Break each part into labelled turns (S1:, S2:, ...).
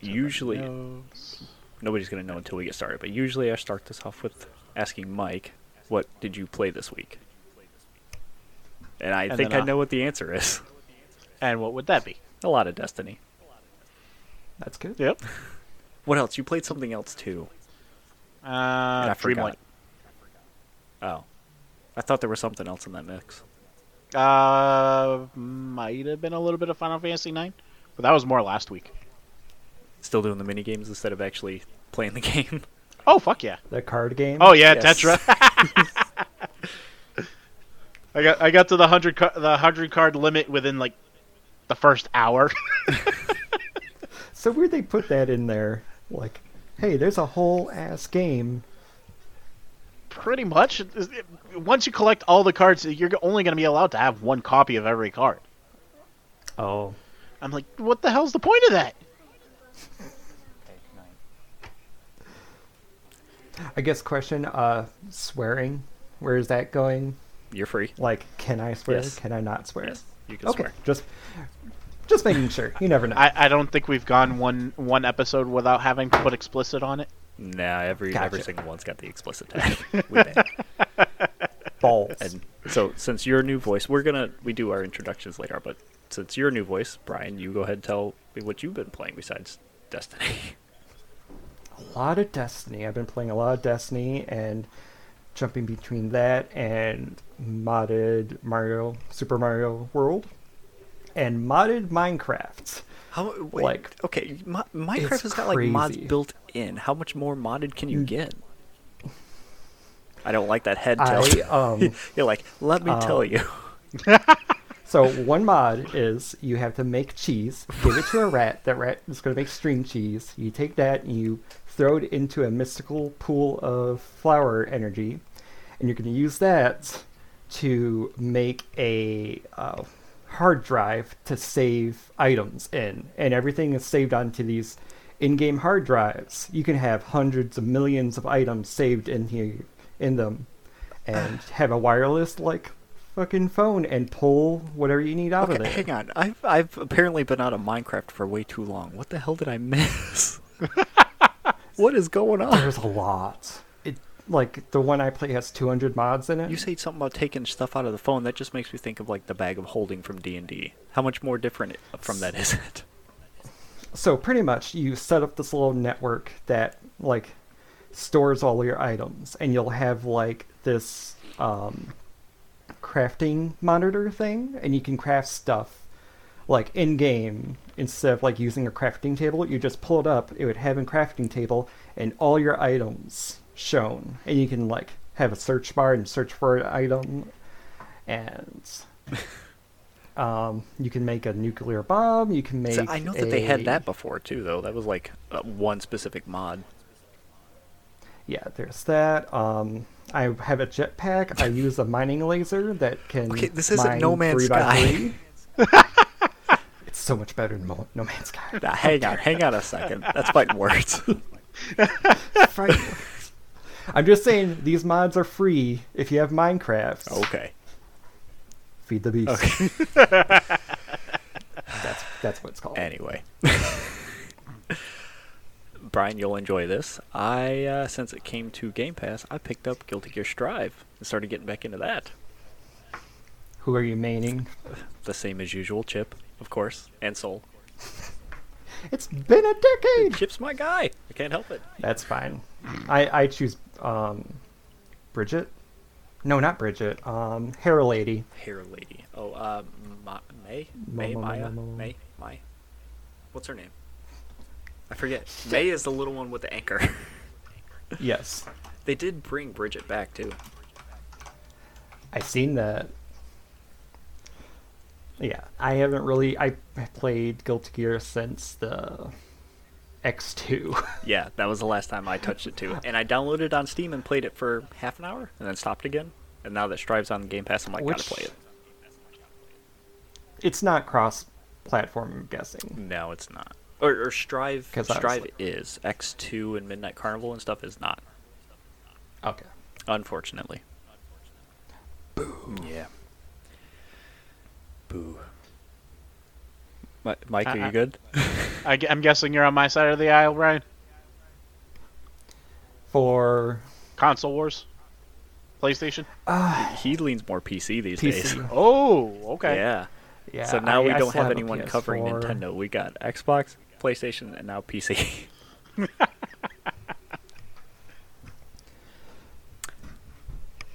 S1: usually nobody's going to know until we get started, but usually I start this off with asking Mike, what did you play this week? And I
S2: And
S1: think
S2: then
S1: I
S2: I-
S1: know what the answer is.
S2: And what would that be?
S1: A lot of Destiny.
S3: That's good.
S2: Yep.
S1: What else? You played something else too. And I
S2: Uh,
S1: forgot.
S2: Dreamlight.
S1: Oh. I thought there was something else in that mix.
S2: Uh, might have been a little bit of Final Fantasy Nine, but that was more last week.
S1: Still doing the mini games instead of actually playing the game.
S2: Oh fuck yeah!
S3: The card game.
S2: Oh yeah,
S1: Yes.
S2: Tetra. I got I got to the hundred ca- the hundred card limit within like the first hour.
S3: So weird they put that in there. Like, hey, there's a whole ass game.
S2: Pretty much, It- it- once you collect all the cards, you're only going to be allowed to have one copy of every card.
S3: Oh.
S2: I'm like, what the hell's the point of that?
S3: I guess question. Uh, swearing. Where is that going?
S1: You're free.
S3: Like, can I swear?
S1: Yes.
S3: Can I not swear?
S1: Yes. You can
S3: Okay.
S1: swear.
S3: Just, just making sure. You never know.
S2: I, I don't think we've gone one one episode without having to put explicit on it.
S1: Nah, every every
S3: Gotcha.
S1: single one's got the explicit tag. we ban.
S3: Balls.
S1: And so since you're a new voice, we're gonna we do our introductions later, but since you're a new voice, Brian, you go ahead and tell me what you've been playing besides Destiny.
S3: a lot of Destiny. I've been playing a lot of Destiny and jumping between that and modded Mario, Super Mario World, and modded Minecraft.
S1: How wait,
S3: Like,
S1: okay, Mo- Minecraft
S3: it's
S1: has got like mods
S3: crazy.
S1: built in. How much more modded can you get? I don't like that head
S3: I
S1: tilt.
S3: um
S1: You're like, let me tell you.
S3: so one mod is you have to make cheese, give it to a rat. That rat is going to make string cheese. You take that and you throw it into a mystical pool of flower energy, and you're going to use that to make a uh, hard drive to save items in, and everything is saved onto these in-game hard drives. You can have hundreds of millions of items saved in here in them, and have a wireless like fucking phone and pull whatever you need out of
S1: Okay,
S3: it.
S1: hang on. I've I've apparently been out of Minecraft for way too long. What the hell did I miss? what is going on?
S3: There's a lot. It like the one I play has 200 mods in it.
S1: You say something about taking stuff out of the phone. That just makes me think of like the bag of holding from D and D. How much more different from that is it?
S3: so pretty much you set up this little network that like stores all your items and you'll have like this um, crafting monitor thing and you can craft stuff like in game instead of like using a crafting table you just pull it up it would have a crafting table and all your items shown and you can like have a search bar and search for an item and um, you can make a nuclear bomb you can make
S1: So I know that they had
S3: a-
S1: that before too, though. That was like uh, one specific mod.
S3: yeah, there's that. Um, I have a jetpack. I use a mining laser that can.
S1: Okay, this isn't
S3: mine
S1: No Man's
S3: three by
S1: Sky.
S3: three. it's so much better than Mo- No Man's Sky.
S1: Now, hang on, hang on a second. That's fighting words.
S3: Right. I'm just saying these mods are free if you have Minecraft.
S1: Okay.
S3: Feed the beast. that's that's what it's called.
S1: Anyway, Brian, you'll enjoy this. I, uh, since it came to Game Pass, I picked up Guilty Gear Strive and started getting back into that.
S3: Who are you maining?
S1: The same as usual, Chip, of course, and Soul.
S3: It's been a decade.
S1: Chip's my guy. I can't help it.
S3: That's fine. I I choose um, Bridget. No, not Bridget. Um, Hair Lady.
S1: Hair lady. Oh, uh, Ma- May, May,
S3: Mo- mo-
S1: Maya,
S3: mo- mo.
S1: May, May. What's her name? I forget. May is the little one with the anchor.
S3: Yes.
S1: they did bring Bridget back too.
S3: I seen that. Yeah, I haven't really. I played Guilty Gear since the X2.
S1: Yeah, that was the last time I touched it too. And I downloaded it on Steam and played it for half an hour and then stopped again. And now that Strive's on Game Pass, I'm like, gotta
S3: Which-
S1: play it.
S3: it's not cross-platform, I'm guessing.
S1: No, it's not. Or, or Strive
S3: 'Cause I was
S1: Strive
S3: like-
S1: is. X2 and Midnight Carnival and stuff is not,
S3: Okay.
S1: unfortunately. Boo. Yeah. Boo. Mi- Mike, are
S2: Uh-uh.
S1: you good?
S2: I, am guessing you're on my side of the aisle, Ryan.
S3: for
S2: Console wars, PlayStation.
S1: He leans more PC these days.
S3: PC.
S2: Oh, okay.
S1: Yeah.
S3: Yeah,
S1: So now
S3: I-
S1: we
S3: I
S1: don't
S3: still
S1: have
S3: a
S1: anyone covering
S3: PS4.
S1: Nintendo. We got Xbox, PlayStation, and now PC.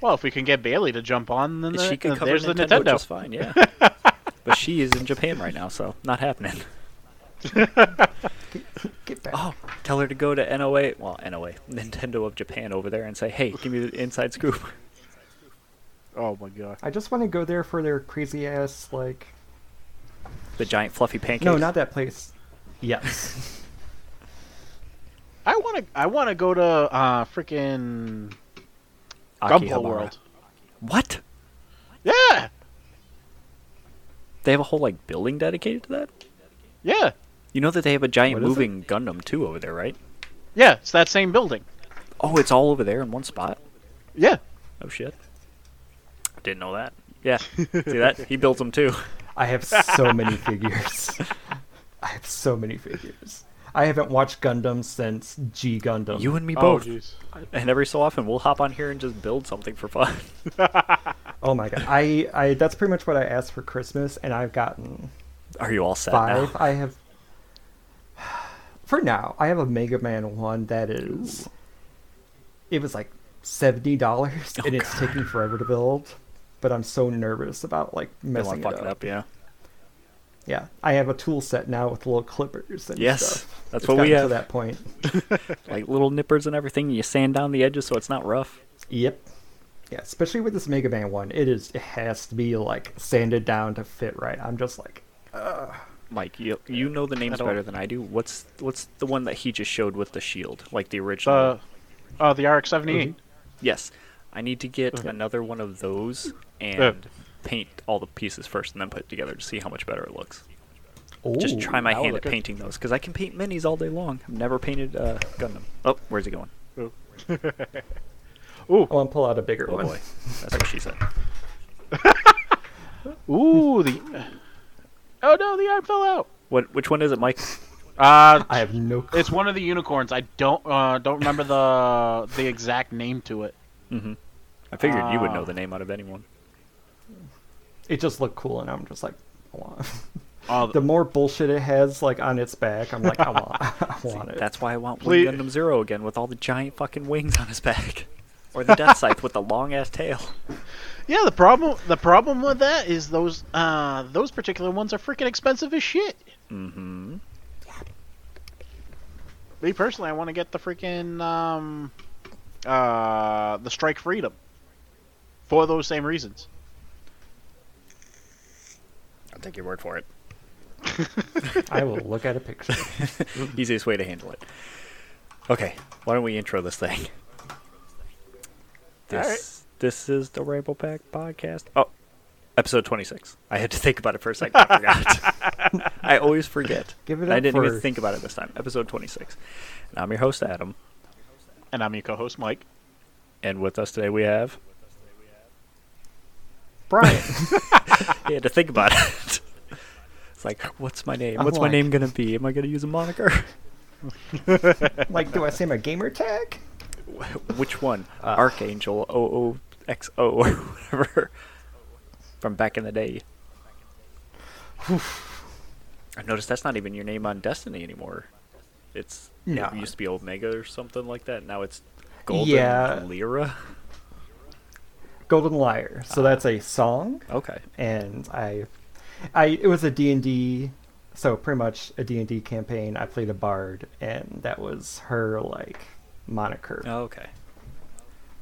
S2: Well, if we can get Bailey to jump on, then the,
S1: she could
S2: uh,
S1: cover
S2: there's
S1: Nintendo,
S2: the Nintendo.
S1: just fine, yeah. but she is in Japan right now, so not happening.
S3: Get back.
S1: Oh, tell her to go to NOA, well, NOA, Nintendo of Japan over there and say, hey, give me the inside scoop.
S2: Oh my god.
S3: I just want to go there for their crazy ass like.
S1: The giant fluffy pancakes.
S3: No, not that place. Yes.
S2: I want to. I want to go to uh, freaking
S1: Akihabara.
S2: Gumball World.
S1: What?
S2: Yeah,
S1: They have a whole, like, building dedicated to that?
S2: yeah,
S1: You know that they have a giant
S3: What is it?
S1: moving Gundam, too, over there, right?
S2: yeah. It's that same building.
S1: Oh, it's all over there in one spot?
S2: Yeah.
S1: Oh, shit. Didn't know that. Yeah. See that? He builds them, too.
S3: I have so many figures. I have so many figures. I haven't watched Gundam since G Gundam.
S1: You and me
S2: Oh
S1: both.
S2: jeez.
S1: and every so often, we'll hop on here and just build something for fun.
S3: Oh my god. I, I that's pretty much what I asked for Christmas and I've gotten
S1: Are you all set now?
S3: five. I have for now, I have a Mega Man one that is it was like seventy dollars
S1: Oh
S3: and it's taking forever to build. But I'm so nervous about like
S1: Don't want
S3: messing
S1: to fuck
S3: it
S1: it
S3: up.
S1: up, yeah.
S3: Yeah. I have a tool set now with little clippers and
S1: Yes,
S3: stuff.
S1: that's
S3: It's
S1: what we have.
S3: gotten to that point.
S1: Like little nippers and everything. You sand down the edges so it's not rough.
S3: Yep. Yeah, especially with this Mega Man one, it is it has to be like sanded down to fit right. I'm just like
S1: Mike, you you know the names
S2: don't-
S1: better than I do. What's what's the one that he just showed with the shield, like the original?
S2: The uh, the RX seventy eight.
S1: yes, I need to get
S2: Okay.
S1: another one of those and paint all the pieces first, and then put it together to see how much better it looks.
S3: oh,
S1: just try my
S2: that'll
S1: hand at
S2: look good.
S1: painting those because I can paint minis all day long. I've never painted uh, Gundam. Oh, where's it going?
S3: I want to pull out a bigger
S1: Oh
S3: one.
S1: boy, that's what she said. Mm-hmm.
S2: Ooh the. Oh no, the arm fell out.
S1: What? Which one is it, Mike? Ah,
S2: Uh,
S3: I have no clue.
S2: it's one of the unicorns. I don't uh, don't remember the the exact name to it.
S1: I figured you would know
S2: Ah.
S1: the name out of anyone.
S3: It just looked cool, and I'm just like, I want.
S2: Uh,
S3: The more bullshit it has like on its back, I'm like, I want, I want it.
S1: That's why I want
S2: Please-
S1: Wing Gundam Zero again with all the giant fucking wings on his back, or the Death Scythe with the long ass tail.
S2: Yeah, the problem the problem with that is those uh those particular ones are freaking expensive as shit.
S1: Mm-hmm.
S2: Me personally, I want to get the freaking um uh the Strike Freedom for those same reasons.
S1: I'll take your word for it.
S3: I will look at a picture.
S1: Easiest way to handle it. Okay, why don't we intro this thing?
S2: All
S1: This
S2: right.
S1: this is the Rainbow Pack podcast. Oh, episode twenty six. I had to think about it for a second. I forgot. I always forget.
S3: Give it
S1: And I
S3: up
S1: didn't even
S3: for-
S1: think about it this time. Episode twenty six. And I'm your host Adam,
S2: And I'm your co-host Mike.
S1: and with us today we have.
S3: Brian,
S1: He had to think about it. It's like, what's my name?
S3: I'm
S1: What's my
S3: like-
S1: name gonna be? Am I gonna use a moniker?
S3: like, do I say my gamer tag?
S1: Which one? Archangel O O X O or whatever from back in the day. I've noticed that's not even your name on Destiny anymore. It's
S3: No.
S1: it used to be Omega or something like that. Now it's Golden
S3: Yeah.
S1: Lyra.
S3: Golden Liar. So that's a song.
S1: Okay.
S3: and I, I it was a D and D, so pretty much a D and D campaign. I played a bard, and that was her like moniker.
S1: Oh, okay.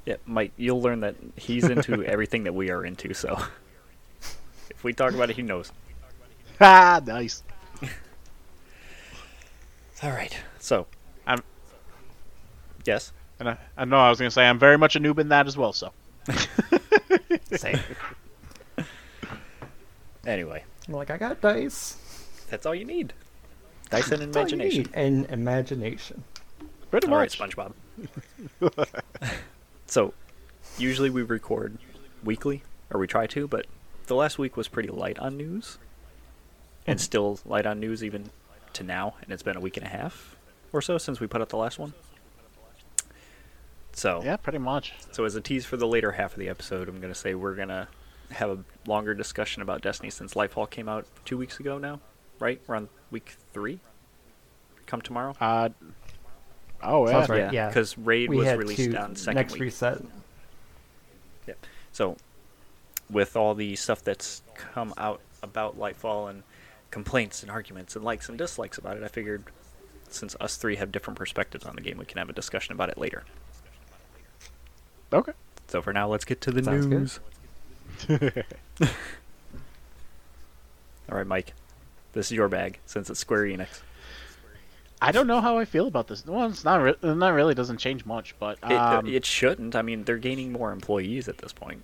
S1: Yeah, Mike, you'll learn that he's into everything that we are into. So if we talk about it, he knows.
S2: Ah, nice.
S1: All right. So
S2: I'm
S1: yes.
S2: and I, I know I was gonna say I'm very much a noob in that as well. So
S3: Same.
S1: Anyway,
S3: I'm like I got dice.
S1: that's all you need. Dice and
S3: That's all you
S1: imagination.
S3: need. And imagination.
S2: pretty
S1: All right,
S2: much.
S1: SpongeBob. so, usually we record weekly, or we try to, but the last week was pretty light on news. and still light on news even to now, and it's been a week and a half or so since we put out the last one. So
S2: Yeah, pretty much.
S1: so as a tease for the later half of the episode, I'm gonna say we're gonna have a longer discussion about Destiny since Lightfall came out two weeks ago now, right? We're on week three. Come tomorrow.
S2: Uh, oh yeah.
S3: Sounds right. yeah.
S1: Because Raid
S3: we
S1: was
S3: had
S1: released
S3: to
S1: on second
S3: next
S1: week.
S3: reset.
S1: Yep. So, with all the stuff that's come out about Lightfall and complaints and arguments and likes and dislikes about it, I figured since us three have different perspectives on the game, we can have a discussion about it later.
S2: Okay.
S1: So for now, let's get to the
S3: Sounds good.
S1: news. All right, Mike, this is your bag since it's Square Enix.
S2: I don't know how I feel about this. Well, it's not. Re- it not really. Doesn't change much, but
S1: It, uh,
S2: um,
S1: it shouldn't. I mean, they're gaining more employees at this point.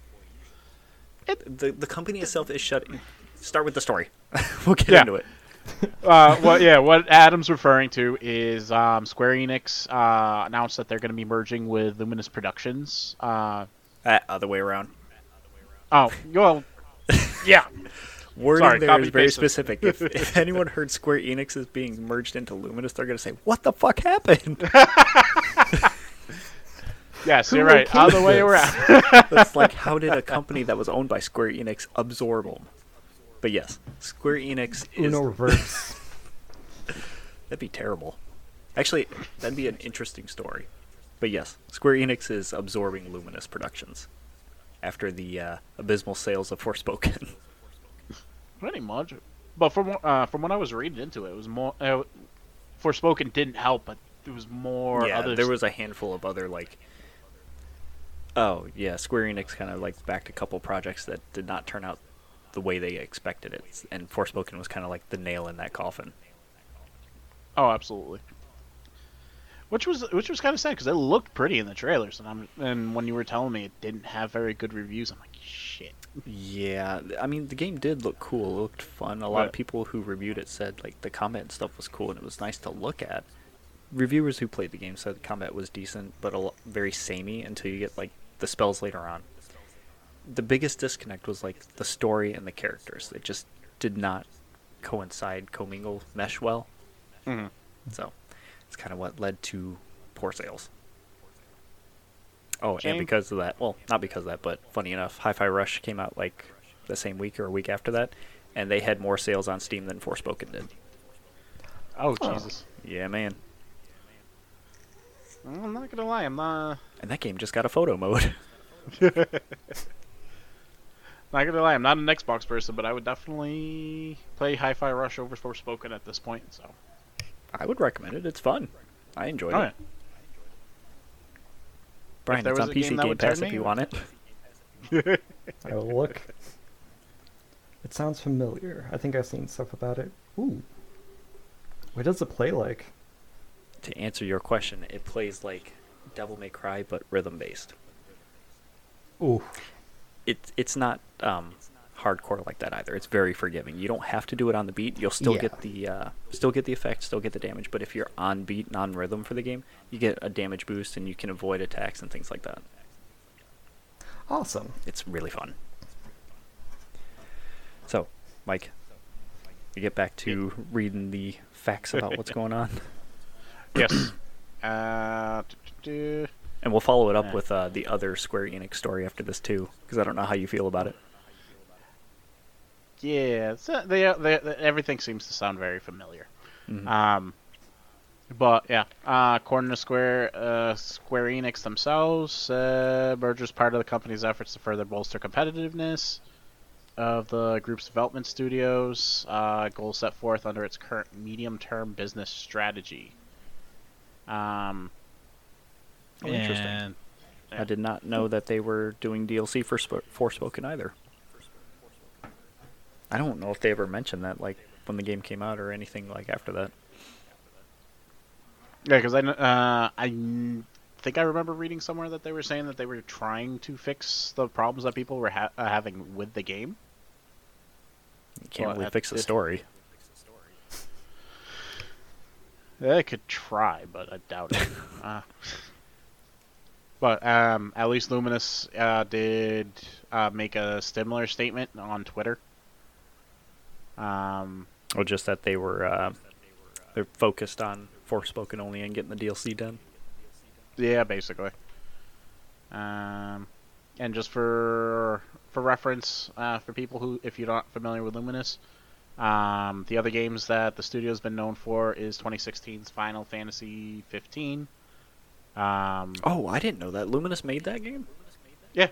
S1: the the company itself is shutting. Start with the story. we'll get
S2: Yeah.
S1: into it.
S2: uh, well, yeah, what Adam's referring to is um, Square Enix uh, announced that they're going to be merging with Luminous Productions. Uh,
S1: Uh, other way around.
S2: oh, well, yeah,
S1: wording
S2: Sorry,
S1: there
S2: copy
S1: is very
S2: paste it.
S1: specific. If, if anyone heard Square Enix is being merged into Luminous, they're going to say, "What the fuck happened?"
S2: yes,
S1: Who
S2: you're right.
S1: okayed
S2: Other way
S1: this?
S2: around.
S1: That's like, how did a company that was owned by Square Enix absorb them? But yes, Square Enix is
S3: Uno reverse.
S1: that'd be terrible. Actually, that'd be an interesting story. But yes, Square Enix is absorbing Luminous Productions after the uh, abysmal sales of Forspoken.
S2: Pretty much, but from what- uh, from when I was reading into it, it was more. Uh, Forspoken didn't help, but it was more.
S1: yeah,
S2: other
S1: there was a handful of other like. Oh yeah, Square Enix kind of like backed a couple projects that did not turn out the way they expected it, and Forspoken was kind of like the nail in that coffin.
S2: Oh, absolutely. Which was which was kind of sad because it looked pretty in the trailers, and I'm and when you were telling me it didn't have very good reviews, I'm like, shit.
S1: Yeah, th- I mean the game did look cool, it looked fun. A lot of
S2: Right.
S1: people who reviewed it said like the combat and stuff was cool and it was nice to look at. Reviewers who played the game said the combat was decent, but a lo- very samey until you get like the spells later on. The biggest disconnect was like the story and the characters. It just did not coincide, commingle, mesh well.
S2: Mhm.
S1: So it's kind of what led to poor sales. Oh,
S2: Shame.
S1: and because of that, well, not because of that, but funny enough, Hi-Fi Rush came out like the same week or a week after that, and they had more sales on Steam than Forspoken did.
S2: Oh Jesus!
S1: Yeah, man.
S2: I'm not gonna lie, I'm not
S1: And that game just got a photo mode.
S2: not gonna lie, I'm not an Xbox person, but I would definitely play Hi-Fi Rush over Forspoken at this point. So,
S1: I would recommend it. It's fun. I enjoyed
S2: oh
S1: it.
S2: yeah,
S1: Brian,
S2: If there
S1: it's
S2: was
S1: on
S2: a game
S1: PC
S2: that
S1: Game
S2: would turn
S1: Pass if
S2: me-
S1: you want it.
S3: I will look. It sounds familiar. I think I've seen stuff about it. Ooh. What does it play like?
S1: to answer your question, it plays like Devil May Cry but rhythm based.
S3: Ooh.
S1: It it's not um, hardcore like that either. It's very forgiving. You don't have to do it on the beat. You'll still
S3: Yeah.
S1: get the uh, still get the effect, still get the damage. But if you're on beat and on rhythm for the game, you get a damage boost and you can avoid attacks and things like that.
S3: Awesome.
S1: It's really fun. So, Mike, we get back to reading the facts about what's going on,
S2: yes. uh, do, do, do.
S1: and we'll follow it up
S2: Yeah.
S1: with uh, the other Square Enix story after this too, because I don't know how you feel about it.
S2: yeah, so they, they, they everything seems to sound very familiar.
S1: Mhm.
S2: Um, but yeah, uh, according to Square, uh, Square Enix themselves, uh, merger's part of the company's efforts to further bolster competitiveness of the group's development studios. Uh, goals set forth under its current medium-term business strategy. Um,
S1: Oh, interesting.
S2: and-
S1: I did not know that they were doing DLC for Sp- Forspoken either. I don't know if they ever mentioned that, like when the game came out or anything like after that.
S2: Yeah, because I kn- uh, I n- think I remember reading somewhere that they were saying that they were trying to fix the problems that people were ha- uh, having with the game.
S1: You can't
S2: Well,
S1: really
S2: that-
S1: fix the
S2: if-
S1: story.
S2: They could try, but I doubt it. uh, but um, at least Luminous uh, did uh, make a similar statement on Twitter. Um,
S1: or just that they were uh, they're focused on Forspoken only and getting the DLC done.
S2: Yeah, basically. Um, and just for for reference, uh, for people who, if you're not familiar with Luminous, um, the other games that the studio's been known for is 2016's Final Fantasy 15. Um,
S1: Oh, I didn't know that. Luminous made that game.
S2: yeah,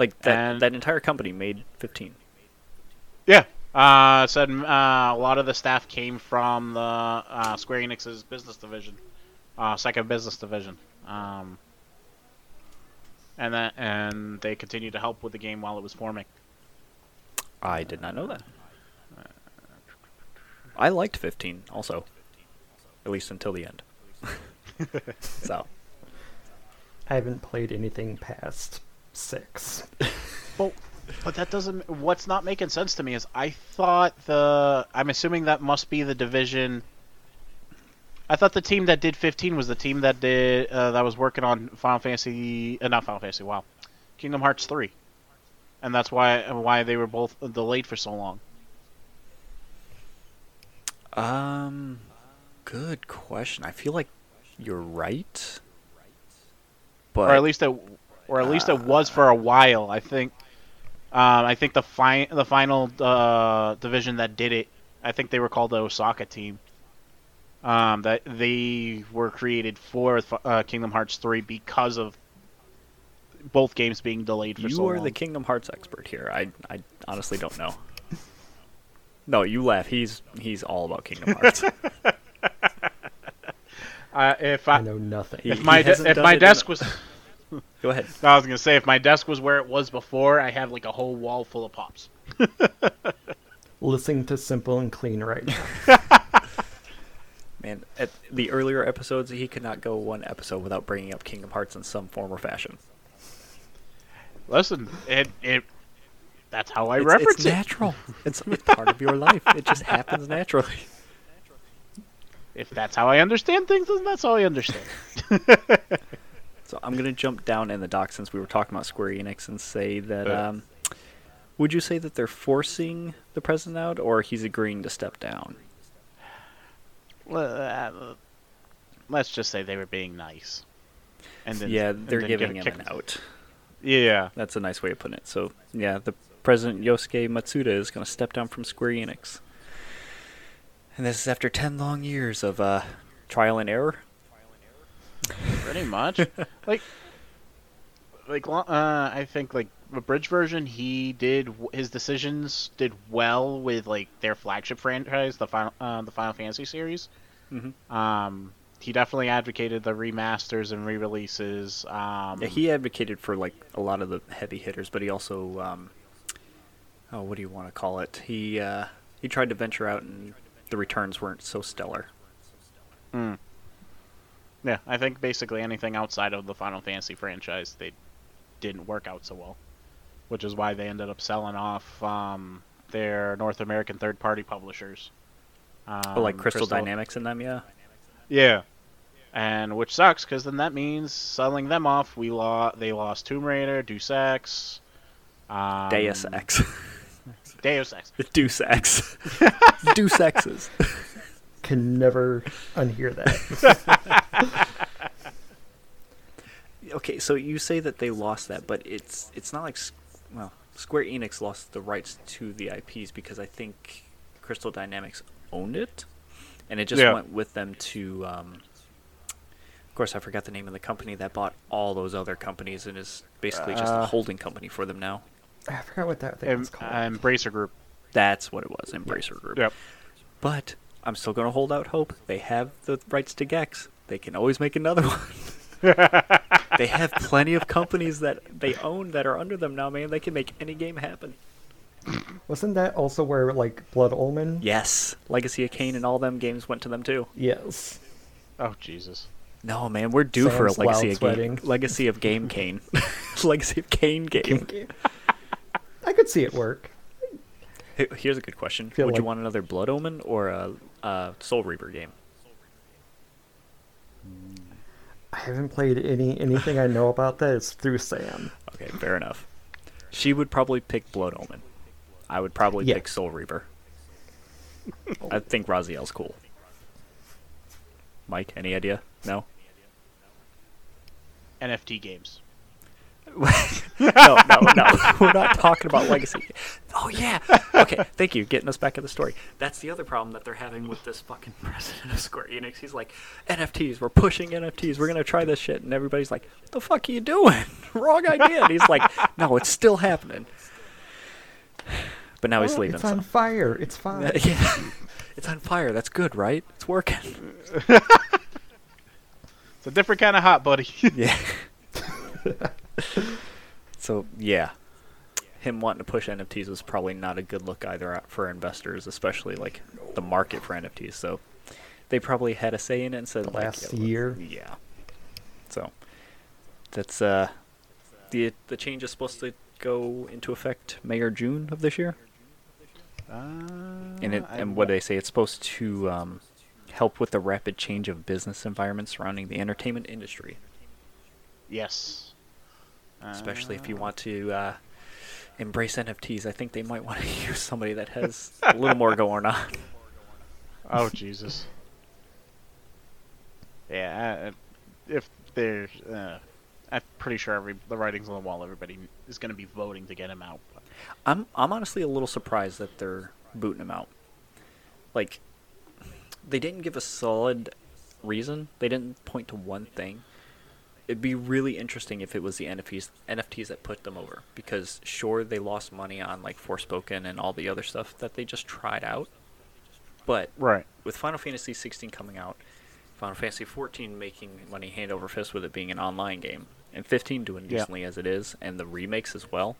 S1: Like that
S2: And-
S1: that entire company made 15.
S2: yeah. Uh, said uh, a lot of the staff came from the uh, Square Enix's business division, uh, second business division. Um, and that, and they continued to help with the game while it was forming.
S1: I did not know that. I liked 15 also, at least until the end. so
S3: I haven't played anything past six.
S2: Well, but that doesn't. What's not making sense to me is I thought the. I'm assuming that must be the division. I thought the team that did 15 was the team that did uh, that was working on Final Fantasy, uh, not Final Fantasy. Wow, Kingdom Hearts 3, and that's why why they were both delayed for so long.
S1: Um, good question. I feel like you're right, but
S2: or at least it, or at least it was for a while. I think, um, I think the fi- the final uh, division that did it, I think they were called the Osaka team. Um, that they were created for uh, Kingdom Hearts three because of both games being delayed for
S1: you
S2: so
S1: are
S2: long.
S1: the Kingdom Hearts expert here. I I honestly don't know. No, you laugh. He's he's all about Kingdom Hearts.
S2: uh, if
S3: I
S2: I,
S3: know nothing.
S1: He-
S2: if my de-
S1: hasn't
S2: if
S1: done
S2: my
S1: it in
S2: desk
S1: a-
S2: was
S1: Go ahead.
S2: I was gonna say if my desk was where it was before, I have like a whole wall full of pops.
S3: Listening to Simple and Clean right now.
S1: Man, at the earlier episodes, he could not go one episode without bringing up Kingdom Hearts in some form or fashion.
S2: Listen, it it that's how I
S1: it's,
S2: reference
S1: it's
S2: it.
S1: natural. It's, it's part of your life. It just happens naturally.
S2: If that's how I understand things, then that's how I understand.
S1: So I'm gonna jump down in the dock since we were talking about Square Enix and say that.
S2: Yeah.
S1: Um, would you say that they're forcing the president out, or he's agreeing to step down?
S2: Well, uh, Let's just say they were being nice. And then,
S1: yeah,
S2: and
S1: they're
S2: then
S1: giving
S2: get
S1: him
S2: kicked-
S1: an out.
S2: Yeah,
S1: That's a nice way of putting it. So yeah, the president Yosuke Matsuda is gonna step down from Square Enix, and this is after ten long years of uh, trial and error.
S2: pretty much. like, like lo- uh, I think like the bridge version, he did w- his decisions did well with like their flagship franchise, the final uh, the Final Fantasy series.
S1: Mhm.
S2: Um, he definitely advocated the remasters and re-releases. Um,
S1: Yeah, he advocated for like a lot of the heavy hitters, but he also, um, oh, what do you want to call it? He uh, he tried to venture out, and the returns weren't so stellar.
S2: Mm. Yeah, I think basically anything outside of the Final Fantasy franchise, they didn't work out so well, which is why they ended up selling off um, their North American third-party publishers, um,
S1: But Oh, like Crystal, Dynamics in them, yeah.
S2: Yeah, and which sucks because then that means selling them off, we lost. They lost Tomb Raider, Deus Ex, um,
S1: Deus Ex,
S2: Deus Ex.
S1: Deus Ex, Deus Exes.
S3: Can never unhear that.
S1: Okay, so you say that they lost that, but it's it's not like S- well, Square Enix lost the rights to the IPs because I think Crystal Dynamics owned it, and it just
S2: Yeah.
S1: went with them to. Um, of course, I forgot the name of the company that bought all those other companies and is basically just a
S2: Uh,
S1: holding company for them now.
S3: I forgot what that thing
S2: Em-
S3: was called.
S2: Embracer Group.
S1: That's what it was, Embracer Group. But I'm still going to hold out hope. They have the rights to Gex. They can always make another one. they have plenty of companies that they own that are under them now, man. They can make any game happen.
S3: Wasn't that also where like Blood Omen?
S1: Yes. Legacy of Kane and all them games went to them too.
S3: Yes.
S2: Oh Jesus.
S1: No, man, we're due for a
S3: Sam's Wild
S1: Legacy of Game
S3: Sweating.
S1: Legacy of Game Kane. Legacy of Kane game.
S3: I could see it work.
S1: Hey, Here's a good question.
S3: Feel
S1: Would you
S3: like-
S1: want another Blood Omen or a, a Soul Reaver game?
S3: I haven't played any anything I know about that. It's through Sam.
S1: Okay, fair enough. She would probably pick Blood Omen. I would probably
S3: Yeah.
S1: pick Soul Reaver. I think Raziel's cool. Mike, any idea? No.
S2: NFT games.
S1: no, no, no. We're not talking about legacy. Oh yeah. Okay. Thank you. Getting us back in the story. That's the other problem that they're having with this fucking president of Square Enix. He's like, NFTs. We're pushing NFTs. We're gonna try this shit. And everybody's like, the fuck are you doing? Wrong idea. And he's like, no, it's still happening. But now he's
S3: Oh,
S1: leaving.
S3: It's on
S1: so-
S3: fire. It's fine.
S1: yeah. It's on fire. That's good, right? It's working.
S2: It's a different kind of hot, buddy.
S1: Yeah. so yeah, him wanting to push NFTs was probably not a good look either out for investors, especially like the market for NFTs. So they probably had a say in it and said like,
S3: last
S1: yeah, look-
S3: year.
S1: Yeah. So that's uh the the change is supposed to go into effect May or June of this year.
S2: Uh,
S1: And
S3: Uh,
S1: it, and what they say it's supposed to um, help with the rapid change of business environment surrounding the entertainment industry.
S2: Yes.
S1: especially if you
S2: Uh,
S1: want to uh, embrace NFTs. I think they might want to use somebody that has a little more going on.
S2: Oh Jesus. Yeah, I, if there's, uh, I'm pretty sure every the writing's on the wall. Everybody is going to be voting to get him out. But
S1: I'm I'm honestly a little surprised that they're booting him out. Like, they didn't give a solid reason. They didn't point to one thing. It'd be really interesting if it was the NFTs NFTs that put them over because sure they lost money on like Forspoken and all the other stuff that they just tried out, but
S2: right.
S1: with Final Fantasy 16 coming out, Final Fantasy 14 making money hand over fist with it being an online game, and 15 doing
S2: Yeah.
S1: decently as it is, and the remakes as well,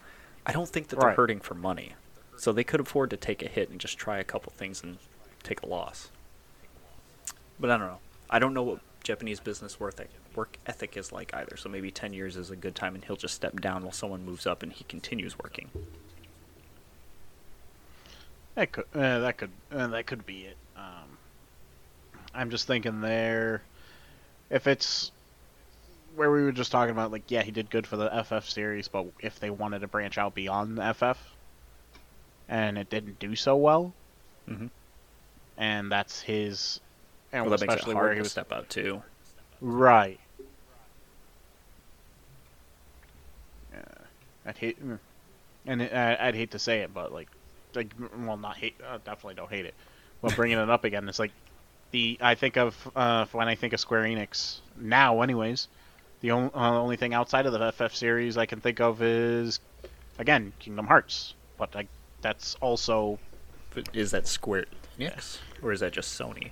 S1: I don't think that they're
S2: Right.
S1: hurting for money. So they could afford to take a hit and just try a couple things and take a loss. But I don't know. I don't know what Japanese business work ethic, work ethic is like either. So maybe 10 years is a good time and he'll just step down while someone moves up and he continues working.
S2: That could uh, that could uh, that could be it. Um, I'm just thinking there, if it's where we were just talking about, like yeah, he did good for the FF series, but if they wanted to branch out beyond the FF, and it didn't do so well, Mm-hmm.
S1: Mhm.
S2: and that's his, and
S1: Well, that makes it
S2: especially where
S1: hard to
S2: he was
S1: step out too.
S2: right. Yeah, I'd hate, mm. and it, I, I'd hate to say it, but like, like, mm, well, not hate. Uh, definitely don't hate it. But bringing it up again, it's like the I think of uh, when I think of Square Enix now, anyways. The only, uh, only thing outside of the FF series I can think of is, again, Kingdom Hearts. But like, that's also
S1: But is that Square Enix or is that just Sony?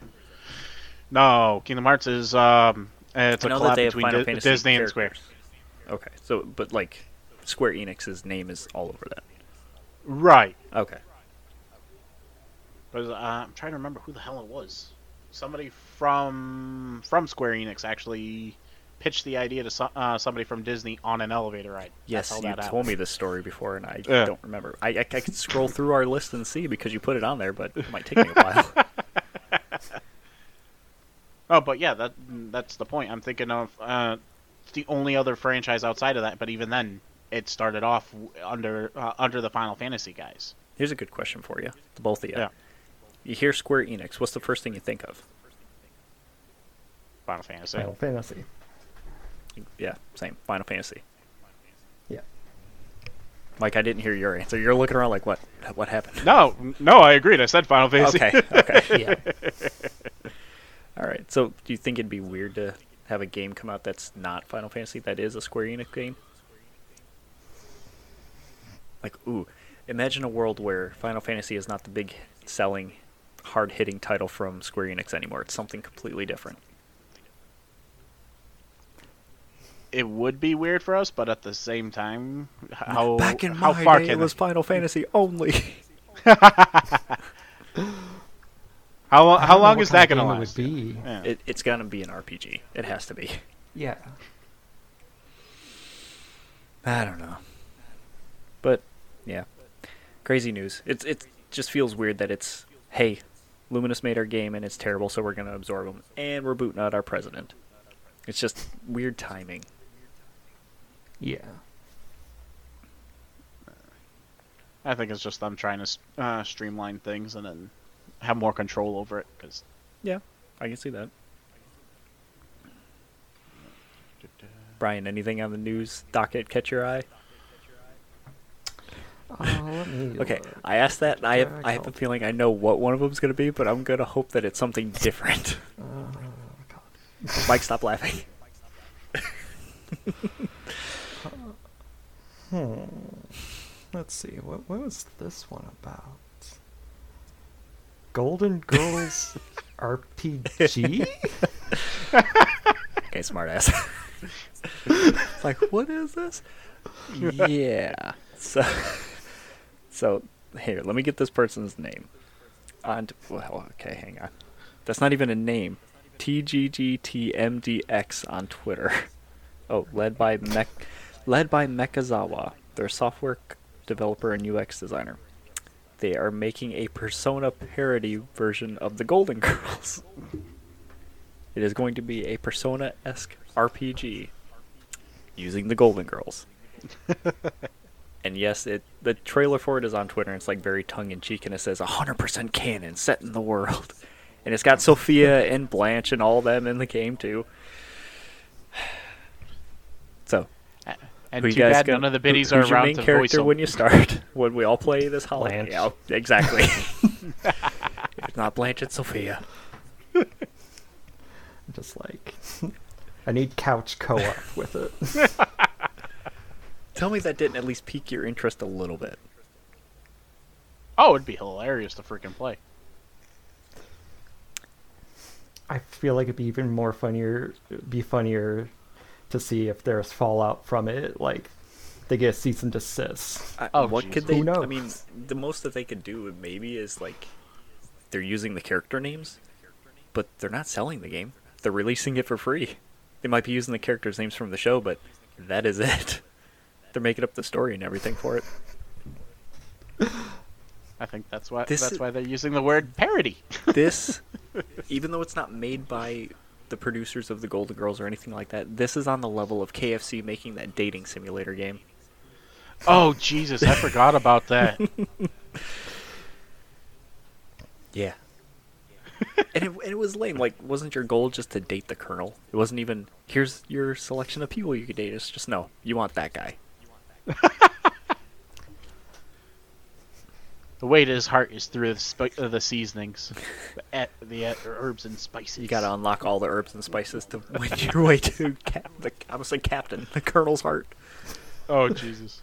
S2: no Kingdom Hearts is um, it's
S1: I
S2: a
S1: know
S2: collab
S1: that they have
S2: between
S1: Final
S2: Di-
S1: Fantasy
S2: Disney and Square.
S1: characters. Okay, so but like Square Enix's name is all over that.
S2: Right.
S1: Okay,
S2: But uh, I'm trying to remember who the hell it was. Somebody from from Square Enix actually pitched the idea to so, uh, somebody from Disney on an elevator ride.
S1: yes,
S2: That's
S1: you
S2: how that
S1: told
S2: happened.
S1: me this story before, and I
S2: Yeah.
S1: don't remember. I, I I could scroll through our list and see because you put it on there, but it might take me a while.
S2: Oh, but yeah, that that's the point. I'm thinking of uh, it's the only other franchise outside of that. But even then, it started off w- under uh, under the Final Fantasy guys.
S1: Here's a good question for you, the both of you.
S2: Yeah.
S1: You hear Square Enix, what's the first thing you think of?
S2: Final Fantasy.
S3: Final Fantasy.
S1: Yeah, same. Final Fantasy.
S3: Yeah.
S1: Mike, I didn't hear your answer. You're looking around like, what? What happened?
S2: No, no, I agreed. I said Final Fantasy.
S1: Okay. Okay.
S3: Yeah.
S1: All right. So, do you think it'd be weird to have a game come out that's not Final Fantasy that is a Square Enix game? Like, ooh, imagine a world where Final Fantasy is not the big selling, hard hitting title from Square Enix anymore. It's something completely different.
S2: It would be weird for us, but at the same time, h- how
S1: Back in
S2: Oh, how
S1: my
S2: far
S1: day,
S2: can
S1: it was Final Fantasy only.
S2: How long,
S3: I
S2: how
S3: don't know
S2: long
S3: what
S2: is
S3: kind
S2: that going
S3: of
S2: to
S3: game it
S2: last?
S3: Would be.
S2: Yeah.
S1: it, it's gonna be an RPG. It has to be.
S3: Yeah.
S1: I don't know. But yeah. Crazy news. It's it just feels weird that it's hey, Luminous made our game and it's terrible so we're going to absorb them and we're booting out our president. It's just weird timing.
S3: Yeah.
S2: I think it's just them trying to s- uh, streamline things and then have more control over it because
S1: Yeah, I can see that. Brian, anything on the news docket catch your eye?
S3: Uh,
S1: Okay, I asked that, and I have I have a
S3: Jackal.
S1: feeling I know what one of them's gonna be, but I'm gonna hope that it's something different.
S3: Uh, oh,
S1: Mike, stop laughing.
S3: Hmm. Let's see. What what was this one about? Golden Girls RPG?
S1: Okay, smartass. it's like, what is this? yeah. So, so here, let me get this person's name. And well, okay, hang on. That's not even a name. TGGTMDX on Twitter. Oh, led by Mech, led by Mekazawa. They're a software c- developer and UX designer. They are making a Persona parody version of the Golden Girls. It is going to be a Persona esque RPG using the Golden Girls. and yes, it the trailer for it is on Twitter. And it's like very tongue in cheek, and it says 100% canon set in the world, and it's got Sophia and Blanche and all them in the game too. So,
S2: and
S1: who
S2: too
S1: you guys
S2: bad
S1: gonna-
S2: none of the
S1: who-
S2: biddies
S1: who's
S2: are around
S1: your main
S2: to voice
S1: character
S2: them.
S1: when you start when we all play this holiday.
S3: Blanche.
S1: Yeah, exactly. if it's not Blanche, it's Sophia.
S3: Just like I need couch co-op with it.
S1: Tell me that didn't at least pique your interest a little bit.
S2: Oh, it'd be hilarious to freaking play.
S3: I feel like it'd be even more funnier be funnier to see if there's fallout from it, like they get a cease and desist.
S1: I-
S2: Oh,
S1: what
S2: Jesus.
S1: could they?
S3: Who
S1: I mean,
S3: knows?
S1: the most that they could do maybe is like they're using the character names, but they're not selling the game. They're releasing it for free. They might be using the characters' names from the show, but that is it. They're making up the story and everything for it.
S2: I think that's why
S1: This
S2: that's
S1: is-
S2: why they're using the word parody.
S1: This, even though it's not made by the producers of the Golden Girls or anything like that, this is on the level of KFC making that dating simulator game.
S2: oh Jesus, I forgot about that.
S1: Yeah. and, it, and it was lame. Like, wasn't your goal just to date the colonel? It wasn't even here's your selection of people you could date. It's just no, you want that guy.
S2: The way to his heart is through the, spi- uh, the seasonings, the, e- the uh, herbs and spices.
S1: You got to unlock all the herbs and spices to win your way to cap- the I was like captain, the colonel's heart.
S2: Oh Jesus.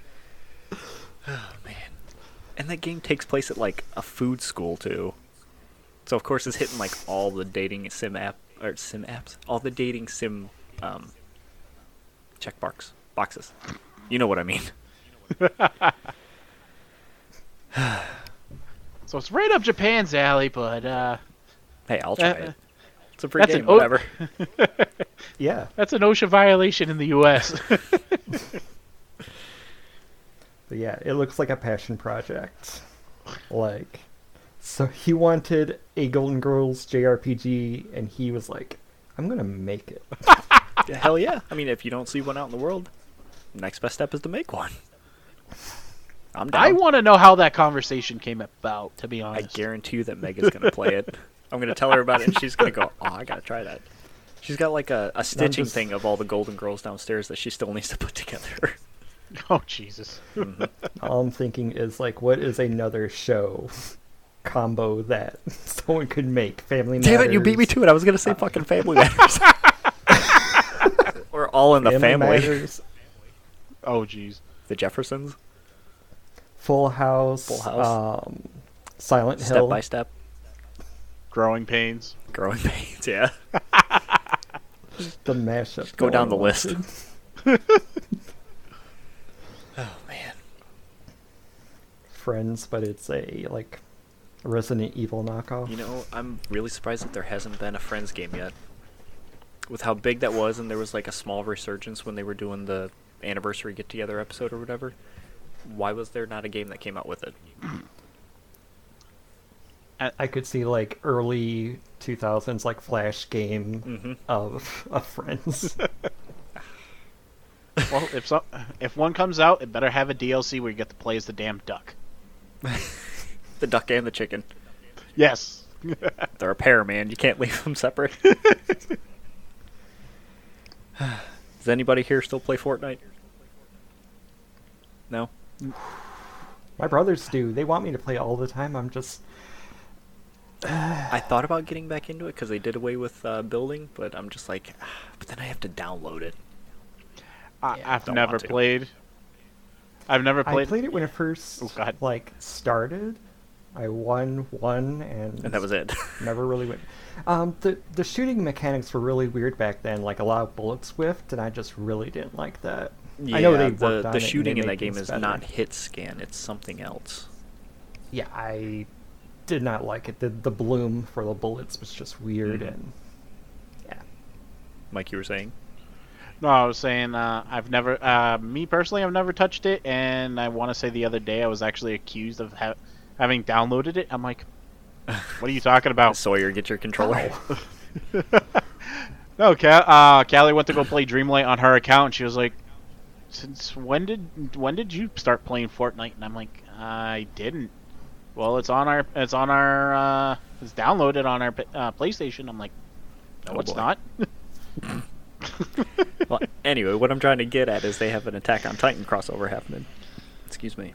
S1: Oh man. And that game takes place at like a food school too. So of course it's hitting like all the dating sim app or sim apps, all the dating sim um check marks, boxes. You know what I mean.
S2: So it's right up Japan's alley, but uh,
S1: Hey, I'll try
S2: Uh,
S1: it. It's a free
S2: that's an
S1: game,
S2: o-
S1: whatever.
S3: Yeah.
S2: that's an OSHA violation in the U.S.
S3: But yeah, it looks like a passion project. Like, so he wanted a Golden Girls JRPG, and he was like, I'm gonna make it.
S1: Hell yeah. I mean, if you don't see one out in the world, next best step is to make one. I'm down.
S2: I want to know how that conversation came about. To be
S1: I
S2: honest,
S1: guarantee you that Mega's going to play it. I'm going to tell her about it, and she's going to go, oh, I got to try that. She's got like a, a stitching
S3: just-
S1: thing of all the Golden Girls downstairs that she still needs to put together.
S2: oh Jesus.
S3: All I'm thinking is, like, what is another show combo that someone could make? Family
S1: Damn it, you beat me
S3: Matters,
S1: to it. I was going to say fucking Family Matters. We're all in the family.
S3: Matters,
S2: Oh jeez.
S1: The Jeffersons,
S3: Full House,
S1: Full House.
S3: Um, Silent
S1: Step
S3: Hill.
S1: by Step,
S2: Growing pains.
S1: Growing Pains, yeah.
S3: the mashup.
S1: Go down the
S3: going on.
S1: list. oh, man.
S3: Friends, but it's a like Resident Evil knockoff.
S1: You know, I'm really surprised that there hasn't been a Friends game yet. With how big that was, and there was like a small resurgence when they were doing the anniversary get together episode or whatever. Why was there not a game that came out with it?
S3: I could see like early 2000s like flash
S1: Mhm.
S3: game of of Friends.
S2: Well, if so, if one comes out, it better have a DLC where you get to play as the damn duck.
S1: The duck and the chicken.
S2: Yes.
S1: They're a pair, man. You can't leave them separate. Does anybody here still play Fortnite? No.
S3: My brothers do. They want me to play all the time. I'm just
S1: I thought about getting back into it because they did away with uh, building, but I'm just like, "Ah, but then I have to download it.
S2: I,
S1: Yeah,
S2: I've
S1: don't
S2: never
S1: want to.
S2: played. I've never
S3: I
S2: played.
S3: played it when it first
S2: Oh, God.
S3: like started. I won one and
S1: And that was it.
S3: Never really went. Um, the the shooting mechanics were really weird back then. Like a lot of bullet swift, and I just really didn't like that. I know they worked on
S1: the,
S3: it and
S1: the
S3: they
S1: shooting in
S3: made
S1: that game
S3: things
S1: is
S3: better.
S1: not hit scan, it's something else.
S3: Yeah, I did not like it. The the bloom for the bullets was just weird
S1: Mhm.
S3: and yeah.
S1: Mike, you were saying?
S2: No, I was saying uh, I've never. Uh, me personally, I've never touched it, and I want to say the other day I was actually accused of ha- having downloaded it. I'm like, what are you talking about?
S1: Sawyer, get your controller.
S2: no, Cal- uh, Callie went to go play Dreamlight on her account, and she was like, "Since when did when did you start playing Fortnite?" And I'm like, "I didn't." Well, it's on our it's on our uh, it's downloaded on our uh, PlayStation. I'm like, "No,
S1: Oh,
S2: it's
S1: boy.
S2: not."
S1: well, anyway, what I'm trying to get at is they have an Attack on Titan crossover happening. Excuse me.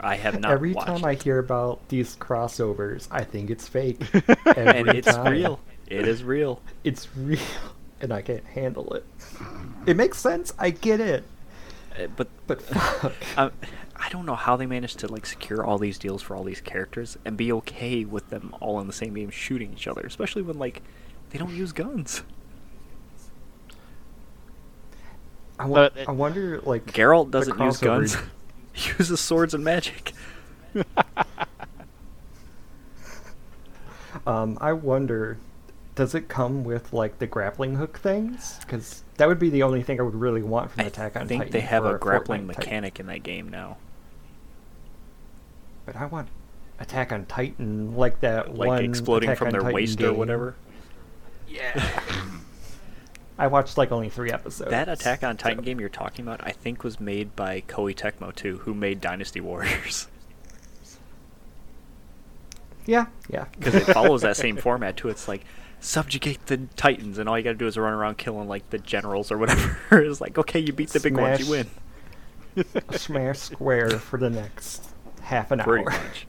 S1: I have not
S3: Every
S1: watched
S3: time I hear about these crossovers, I think it's fake.
S1: and
S3: Every
S1: it's
S3: time.
S1: real. It is real.
S3: It's real, and I can't handle it. It makes sense. I get it,
S1: Uh, But
S3: but fuck.
S1: I, I don't know how they managed to like secure all these deals for all these characters and be okay with them all in the same game shooting each other, especially when like they don't use guns.
S3: I, wo-
S2: But it-
S3: I wonder, like
S1: Geralt
S3: the
S1: doesn't use
S3: crossover-
S1: guns. he uses swords and magic.
S3: Um, I wonder, does it come with like the grappling hook things? Because that would be the only thing I would really want from Attack
S1: I
S3: on
S1: think
S3: Titan.
S1: they have
S3: or
S1: a grappling
S3: Fortnite type.
S1: mechanic in that game now.
S3: but I want Attack on Titan like that
S1: Like
S3: one
S1: exploding
S3: Attack
S1: from
S3: on
S1: their
S3: Titan
S1: waist or
S3: game.
S1: whatever.
S3: I watched like only three episodes.
S1: That Attack on Titan
S3: so-
S1: game you're talking about, I think, was made by Koei Tecmo too, who made Dynasty Warriors.
S3: Yeah, yeah.
S1: because it follows that same format too. It's like subjugate the titans, and all you got to do is run around killing like the generals or whatever. it's like okay, you beat the big ones, you
S3: Smash
S1: win.
S3: Smash Square for the next half an
S1: Pretty
S3: hour.
S1: much.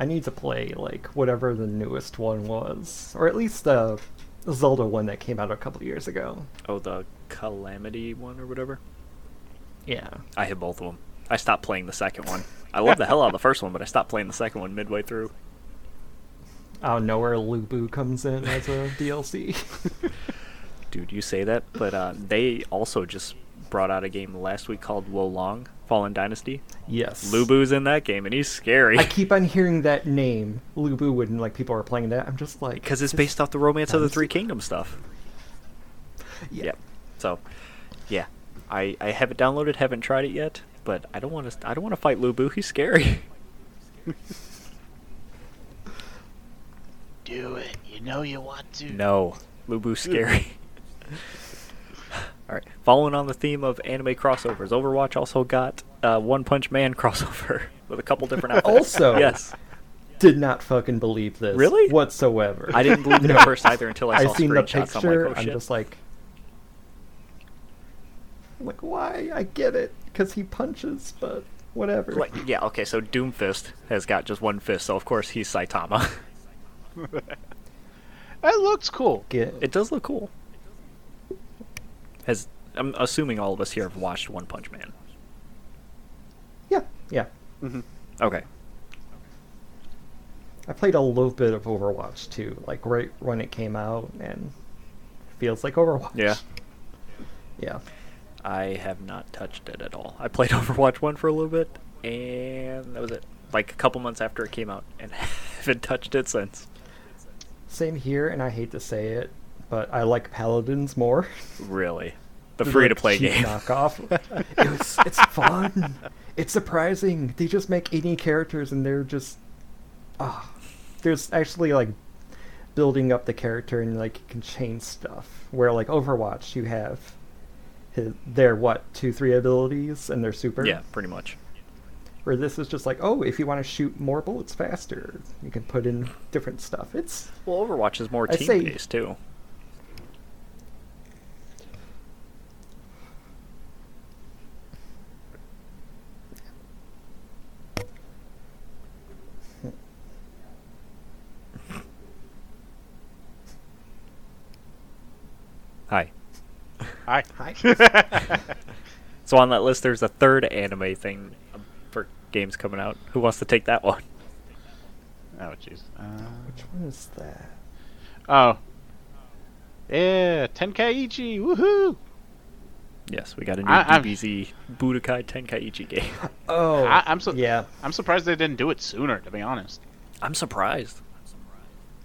S3: I need to play like whatever the newest one was, or at least the Zelda one that came out a couple years ago.
S1: Oh, the calamity one or whatever.
S3: Yeah,
S1: I hit both of them. I stopped playing the second one. I love the hell out of the first one, but I stopped playing the second one midway through.
S3: out of nowhere, Lubu comes in as a DLC.
S1: Dude, you say that, but uh, they also just brought out a game last week called Wulong Fallen Dynasty.
S3: yes,
S1: Lubu's in that game, and he's scary
S3: I keep on hearing that name, Lubu, when like people are playing that. I'm just like,
S1: because it's based off the Romance of the
S3: Dynasty.
S1: Three Kingdoms stuff.
S3: yeah,
S1: Yep. So, yeah, I I have it downloaded, haven't tried it yet, but I don't want to. I don't want to fight Lubu. He's scary.
S2: Do it. You know you want to.
S1: no, Lubu's scary. All right. Following on the theme of anime crossovers, Overwatch also got uh, One Punch Man crossover with a couple different outfits.
S3: Also-
S1: yes,
S3: did not fucking believe this
S1: Really?
S3: whatsoever.
S1: I didn't believe it
S3: No.
S1: at first either until I saw
S3: I've seen the
S1: screenshots.
S3: picture.
S1: I'm like, oh shit.
S3: just like, like why? I get it because he punches, but whatever.
S1: Like, yeah, okay. So Doomfist has got just one fist, so of course he's Saitama.
S2: That looks cool.
S3: get
S1: It does look cool. Has I'm assuming all of us here have watched One Punch Man.
S3: Yeah, yeah.
S2: Mm-hmm.
S1: Okay.
S3: I played a little bit of Overwatch too, like right when it came out, and feels like Overwatch.
S1: Yeah.
S3: yeah.
S1: I have not touched it at all. I played Overwatch 1 for a little bit, and that was it. Like a couple months after it came out, and haven't touched it since.
S3: Same here, and I hate to say it, but I like Paladins more.
S1: Really. The
S3: They're
S1: free to
S3: like
S1: play
S3: cheap
S1: game.
S3: knockoff. it was, it's fun. It's surprising. They just make any characters, and they're just ah. there's actually like building up the character, and like you can change stuff. Where like Overwatch, you have his, their what two three abilities and their super.
S1: Yeah, pretty much.
S3: Where this is just like, oh, if you want to shoot more bullets faster, you can put in different stuff. It's
S1: Well, Overwatch is more
S3: I
S1: team
S3: say-
S1: based too. Hi.
S2: Hi.
S3: Hi.
S1: So on that list, there's a third anime thing um, for games coming out. Who wants to take that one?
S2: Oh jeez. Uh,
S3: Which one is that?
S2: oh. Yeah, 10k Ichi. Woohoo!
S1: Yes, we got a new
S2: I- I'm-
S1: DBZ Budokai Tenkaichi game.
S3: Oh,
S2: I, I'm so
S3: yeah,
S2: I'm surprised they didn't do it sooner. To be honest,
S1: I'm surprised.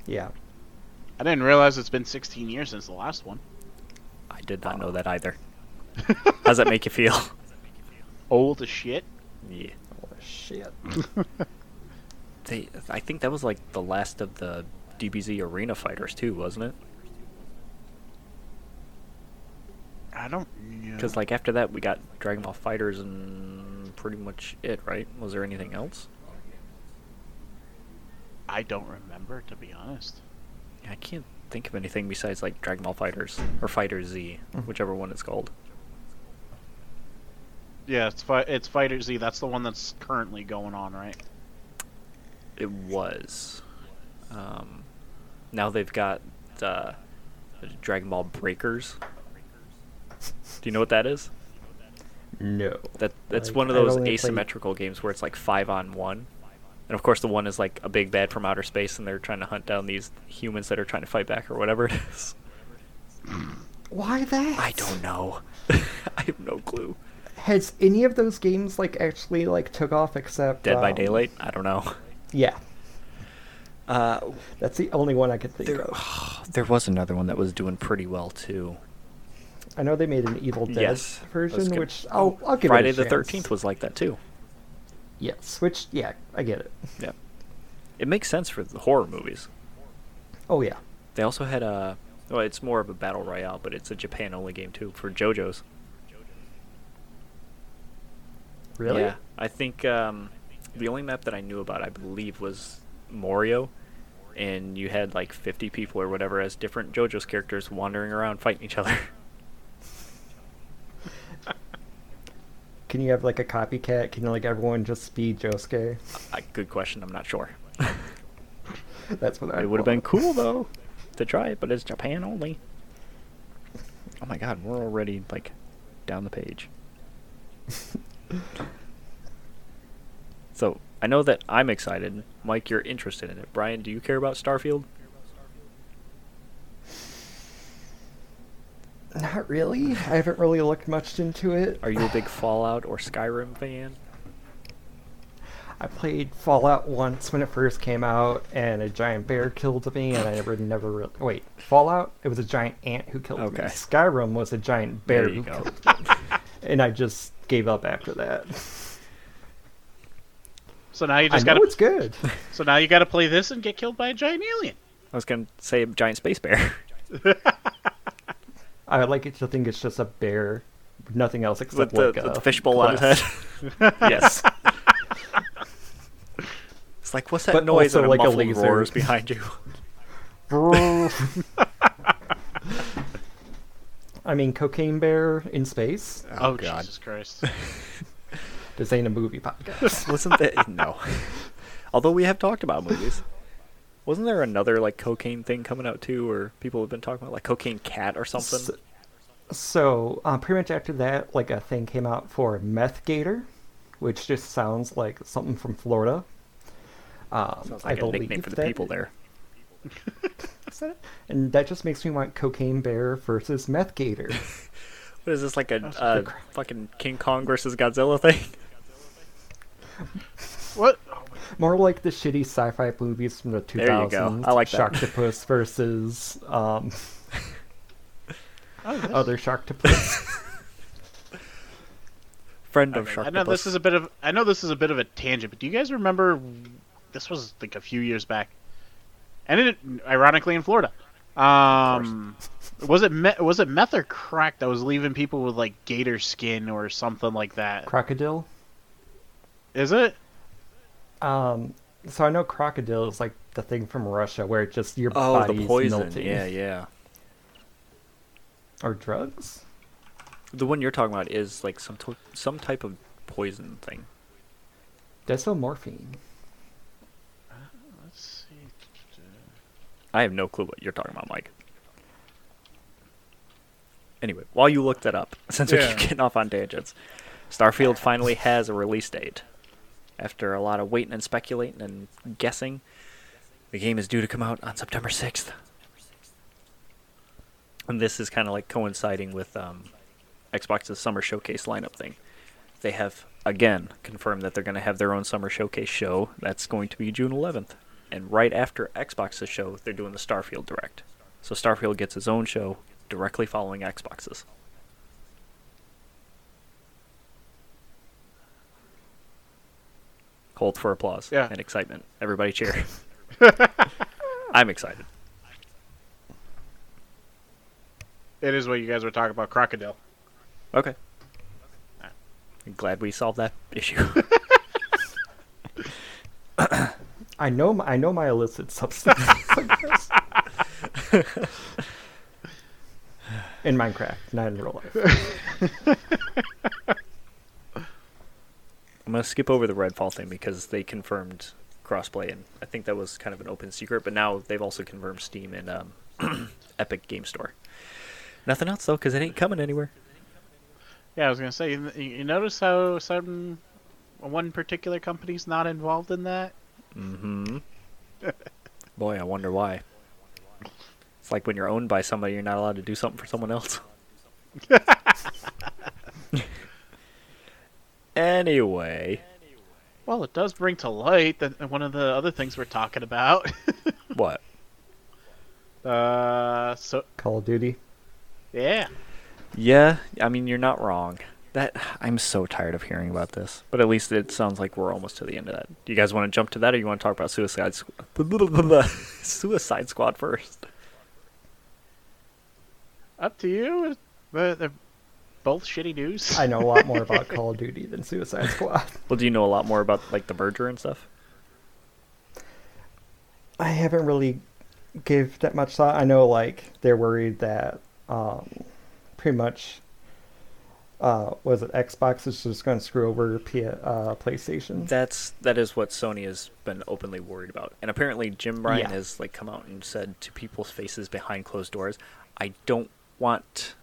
S3: yeah.
S2: I didn't realize it's been 16 years since the last one.
S1: I did not know that either. How's that make you feel?
S2: Old as shit.
S1: Yeah.
S3: Oh, shit.
S1: They, I think that was like the last of the DBZ arena fighters too, wasn't it?
S2: I don't know.
S1: Because like after that, we got Dragon Ball Fighters and pretty much it, right? Was there anything else?
S2: I don't remember to be honest.
S1: I can't think of anything besides like Dragon Ball Fighters or Fighter Z,
S3: Mhm.
S1: whichever one it's called.
S2: Yeah, it's fi- it's Fighter Z. That's the one that's currently going on, right?
S1: It was. Um, now they've got uh, Dragon Ball Breakers. Do you know what that is?
S3: No.
S1: That that's
S3: Like,
S1: one of
S3: I've
S1: those
S3: only played-
S1: asymmetrical games where it's like five on one, and of course the one is like a big bad from outer space, and they're trying to hunt down these humans that are trying to fight back or whatever it is.
S3: Why that?
S1: I don't know. I have no clue.
S3: Has any of those games like actually like took off except
S1: Dead by
S3: um,
S1: Daylight. I don't know.
S3: Yeah,
S1: Uh,
S3: that's the only one I could think
S1: there,
S3: of.
S1: there was another one that was doing pretty well too.
S3: I know they made an Evil Dead
S1: Yes, I was
S3: version,
S1: gonna-
S3: which I'll, I'll give
S1: Friday
S3: it
S1: the
S3: a chance.
S1: Thirteenth was like that too.
S3: Yes, which yeah, I get it.
S1: Yeah, it makes sense for the horror movies.
S3: Oh yeah,
S1: They also had a well, it's more of a battle royale, but it's a Japan only game too for JoJo's.
S3: really?
S1: Yeah, I think um, the only map that I knew about, I believe, was Morio, and you had like 50 people or whatever as different JoJo's characters wandering around fighting each other.
S3: Can you have like a copycat? Can like everyone just be Josuke?
S1: I, good question. I'm not sure.
S3: That's what I
S1: it would have been
S3: want.
S1: cool though to try it, but it's Japan only. Oh my God, we're already like down the page. so I know that I'm excited. Mike, you're interested in it. Brian, do you care about Starfield?
S3: Not really. I haven't really looked much into it.
S1: Are you a big Fallout or Skyrim fan?
S3: I played Fallout once when it first came out, and a giant bear killed me, and I never, never really. Wait, Fallout? It was a giant ant who killed
S1: Okay.
S3: me. Skyrim was a giant bear
S1: There you go.
S3: who killed me, and I just gave up after that.
S2: So now you
S3: I
S2: just
S3: know
S2: gotta.
S3: it's good.
S2: So now you gotta play this and get killed by a giant alien.
S1: I was gonna say a giant space bear.
S3: I would like it to think it's just a bear, nothing else
S1: with
S3: except
S1: the,
S3: like
S1: with
S3: a
S1: the fishbowl on his head.
S3: crest.
S1: yes. it's like what's that
S3: But
S1: noise
S3: also
S1: and a
S3: like a
S1: muffled
S3: laser.
S1: roars behind you?
S3: I mean, cocaine bear in space.
S2: Oh, Jesus Christ!
S3: This ain't a movie podcast.
S1: Wasn't that no? Although we have talked about movies. Wasn't there another like cocaine thing coming out too, or people have been talking about like cocaine cat or something?
S3: S- So, um, pretty much after that, like a thing came out for Meth Gator, which just sounds like something from Florida. Um,
S1: Sounds
S3: I
S1: like a
S3: believe
S1: nickname for the
S3: that-
S1: people there.
S3: is that it? And that just makes me want Cocaine Bear versus Meth Gator.
S1: What is this like a
S3: the
S1: uh,
S3: cr-
S1: fucking King Kong versus Godzilla thing?
S2: What?
S3: More like the shitty sci-fi movies from the 2000s.
S1: There you go. I like that.
S3: Sharktopus versus um,
S2: Oh, this-
S3: other Sharktopus.
S1: Friend of
S2: I know this
S1: Sharktopus.
S2: is a bit of I know this is a bit of a tangent, but do you guys remember this was like a few years back, and it ironically in Florida. Um, was it me- was it meth or crack that was leaving people with like gator skin or something like that?
S3: Crocodile.
S2: Is it?
S3: Um, so I know crocodile is like the thing from Russia where it just your
S1: Oh,
S3: body's
S1: the poison.
S3: melting.
S1: Yeah, yeah.
S3: Or drugs?
S1: The one you're talking about is like some to- some type of poison thing.
S3: Desomorphine.
S2: Let's see.
S1: I have no clue what you're talking about, Mike. Anyway, while you look that up, since we
S2: Yeah.
S1: keep getting off on tangents, Starfield finally has a release date. After a lot of waiting and speculating and guessing, the game is due to come out on September 6th. And this is kind of like coinciding with um, Xbox's summer showcase lineup thing. They have again confirmed that they're going to have their own summer showcase show. That's going to be June 11th. And right after Xbox's show, they're doing the Starfield Direct. So Starfield gets his own show directly following Xbox's. Hold for applause
S2: Yeah.
S1: and excitement. Everybody cheer. I'm excited.
S2: It is what you guys were talking about, crocodile.
S1: Okay. I'm glad we solved that issue.
S3: I know my, I know my illicit substance. in Minecraft, not in real life.
S1: I'm gonna skip over the Redfall thing because they confirmed crossplay, and I think that was kind of an open secret. But now they've also confirmed Steam and um, Epic Game Store. Nothing else though, because it ain't coming anywhere.
S2: Yeah, I was gonna say. You, you notice how some one particular company's not involved in that?
S1: Mm-hmm. Boy, I wonder why. It's like when you're owned by somebody, you're not allowed to do something for someone else. anyway,
S2: Well, it does bring to light that one of the other things we're talking about.
S1: what?
S2: uh, so
S3: Call of Duty.
S2: yeah,
S1: Yeah, I mean you're not wrong. That I'm so tired of hearing about this. But at least it sounds like we're almost to the end of that. Do you guys want to jump to that, or you want to talk about Suicide Squad? Suicide Squad first.
S2: up to you. But they're both shitty news.
S3: I know a lot more about Call of Duty than Suicide Squad.
S1: Well, do you know a lot more about like the merger and stuff?
S3: I haven't really give that much thought. I know like they're worried that um, pretty much uh, was it Xbox is just going to screw over P- uh, PlayStation.
S1: That's that is what Sony has been openly worried about. And apparently Jim Ryan
S3: Yeah.
S1: has like come out and said to people's faces behind closed doors, I don't want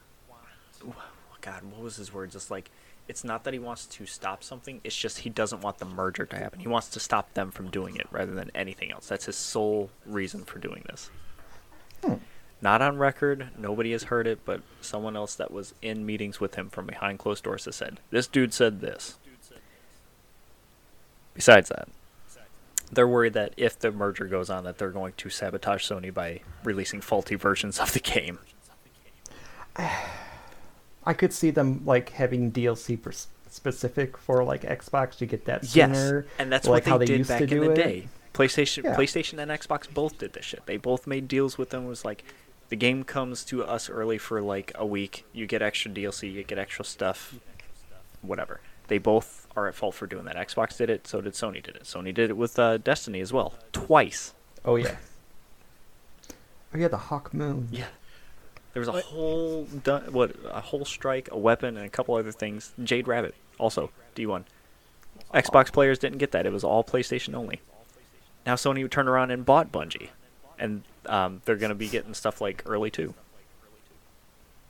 S1: Oh, God, what was his word? Just like it's not that he wants to stop something, it's just he doesn't want the merger to happen. He wants to stop them from doing it rather than anything else. That's his sole reason for doing this. Not on record, nobody has heard it, but someone else that was in meetings with him from behind closed doors has said, This dude said this. Besides that, they're worried that if the merger goes on, that they're going to sabotage Sony by releasing faulty versions of the game.
S3: I could see them like having DLC for s- specific for like Xbox to get that sooner.
S1: Yes, and that's what
S3: like
S1: they,
S3: how
S1: did
S3: used
S1: back
S3: to
S1: in
S3: do
S1: the
S3: it.
S1: day. PlayStation,
S3: Yeah.
S1: PlayStation, and Xbox both did this shit. They both made deals with them. It was like, the game comes to us early for like a week. You get extra DLC. You get extra stuff. Whatever. They both are at fault for doing that. Xbox did it. So did Sony. Did it. Sony did it with uh, Destiny as well. Twice.
S3: Oh yeah. Oh yeah, the Hawk Moon.
S1: Yeah. There was a whole du- what a whole strike, a weapon, and a couple other things. Jade Rabbit also D1. Xbox players didn't get that. It was all PlayStation only. Now Sony turned around and bought Bungie, and um, they're going to be getting stuff like early too.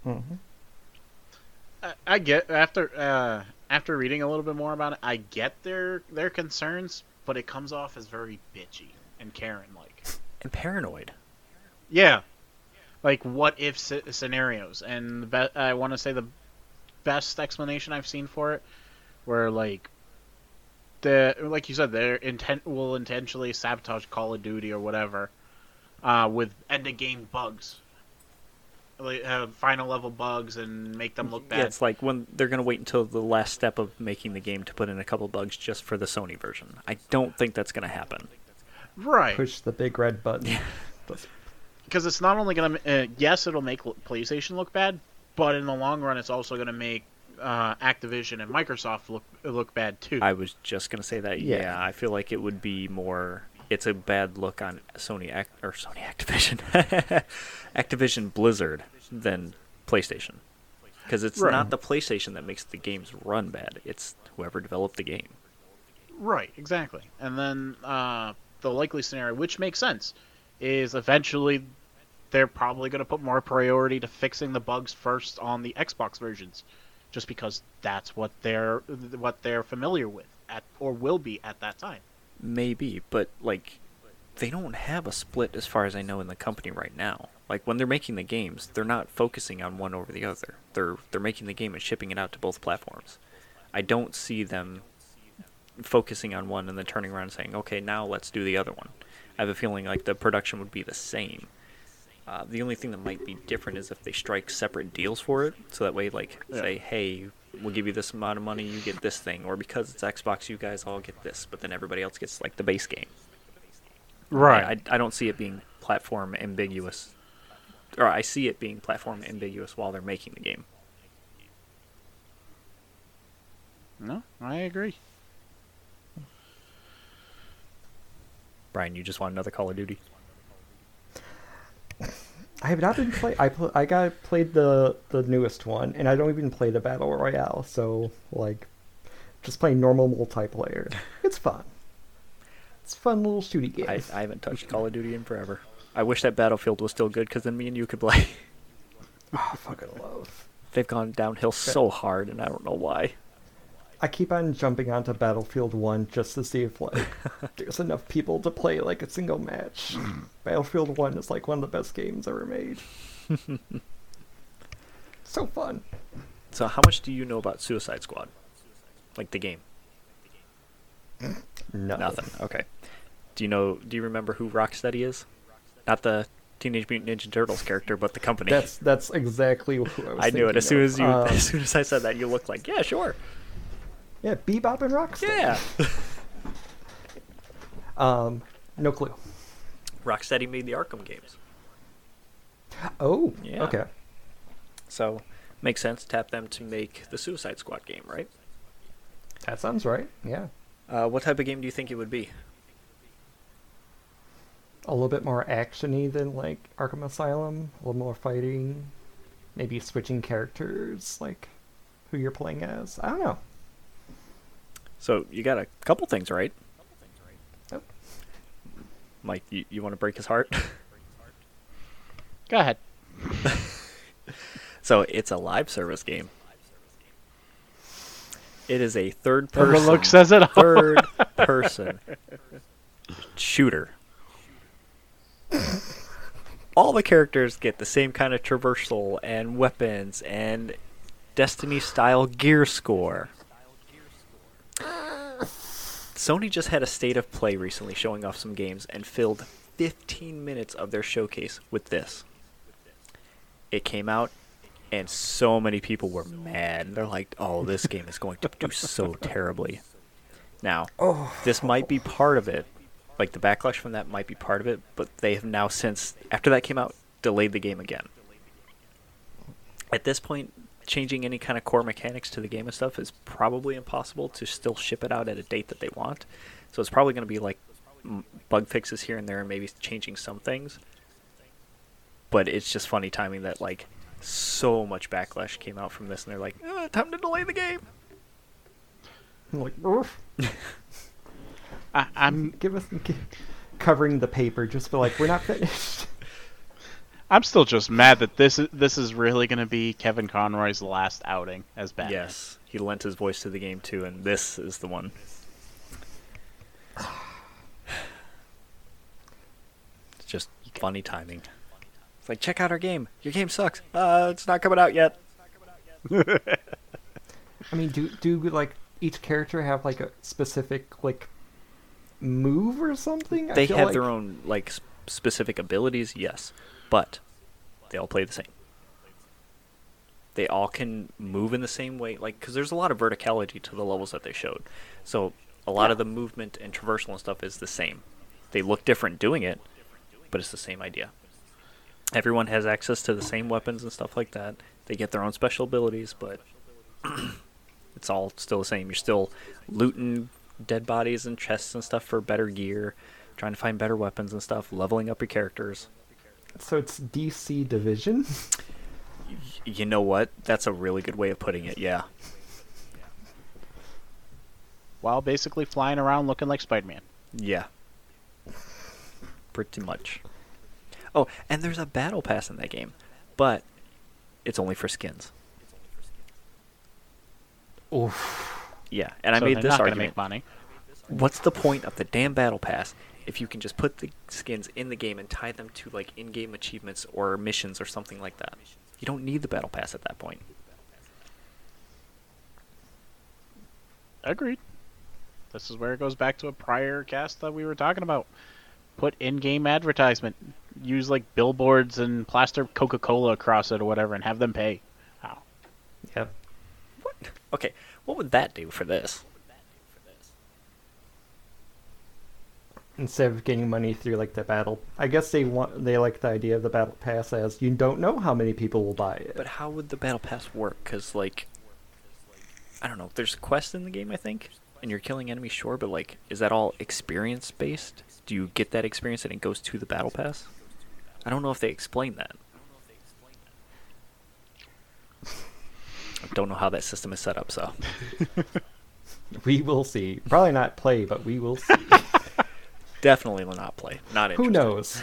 S3: hmm
S2: I, I get after uh, after reading a little bit more about it, I get their their concerns, but it comes off as very bitchy and Karen like.
S1: And paranoid.
S2: Yeah, like what if sce- scenarios, and the be- I want to say the best explanation I've seen for it, where like the like you said, their intent will intentionally sabotage Call of Duty or whatever, uh, with end of game bugs, like uh, final level bugs, and make them look bad.
S1: Yeah, it's like when they're going to wait until the last step of making the game to put in a couple bugs just for the Sony version. I don't think that's going to happen.
S2: right.
S3: Push the big red button.
S2: because it's not only gonna uh, yes it'll make l- PlayStation look bad, but in the long run it's also gonna make uh, Activision and Microsoft look look bad too.
S1: I was just gonna say that.
S3: Yeah.
S1: Yeah, I feel like it would be more. It's a bad look on Sony Act or Sony Activision, Activision Blizzard than PlayStation, because it's
S2: Right.
S1: not the PlayStation that makes the games run bad. It's whoever developed the game.
S2: Right, exactly. And then uh, the likely scenario, which makes sense, is eventually they're probably going to put more priority to fixing the bugs first on the Xbox versions, just because that's what they're what they're familiar with at or will be at that time.
S1: Maybe, but like, they don't have a split as far as I know in the company right now. Like when they're making the games, they're not focusing on one over the other. They're they're making the game and shipping it out to both platforms. I don't see them focusing on one and then turning around and saying, "Okay, now let's do the other one." I have a feeling like the production would be the same. Uh, the only thing that might be different is if they strike separate deals for it, so that way, like,
S2: Yeah.
S1: say, "Hey, we'll give you this amount of money, you get this thing," or because it's Xbox, you guys all get this, but then everybody else gets like the base game. I, I don't see it being platform ambiguous, or I see it being platform ambiguous while they're making the game.
S2: no, I agree.
S1: Brian, you just want another Call of Duty?
S3: I have not been play. I pl- I got played the the newest one, and I don't even play the battle royale. So like, just playing normal multiplayer. It's fun. It's a fun little shooty game.
S1: I, I haven't touched Call of Duty in forever. I wish that Battlefield was still good because then me and you could play.
S3: Ah, fucking love.
S1: They've gone downhill so hard, and I don't know why.
S3: I keep on jumping onto Battlefield One just to see if like there's enough people to play like a single match. Battlefield One is like one of the best games ever made. so fun.
S1: So, how much do you know about Suicide Squad? Like the game? Nothing. Okay. Do you know? Do you remember who Rocksteady is? Not the Teenage Mutant Ninja Turtles character, but the company.
S3: That's that's exactly who I was.
S1: I knew it as soon
S3: thinking of.
S1: as you,
S3: Uh,
S1: as soon as I said that, you looked like, yeah, sure,
S3: yeah, Bebop and Rocksteady.
S1: yeah.
S3: Um, no clue.
S1: Rocksteady made the Arkham games.
S3: Oh,
S1: Yeah.
S3: okay.
S1: So, makes sense. Tap them to make the Suicide Squad game, right?
S3: That sounds right. Yeah.
S1: Uh, what type of game do you think it would be?
S3: A little bit more actiony than like Arkham Asylum. A little more fighting. Maybe switching characters, like who you're playing as. I don't know.
S1: So, you got a couple things, right?
S3: Oh,
S1: Mike, you, you want to break his heart?
S2: Go ahead.
S1: so, it's a live service game. It is a third
S2: The
S1: person,
S2: look says it all.
S1: third person shooter. All the characters get the same kind of traversal and weapons and Destiny style gear score. Sony just had a state of play recently showing off some games and filled 15 minutes of their showcase with this. It came out and so many people were mad. They're like, "Oh, this game is going to do so terribly." Now, this might be part of it. Like the backlash from that might be part of it, but they have now since after that came out delayed the game again. At this point, changing any kind of core mechanics to the game and stuff is probably impossible to still ship it out at a date that they want. So it's probably going to be like m- bug fixes here and there and maybe changing some things. But it's just funny timing that like so much backlash came out from this and they're like, "Uh, time to delay the game.
S3: I'm like, "Oof."
S2: I, I'm
S3: give us gi- covering the paper just for like we're not finished.
S2: I'm still just mad that this is this is really going to be Kevin Conroy's last outing as Batman.
S1: Yes, he lent his voice to the game too, and this is the one. It's just funny timing. It's like, check out our game. Your game sucks. Uh, it's not coming out yet.
S3: I mean, do do like each character have like a specific like move or something? I
S1: They
S3: feel
S1: have
S3: like-
S1: their own like s- specific abilities, yes, but they all play the same. They all can move in the same way, like because there's a lot of verticality to the levels that they showed. So a lot of the movement and traversal and stuff is the same. They look different doing it, but it's the same idea. Everyone has access to the same weapons and stuff like that. They get their own special abilities, but it's all still the same. You're still looting dead bodies and chests and stuff for better gear, trying to find better weapons and stuff, leveling up your characters.
S3: So it's DC Division.
S1: You know what? That's a really good way of putting it. Yeah.
S2: while basically flying around looking like Spider-Man.
S1: Yeah. Pretty much. Oh, and there's a battle pass in that game, but it's only for skins.
S3: Oof.
S1: Yeah, and I
S2: So
S1: made
S2: they're
S1: this
S2: not gonna
S1: argument.
S2: Make money.
S1: What's the point of the damn battle pass if you can just put the skins in the game and tie them to like in-game achievements or missions or something like that? You don't need the battle pass at that point.
S2: Agreed. This is where it goes back to a prior cast that we were talking about. Put in-game advertisement. Use like billboards and plaster Coca-Cola across it or whatever, and have them pay. Ow.
S3: Yep.
S1: What? Okay, what would that do for this?
S3: Instead of getting money through like the battle, I guess they want they like the idea of the battle pass as you don't know how many people will buy it.
S1: But how would the battle pass work? Because like, I don't know. There's quests in the game, I think, and you're killing enemies. Sure, but like, is that all experience based? Do you get that experience and it goes to the battle pass? I don't know if they explain that. I don't know how that system is set up. So
S3: We will see. Probably not play, but we will see.
S1: definitely will not play. Not
S3: Who
S1: interested.
S3: knows?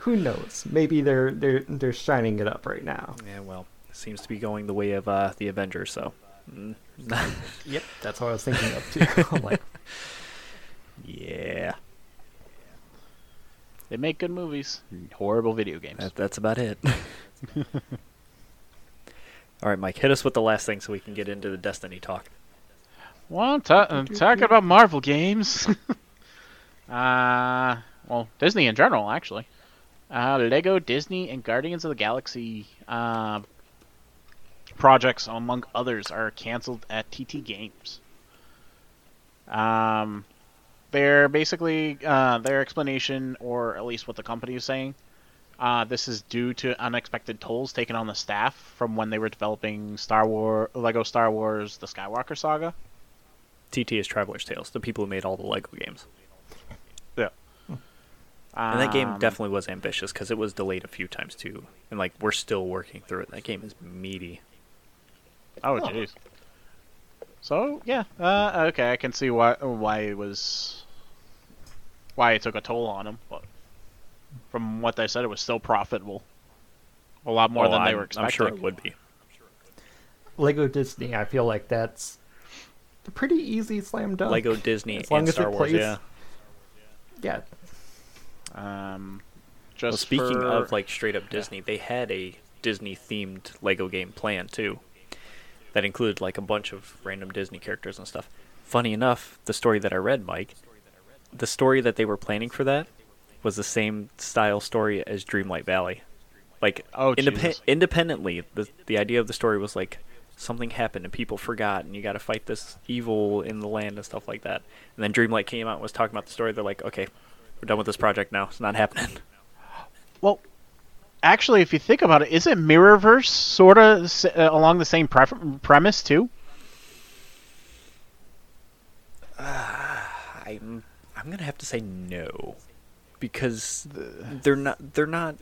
S3: Who knows? Maybe they're they're they're shining it up right now.
S1: Yeah, well, it seems to be going the way of uh, the Avengers. So, mm.
S3: Yep, that's what I was thinking of too. I'm like,
S1: yeah,
S2: They make good movies. Horrible video games.
S1: That, that's about it. All right, Mike, hit us with the last thing so we can get into the Destiny talk.
S2: Well, ta- uh, talking about Marvel games. uh, well, Disney in general, actually. Uh, Lego, Disney, and Guardians of the Galaxy uh, projects, among others, are canceled at TT Games. Um, they're basically uh, their explanation, or at least what the company is saying. Uh, this is due to unexpected tolls taken on the staff from when they were developing Star War, Lego Star Wars: The Skywalker Saga.
S1: TT is Traveler's Tales, the people who made all the Lego games.
S2: Yeah. Um,
S1: And that game definitely was ambitious because it was delayed a few times too. And, like, we're still working through it. That game is meaty.
S2: Oh jeez. So yeah, uh, okay, I can see why why it was why it took a toll on them. But from what they said, it was still profitable. A lot more
S1: Oh,
S2: than they
S1: I'm-
S2: were expecting.
S1: I'm sure it would be.
S3: Lego Disney, I feel like that's a pretty easy slam dunk.
S1: Lego, Disney,
S3: As long
S1: and
S3: as it
S1: Star Wars,
S3: plays-
S1: yeah.
S3: Yeah.
S2: Um,
S1: Well,
S2: just
S1: speaking
S2: for-
S1: of like straight up Disney, they had a Disney themed Lego game planned too, that included like a bunch of random Disney characters and stuff. Funny enough, the story that I read, Mike, the story that they were planning for that was the same style story as Dreamlight Valley. Like
S2: Oh,
S1: indepe-
S2: Jesus.
S1: independently, the the idea of the story was like something happened and people forgot, and you got to fight this evil in the land and stuff like that. And then Dreamlight came out and was talking about the story. They're like, okay, we're done with this project now. It's not happening.
S2: well, actually, if you think about it, is it Mirrorverse sort of s- uh, along the same pref- premise too?
S1: I'm I'm gonna have to say no, because they're not they're not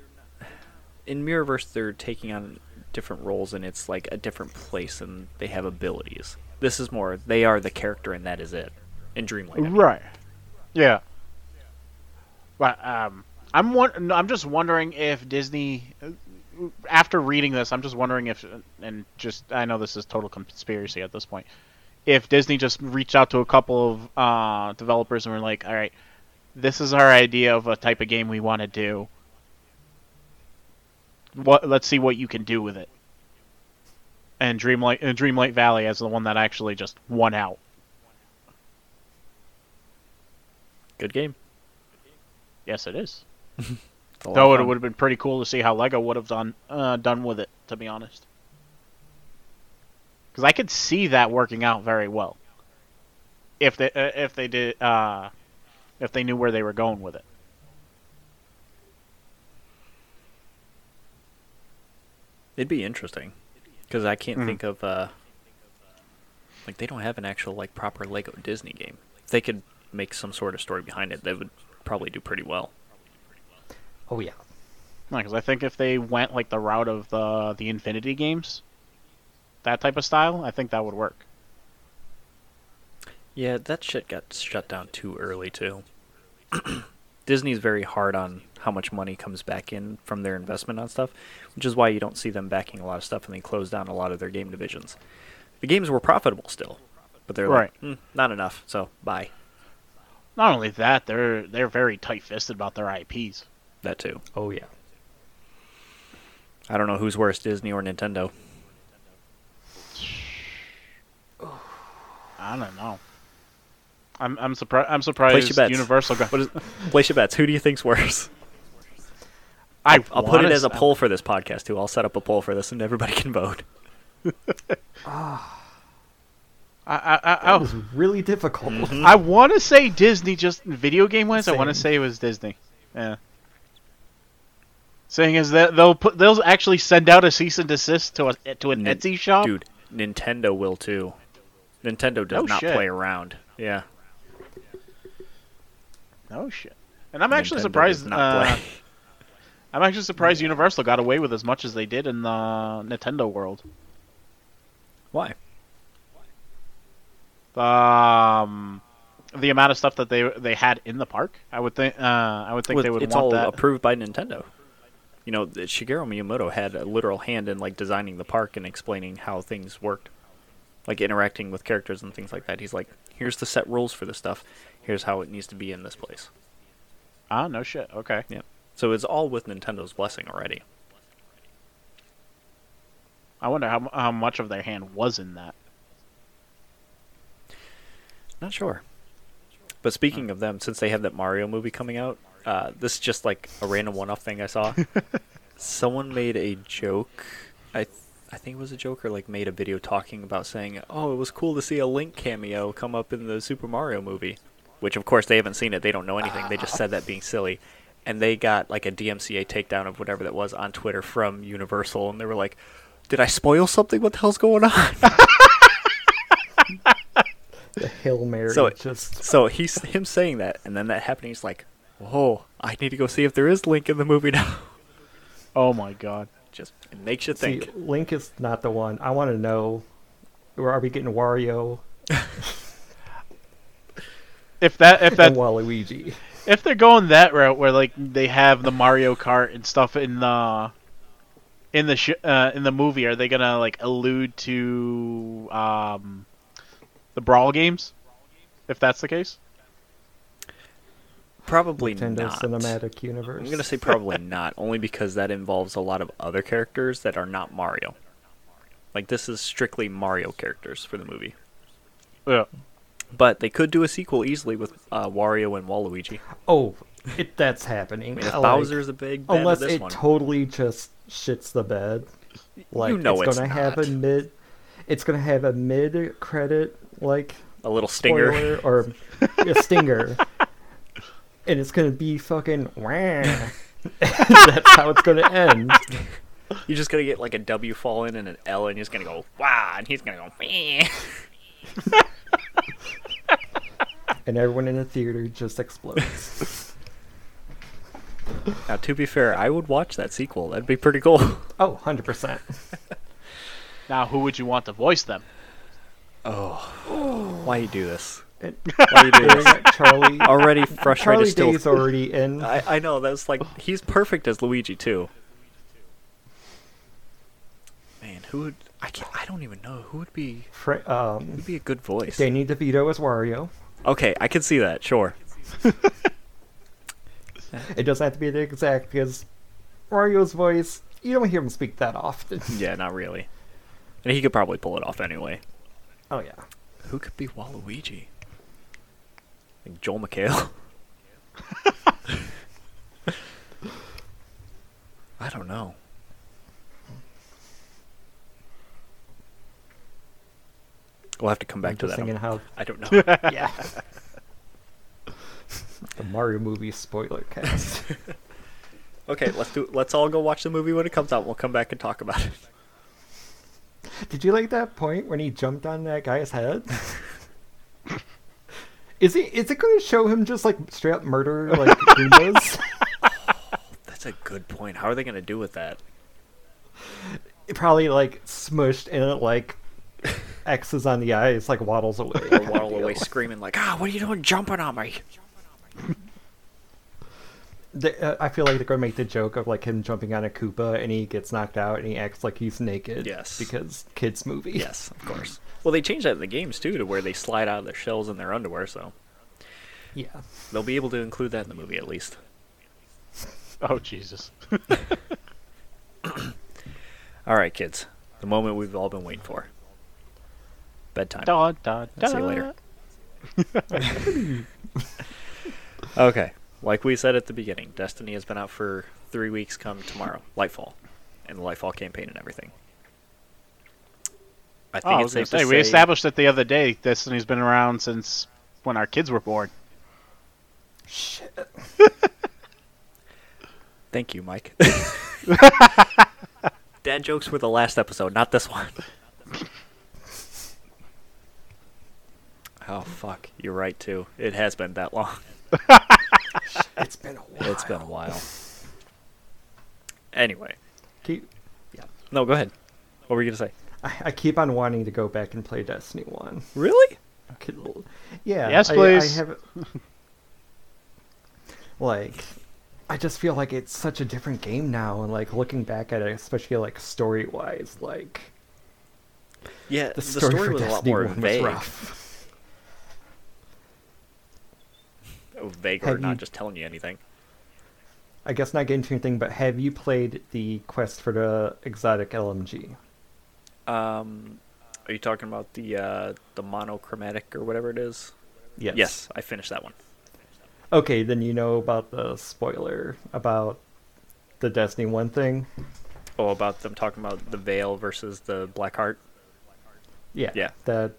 S1: in Mirrorverse. They're taking on different roles, and it's like a different place, and they have abilities. This is more they are the character, and that is it. In Dreamlight, I mean.
S2: Right. Yeah. But um, I'm won- no, I'm just wondering if Disney, after reading this, I'm just wondering if, and just I know this is total conspiracy at this point, if Disney just reached out to a couple of uh, developers and were like, all right, this is our idea of a type of game we want to do. What? Let's see what you can do with it. And Dreamlight, uh, Dreamlight Valley as the one that actually just won out.
S1: good game.
S2: Yes, it is.
S1: It's a lot
S2: Though
S1: of
S2: it
S1: fun.
S2: would have been pretty cool to see how Lego would have done uh, done with it, to be honest. Because I could see that working out very well. If they uh, if they did uh, if they knew where they were going with it.
S1: It'd be interesting because I can't
S2: Mhm.
S1: think of uh, Like they don't have an actual like proper Lego Disney game. If they could make some sort of story behind it, they would probably do pretty well.
S3: Oh yeah.
S2: because I think if they went like the route of the the Infinity games, that type of style, I think that would work.
S1: Yeah, that shit got shut down too early too. Disney's very hard on how much money comes back in from their investment on stuff, which is why you don't see them backing a lot of stuff and they close down a lot of their game divisions. The games were profitable still, but they're like, mm, not enough, so bye.
S2: Not only that, they're they're very tight fisted about their IPs.
S1: That too.
S3: Oh yeah.
S1: I don't know who's worse, Disney or Nintendo.
S2: I don't know. I'm I'm surprised. I'm surprised.
S1: your bets.
S2: Universal got.
S1: What is, place your bets. Who do you think's worse?
S2: I
S1: I'll put it
S2: wanna
S1: as a
S2: say-
S1: poll for this podcast too. I'll set up a poll for this and everybody can vote.
S2: I I I,
S3: That
S2: I,
S3: was really difficult.
S1: Mm-hmm.
S2: I want to say Disney just video game wise. I want to
S3: Same.
S2: say it was Disney. Yeah. Saying is that they'll put they'll actually send out a cease and desist to a to an
S1: Nin-
S2: Etsy shop.
S1: Dude, Nintendo will too. Nintendo does
S2: No
S1: not
S2: Oh, shit.
S1: play around. Yeah.
S2: No Oh, shit. And I'm
S1: Nintendo
S2: actually
S1: does
S2: surprised.
S1: not
S2: uh,
S1: play.
S2: I'm actually surprised Universal got away with as much as they did in the Nintendo world.
S1: Why?
S2: Um, the amount of stuff that they they had in the park, I would think. Uh, I would think
S1: Well,
S2: they would
S1: it's
S2: want
S1: all
S2: that.
S1: approved by Nintendo. You know, the- Shigeru Miyamoto had a literal hand in like designing the park and explaining how things worked, like interacting with characters and things like that. He's like, "Here's the set rules for this stuff. Here's how it needs to be in this place."
S2: Ah, no shit. Okay.
S1: Yeah. So it's all with Nintendo's blessing already.
S2: I wonder how mu- how much of their hand was in that.
S1: Not sure. But speaking of them, since they have that Mario movie coming out, uh, this is just like a random one-off thing I saw. Someone made a joke. I th- I think it was a joke or like made a video talking about saying, "Oh, it was cool to see a Link cameo come up in the Super Mario movie," which of course they haven't seen it. They don't know anything. They just said that being silly. And they got like a DMCA takedown of whatever that was on Twitter from Universal, and they were like, "Did I spoil something? What the hell's going on?"
S3: The Hail Mary
S1: So it-
S3: just
S1: So he's him saying that, and then that happening, he's like, "Whoa, I need to go see if there is Link in the movie now."
S2: Oh my god.
S1: Just it makes you
S3: See,
S1: think.
S3: Link is not the one. I want to know. Where are we getting Wario
S2: If that if that
S3: and Waluigi?
S2: if they're going that route where like they have the Mario Kart and stuff in the in the sh- uh, in the movie, are they gonna like allude to um, the brawl games? If that's the case,
S1: probably
S3: Nintendo
S1: not.
S3: Cinematic Universe.
S1: I'm gonna say probably not, only because that involves a lot of other characters that are not Mario. Like this is strictly Mario characters for the movie,
S2: yeah.
S1: but they could do a sequel easily with uh, Wario and Waluigi.
S3: Oh, it, that's happening.
S1: I mean, if
S3: Like,
S1: Bowser's a big bad
S3: unless
S1: of this
S3: it
S1: one,
S3: totally just shits the bed. Like
S1: know
S3: it's,
S1: it's
S3: gonna have a
S1: not.
S3: mid. It's gonna have a mid credit like
S1: a little stinger.
S3: spoiler or a stinger, and it's gonna be fucking. wah. that's how it's gonna end.
S1: You're just gonna get like a W fall in and an L, and he's gonna go wow, and he's gonna go. Meh.
S3: and everyone in the theater just explodes.
S1: Now, to be fair, I would watch that sequel. That'd be pretty cool.
S3: oh, 100%.
S2: Now, who would you want to voice them?
S1: Why you do this?
S3: And
S1: Why you do
S3: hearing
S1: this?
S3: that Charlie,
S1: Already frustrated.
S3: Charlie
S1: still,
S3: Day's already in.
S1: I, I know that's like he's perfect as Luigi too. Man, who would I can not I don't even know who would be
S3: Fra- um,
S1: would be a good voice.
S3: Danny DeVito as Wario.
S1: Okay, I can see that. Sure.
S3: It doesn't have to be the exact because Wario's voice, you don't hear him speak that often.
S1: Yeah, not really. And he could probably pull it off anyway.
S3: Oh, yeah.
S1: Who could be Waluigi? Like Joel McHale. I don't know. We'll have to come back
S3: I'm
S1: to
S3: just
S1: that.
S3: thinking
S1: I'm-
S3: how.
S1: I don't know.
S3: Yeah. the Mario movie spoiler cast.
S1: okay, let's do. Let's all go watch the movie when it comes out. We'll come back and talk about it.
S3: Did you like that point when he jumped on that guy's head? is he? Is it going to show him just like straight up murder like Goombas?
S1: That's a good point. How are they going to do with that?
S3: Probably like smushed and it like X's on the eyes, like waddles away.
S1: Or waddle away screaming like, "Ah, what are you doing, jumping on me?"
S3: They- uh, I feel like they're going to make the joke of like him jumping on a Koopa and he gets knocked out and he acts like he's naked.
S1: Yes.
S3: because kids movie.
S1: Yes, of course. Well, they changed that in the games too, to where they slide out of their shells in their underwear. So
S3: yeah.
S1: they'll be able to include that in the movie at least.
S2: Oh Jesus.
S1: All right, kids. The moment we've all been waiting for. Bedtime.
S2: da, da, da.
S1: I'll see you later. Okay. Like we said at the beginning, Destiny has been out for three weeks come tomorrow, Lightfall, and the Lightfall campaign and everything. I
S2: Oh,
S1: think
S2: I
S1: it's
S2: was
S1: safe
S2: gonna
S1: to
S2: say,
S1: say
S2: we established it the other day. Destiny's been around since when our kids were born.
S3: Shit.
S1: Thank you, Mike. Dad jokes were the last episode, not this one. Oh fuck, you're right too. It has been that long.
S3: It's been a while.
S1: It's been a while. Anyway,
S3: Keep,
S1: no, go ahead. What were you gonna say?
S3: I, I keep on wanting to go back and play Destiny One.
S1: Really?
S3: Could- Yeah.
S2: Yes,
S3: I-
S2: please.
S3: I, have like, I just feel like it's such a different game now, and like looking back at it, especially like story wise, like
S1: Yeah, the,
S3: the
S1: story,
S3: story, for
S1: was a lot
S3: Destiny
S1: more
S3: 1
S1: vague.
S3: was rough.
S1: Oh, vague or
S3: Have
S1: not
S3: you-
S1: just telling you anything.
S3: I guess not getting to anything, but have you played the quest for the exotic LMG?
S1: Um, are you talking about the uh, the monochromatic or whatever it is?
S3: Yes.
S1: I finished that one.
S3: Okay, then you know about the spoiler about the Destiny One thing.
S1: Oh, about them talking about the veil versus the black heart.
S3: Yeah.
S1: Yeah.
S3: That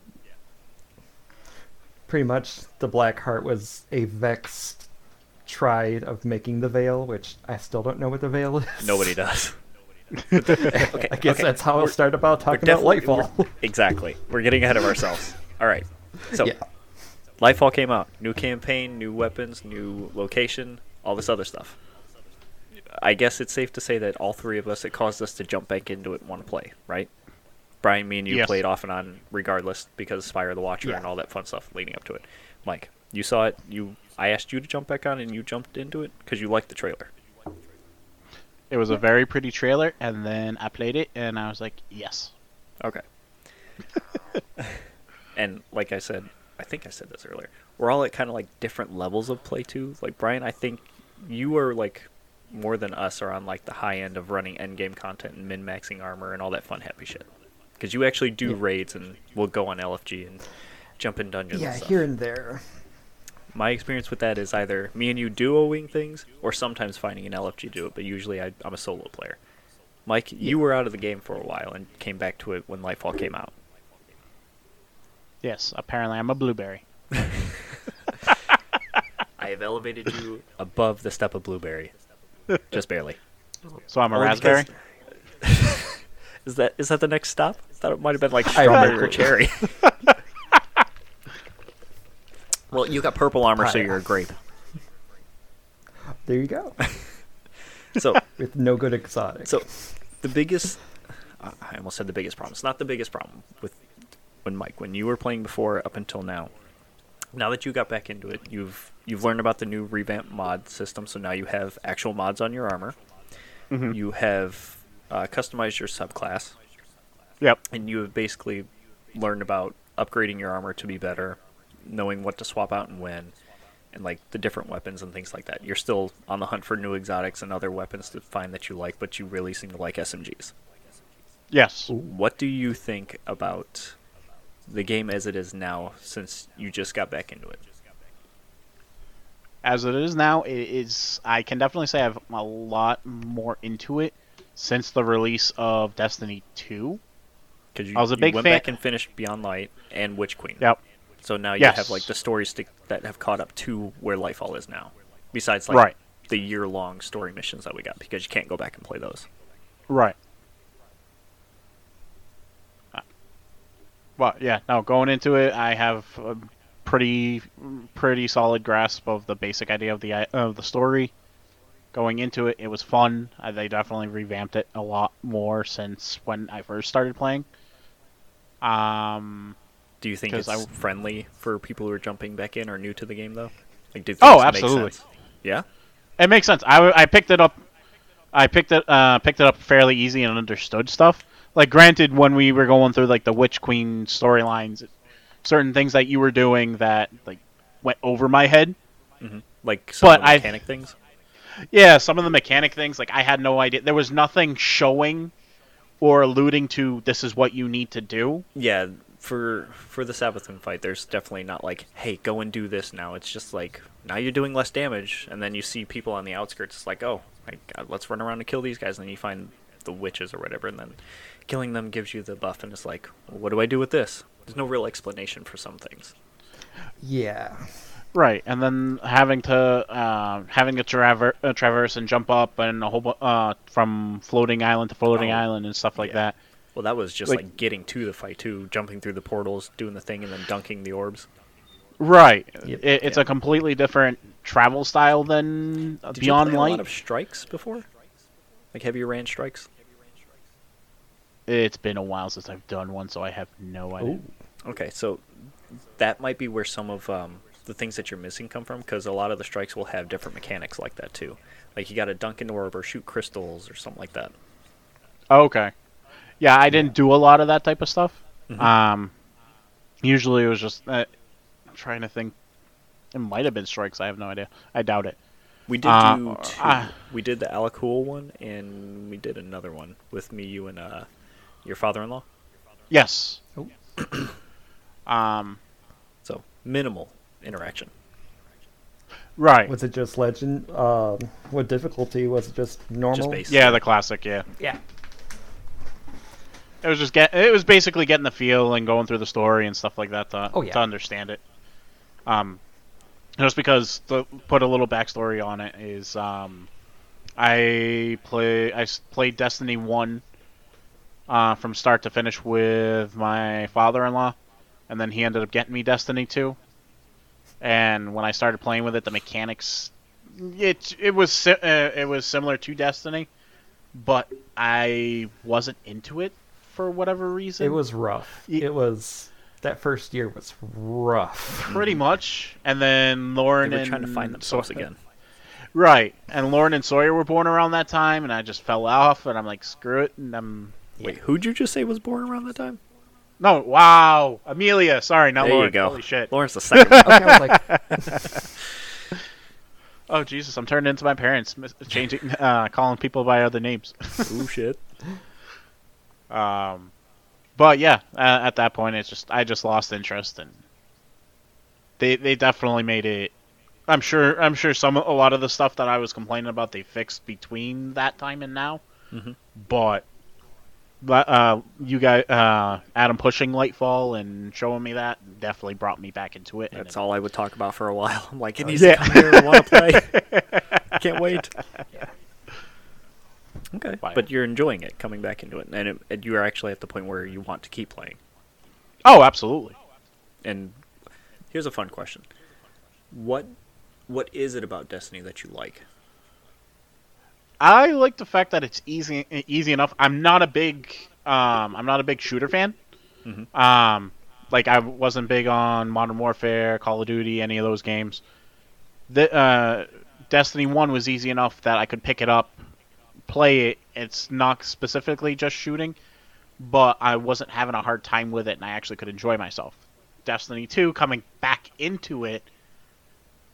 S3: pretty much the Black Heart was a vexed try of making the veil, which I still don't know what the veil is.
S1: Nobody does. okay,
S3: I guess that's how I'll start about talking about
S1: definitely-
S3: Lightfall.
S1: exactly. We're getting ahead of ourselves. All right. So,
S3: yeah.
S1: Lightfall came out. New campaign, new weapons, new location, all this other stuff. I guess it's safe to say that all three of us, it caused us to jump back into it and want to play, right? Brian, me and you
S2: Yes.
S1: played off and on regardless because Spire the Watcher
S3: Yeah.
S1: and all that fun stuff leading up to it. Mike, you saw it. You, I asked you to jump back on and you jumped into it because you liked the trailer.
S2: It was a very pretty trailer, and then I played it, and I was like, yes.
S1: Okay. and like I said, I think I said this earlier. We're all at kind of like different levels of play too. Like Brian, I think you are like more than us are on like the high end of running end game content and min maxing armor and all that fun happy shit. Because you actually do
S3: Yeah.
S1: raids and we'll go on LFG and jump in dungeons.
S3: Yeah,
S1: and stuff.
S3: here and there.
S1: My experience with that is either me and you duoing things or sometimes finding an LFG do it, but usually I, I'm a solo player. Mike, you were out of the game for a while and came back to it when Lightfall came out.
S2: Yes, apparently I'm a blueberry.
S1: I have elevated you above the step of blueberry, just barely.
S2: So I'm a
S1: Only
S2: raspberry?
S1: because- Is that is that the next stop? I thought it might have been like
S3: I have no
S1: strawberry or
S3: clue.
S1: cherry. well, you got purple armor, so
S3: Papaya.
S1: you're a grape.
S3: There you go.
S1: So
S3: With no good exotic.
S1: So, the biggest, I I almost said the biggest problem. It's not the biggest problem with when Mike, when you were playing before up until now. Now that you got back into it, you've you've learned about the new revamp mod system. So now you have actual mods on your armor. You have uh, customized your subclass,
S2: Yep.
S1: and you have basically learned about upgrading your armor to be better, knowing what to swap out and when, and like the different weapons and things like that. You're still on the hunt for new exotics and other weapons to find that you like, but you really seem to like SMGs.
S2: Yes.
S1: What do you think about the game as it is now since you just got back into it?
S2: as it is now, it is. I can definitely say I've a lot more into it since the release of Destiny Two.
S1: Because you,
S2: I was a
S1: you
S2: big
S1: went
S2: fan-
S1: back and finished Beyond Light and Witch Queen. So now you
S2: Yes.
S1: have like the stories to, that have caught up to where Lightfall is now. Besides like
S2: Right.
S1: the year long story missions that we got because you can't go back and play those.
S2: Right. Uh, But yeah, no, going into it, I have a pretty pretty solid grasp of the basic idea of the i- of the story. Going into it, it was fun. Uh, They definitely revamped it a lot more since when I first started playing. Um,
S1: Do you think
S2: 'Cause
S1: it's
S2: I w-
S1: friendly for people who are jumping back in or new to the game though? Like, do things
S2: Oh,
S1: make
S2: absolutely.
S1: sense? Yeah.
S2: it makes sense. I, w- I picked it up, I picked it uh, picked it up fairly easy and understood stuff. Like granted, when we were going through like the Witch Queen storylines, certain things that you were doing that like went over my head.
S1: Like some
S2: But
S1: of the
S2: I-
S1: mechanic things.
S2: Yeah, some of the mechanic things, like I had no idea. There was nothing showing or alluding to this is what you need to do.
S1: Yeah. For for the Sabathun fight, there's definitely not like, hey, go and do this now. It's just like now you're doing less damage, and then you see people on the outskirts. It's like, oh my god, let's run around and kill these guys, and then you find the witches or whatever, and then killing them gives you the buff, and it's like, what do I do with this? There's no real explanation for some things.
S3: Yeah.
S2: Right, and then having to uh, having to traver- uh, traverse and jump up and a whole bu- uh, from floating island to floating
S1: Oh,
S2: island and stuff like
S1: yeah.
S2: that.
S1: Well, that was just
S2: Like-
S1: like, getting to the fight too, jumping through the portals, doing the thing, and then dunking the orbs.
S2: Right,
S3: Yep.
S2: it, it's
S1: Yeah.
S2: a completely different travel style than uh,
S1: Did
S2: Beyond
S1: you play a
S2: Light.
S1: lot of strikes before? Like heavy ran strikes?
S2: It's been a while since I've done one, so I have no idea.
S3: Oh,
S1: Okay, so that might be where some of um, the things that you're missing come from, because a lot of the strikes will have different mechanics like that too. Like you got to dunk an orb or shoot crystals or something like that.
S2: Okay. Yeah, I didn't do a lot of that type of stuff.
S1: Mm-hmm.
S2: Um, usually it was just uh, I'm trying to think. It might have been strikes. I have no idea. I doubt it.
S1: We did
S2: Uh,
S1: do two.
S2: ah.
S1: we did the Alakul one, and we did another one with me, you, and uh, your father-in-law.
S2: Yes.
S3: oh.
S2: Um,
S1: So minimal interaction.
S2: right.
S3: Was it just legend? Um, what difficulty was it? Just normal?
S1: base.
S2: yeah, the classic. Yeah.
S3: Yeah.
S2: It was just get. It was basically getting the feel and going through the story and stuff like that to,
S3: Oh, yeah.
S2: to understand it. Um, just because to put a little backstory on it is um, I play I s- played Destiny one uh, from start to finish with my father-in-law, and then he ended up getting me Destiny two. And when I started playing with it, the mechanics it it was si- uh, it was similar to Destiny, but I wasn't into it for whatever reason.
S3: It was rough.
S2: Ye-
S3: It was that first year was rough.
S2: pretty much. And then
S1: They
S2: Lauren
S1: were
S2: and
S1: trying to find themselves
S2: Sawyer-
S1: again.
S2: Right, and Lauren and Sawyer were born around that time, and I just fell off, and I'm like, screw it, and I'm
S1: Wait, who'd you just say was born around that time?
S2: no, wow, Amelia, sorry, not
S1: there
S2: Lauren.
S1: you go.
S2: Holy shit!
S1: Lawrence the second. one.
S3: Okay, I was like,
S2: Oh Jesus, I'm turning into my parents, mis- changing, uh, calling people by other names.
S1: Ooh, shit.
S2: Um, but yeah, uh, at that point, it's just I just lost interest, and they they definitely made it. I'm sure I'm sure some a lot of the stuff that I was complaining about they fixed between that time and now.
S1: Mhm.
S2: But but, uh, you guys, uh, Adam pushing Lightfall and showing me that definitely brought me back into it. and
S1: That's
S2: it-
S1: all I would talk about for a while. I'm like, it needs
S2: yeah.
S1: to come here. I want to play. Can't wait. Okay,
S2: Why?
S1: but you're enjoying it, coming back into it, and, it, and you are actually at the point where you want to keep playing.
S2: Oh, absolutely.
S1: And here's a fun question: what what is it about Destiny that you like?
S2: I like the fact that it's easy easy enough. I'm not a big um, I'm not a big shooter fan.
S1: Mhm.
S2: Um, like I wasn't big on Modern Warfare, Call of Duty, any of those games. The uh, Destiny One was easy enough that I could pick it up, play it. It's not specifically just shooting, but I wasn't having a hard time with it, and I actually could enjoy myself. Destiny Two coming back into it,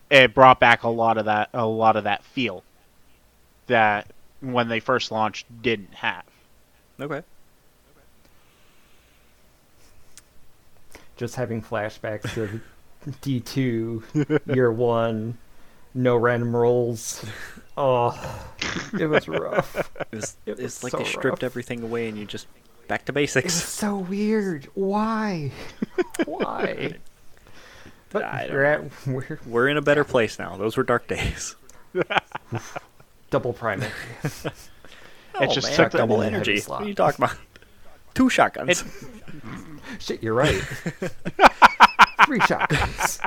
S2: it brought back a lot of that a lot of that feel that when they first launched didn't have.
S1: Okay,
S3: just having flashbacks to D two, year one, no random rolls. Oh, it was rough.
S1: it was,
S3: It
S1: it
S3: was
S1: was like
S3: so
S1: they stripped
S3: rough.
S1: everything away and you just back to
S3: It was
S1: basics.
S3: so weird. Why? Why? But
S1: I don't
S3: we're at we're
S1: We're in a better place now. Those were dark days.
S3: double primary.
S2: It just
S1: man.
S2: took the-
S1: double
S3: Oh, Double energy
S1: energy.
S3: slot.
S1: What are you talking about? Two shotguns.
S2: It-
S3: Shit, you're right. three shotguns.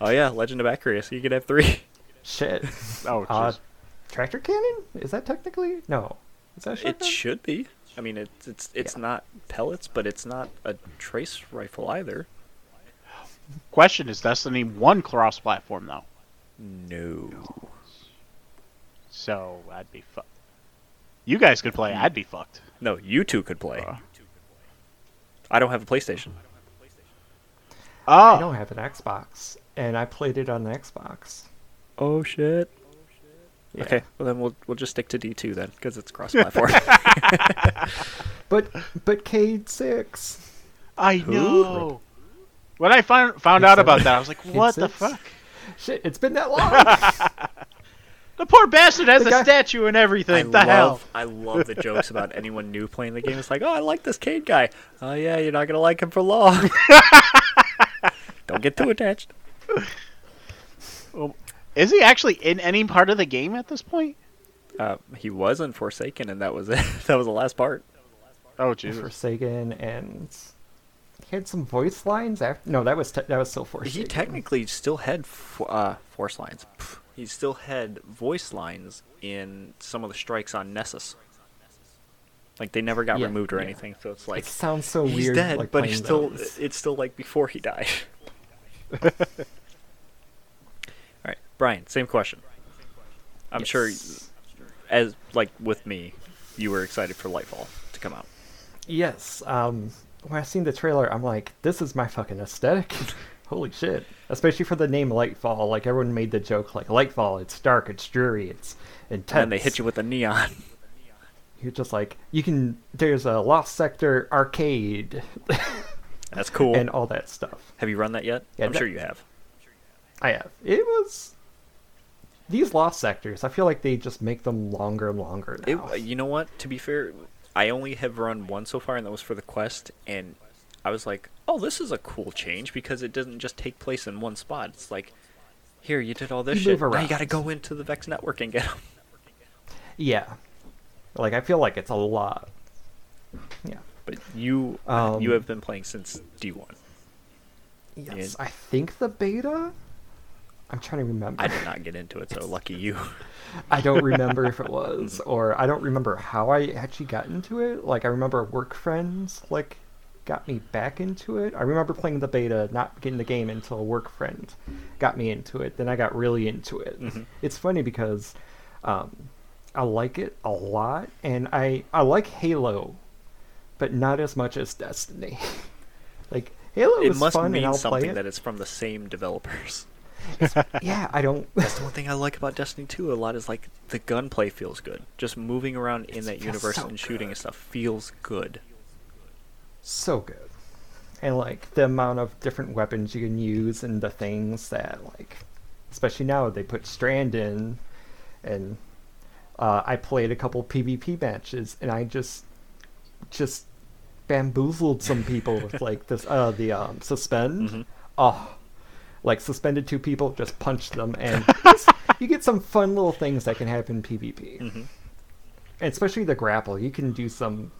S1: Oh yeah, Legend of Akira. So you could have three.
S3: Shit.
S2: Oh,
S3: Uh,
S2: jeez.
S3: tractor cannon? Is that technically no? Is that a
S1: It
S3: shotgun?
S1: should be. I mean, it's it's it's
S3: Yeah.
S1: not pellets, but it's not a trace rifle either.
S2: Question is Destiny 1 cross platform, though.
S1: No.
S2: So I'd be fucked. You guys could play, I'd be fucked.
S1: No, you two could play.
S2: Uh.
S1: I don't have a PlayStation.
S3: I
S2: Oh,
S3: don't have an Xbox, and I played it on the Xbox.
S1: Oh shit.
S3: Yeah.
S1: Okay, well then we'll we'll just stick to D two then, because it's cross platform.
S3: But but Cade Six.
S2: I know. When I found found
S3: It's
S2: out
S3: a-
S2: about that, I was like, "What the
S3: it's-
S2: fuck?"
S3: Shit, it's been that long.
S2: The poor bastard has
S3: The
S2: a
S3: guy-
S2: statue and
S1: I
S2: everything. the
S1: love
S2: hell?
S1: I love the jokes about anyone new playing the game. It's like, oh, I like this Cade guy. Oh yeah, you're not gonna like him for long. don't get too attached.
S2: Oh, Is he actually in any part of the game at this point?
S1: Uh, he was in Forsaken, and that was it. that was the last part.
S2: Oh, Jesus.
S3: Forsaken and he had some voice lines after. No, that was te- that was still Forsaken.
S1: He technically still had f- uh, force lines. Pff, He still had voice lines in some of the strikes on Nessus. Like they never got
S3: Yeah,
S1: removed or
S3: yeah.
S1: anything, so it's like
S3: it sounds so
S1: he's
S3: weird.
S1: dead,
S3: like,
S1: but he's
S3: playing
S1: still
S3: those.
S1: it's still like before he died. All right, Brian, same question. I'm sure
S3: Yes.
S1: as like with me, you were excited for Lightfall to come out.
S3: Yes. Um, when I seen the trailer, I'm like, this is my fucking aesthetic. Holy shit! Especially for the name Lightfall. Like everyone made the joke, like Lightfall. It's dark. It's dreary. It's intense.
S1: And then they hit you with a neon.
S3: You're just like you can. There's a lost sector arcade
S1: That's cool.
S3: and all that stuff.
S1: have you run that yet?
S3: Yeah,
S1: I'm
S3: that-
S1: sure you have.
S3: I have. It was these lost sectors. I feel like they just make them longer and longer
S1: It, uh,
S3: now.
S1: you know what? To be fair, I only have run one so far, and that was for the quest. And I was like, "Oh, this is a cool change because it doesn't just take place in one spot. It's like, here you did all this
S3: You
S1: shit.
S3: move
S1: Now you
S3: around.
S1: got to go into the Vex network and get them."
S3: yeah. Like I feel like it's a lot. Yeah.
S1: But you,
S3: Um,
S1: you have been playing since D one.
S3: Yes. I think the beta. I'm trying to remember.
S1: I did not get into it, so lucky you.
S3: I don't remember if it was, or I don't remember how I actually got into it. Like I remember work friends like got me back into it. I remember playing the beta, not getting the game until a work friend got me into it. Then I got really into it.
S1: Mm-hmm.
S3: It's funny because um, I like it a lot, and I I like Halo, but not as much as Destiny. like Halo
S1: It
S3: was
S1: must
S3: fun, and
S1: mean
S3: I'll
S1: something
S3: play
S1: that
S3: it.
S1: it's from the same developers.
S3: yeah, I don't.
S1: That's the one thing I like about Destiny 2 a lot is like the gunplay feels good. Just moving around in that
S3: feels
S1: universe
S3: so
S1: and shooting and stuff feels good.
S3: so good and like the amount of different weapons you can use and the things that like especially now they put strand in and uh, i played a couple pvp matches and i just just bamboozled some people with like this uh the um suspend
S1: Mm-hmm.
S3: oh like suspended two people just punched them and you get some fun little things that can happen in pvp
S1: Mm. Mm-hmm.
S3: and especially the grapple you can do some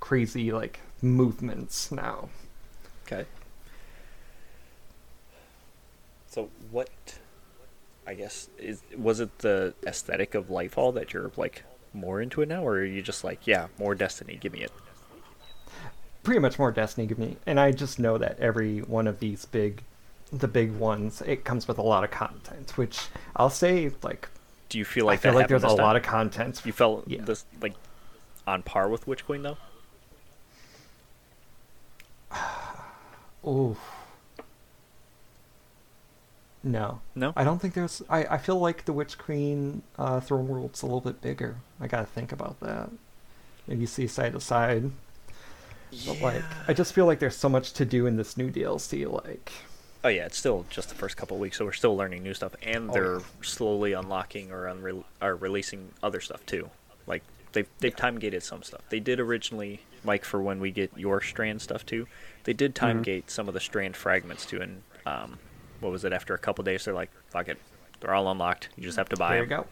S3: crazy like movements now
S1: Okay. So what I guess is was it the aesthetic of Lightfall that you're like more into it now or are you just like, yeah, more Destiny, give me it.
S3: pretty much more destiny give me and i just know that every one of these big the big ones it comes with a lot of content which i'll say like
S1: Do you feel like
S3: i feel
S1: that
S3: like there's a
S1: happened this
S3: lot
S1: time?
S3: of content
S1: You felt
S3: Yeah.
S1: this like on par with Witch Queen though?
S3: oh no
S1: No?
S3: i don't think there's i, I feel like the witch queen uh, throne world's a little bit bigger i gotta think about that maybe see side to side but like i just feel like there's so much to do in this new dlc like
S1: Oh yeah, it's still just the first couple of weeks, so we're still learning new stuff, and
S3: Oh,
S1: they're
S3: yeah.
S1: slowly unlocking or unre- or releasing other stuff too. Like they've they've time gated some stuff. They did originally, like for when we get your strand stuff too, they did
S3: Mm-hmm.
S1: time gate some of the strand fragments too. And um, what was it? After a couple days, they're like, "Fuck it, they're all unlocked. You just have to buy
S3: there you
S1: them."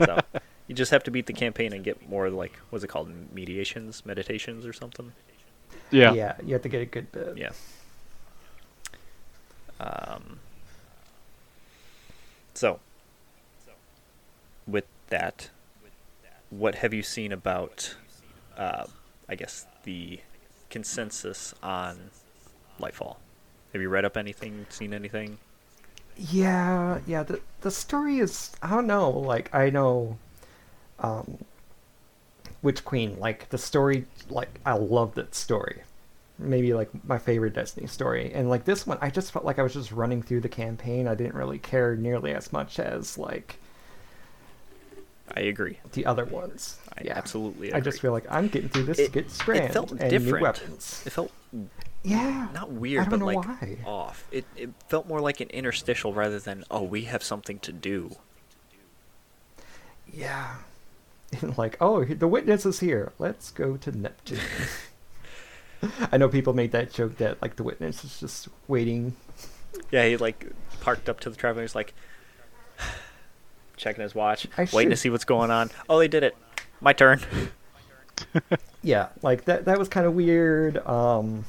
S3: go
S1: So you just have to beat the campaign and get more like what's it called? Mediations, meditations, or something.
S2: Yeah.
S3: yeah, you have to get a good bit.
S1: Yeah. Um, so, with that, what have you seen about, uh, I guess, the consensus on Lightfall? Have you read up anything, seen anything?
S3: Yeah, yeah. The the story is I don't know. Like I know, um, Witch Queen. Like the story. Like I love that story. Maybe like my favorite Destiny story. And like this one, I just felt like I was just running through the campaign. I didn't really care nearly as much as like
S1: I agree.
S3: the other ones.
S1: I
S3: yeah,
S1: absolutely
S3: I just
S1: agree.
S3: feel like I'm getting through this. to get strand
S1: felt
S3: and
S1: different.
S3: new weapons.
S1: It felt
S3: Yeah,
S1: not weird,
S3: I
S1: but
S3: don't know
S1: like
S3: why.
S1: off. It it felt more like an interstitial rather than oh we have something to do.
S3: Yeah. like, oh, he- the witness is here. Let's go to Neptune. I know people made that joke that like the witness is just waiting.
S1: Yeah, he like parked up to the traveler's like checking his watch,
S3: I
S1: waiting to
S3: should-
S1: see what's going on. Oh, they did it. My turn.
S3: Yeah, like that. That was kind of weird. Um,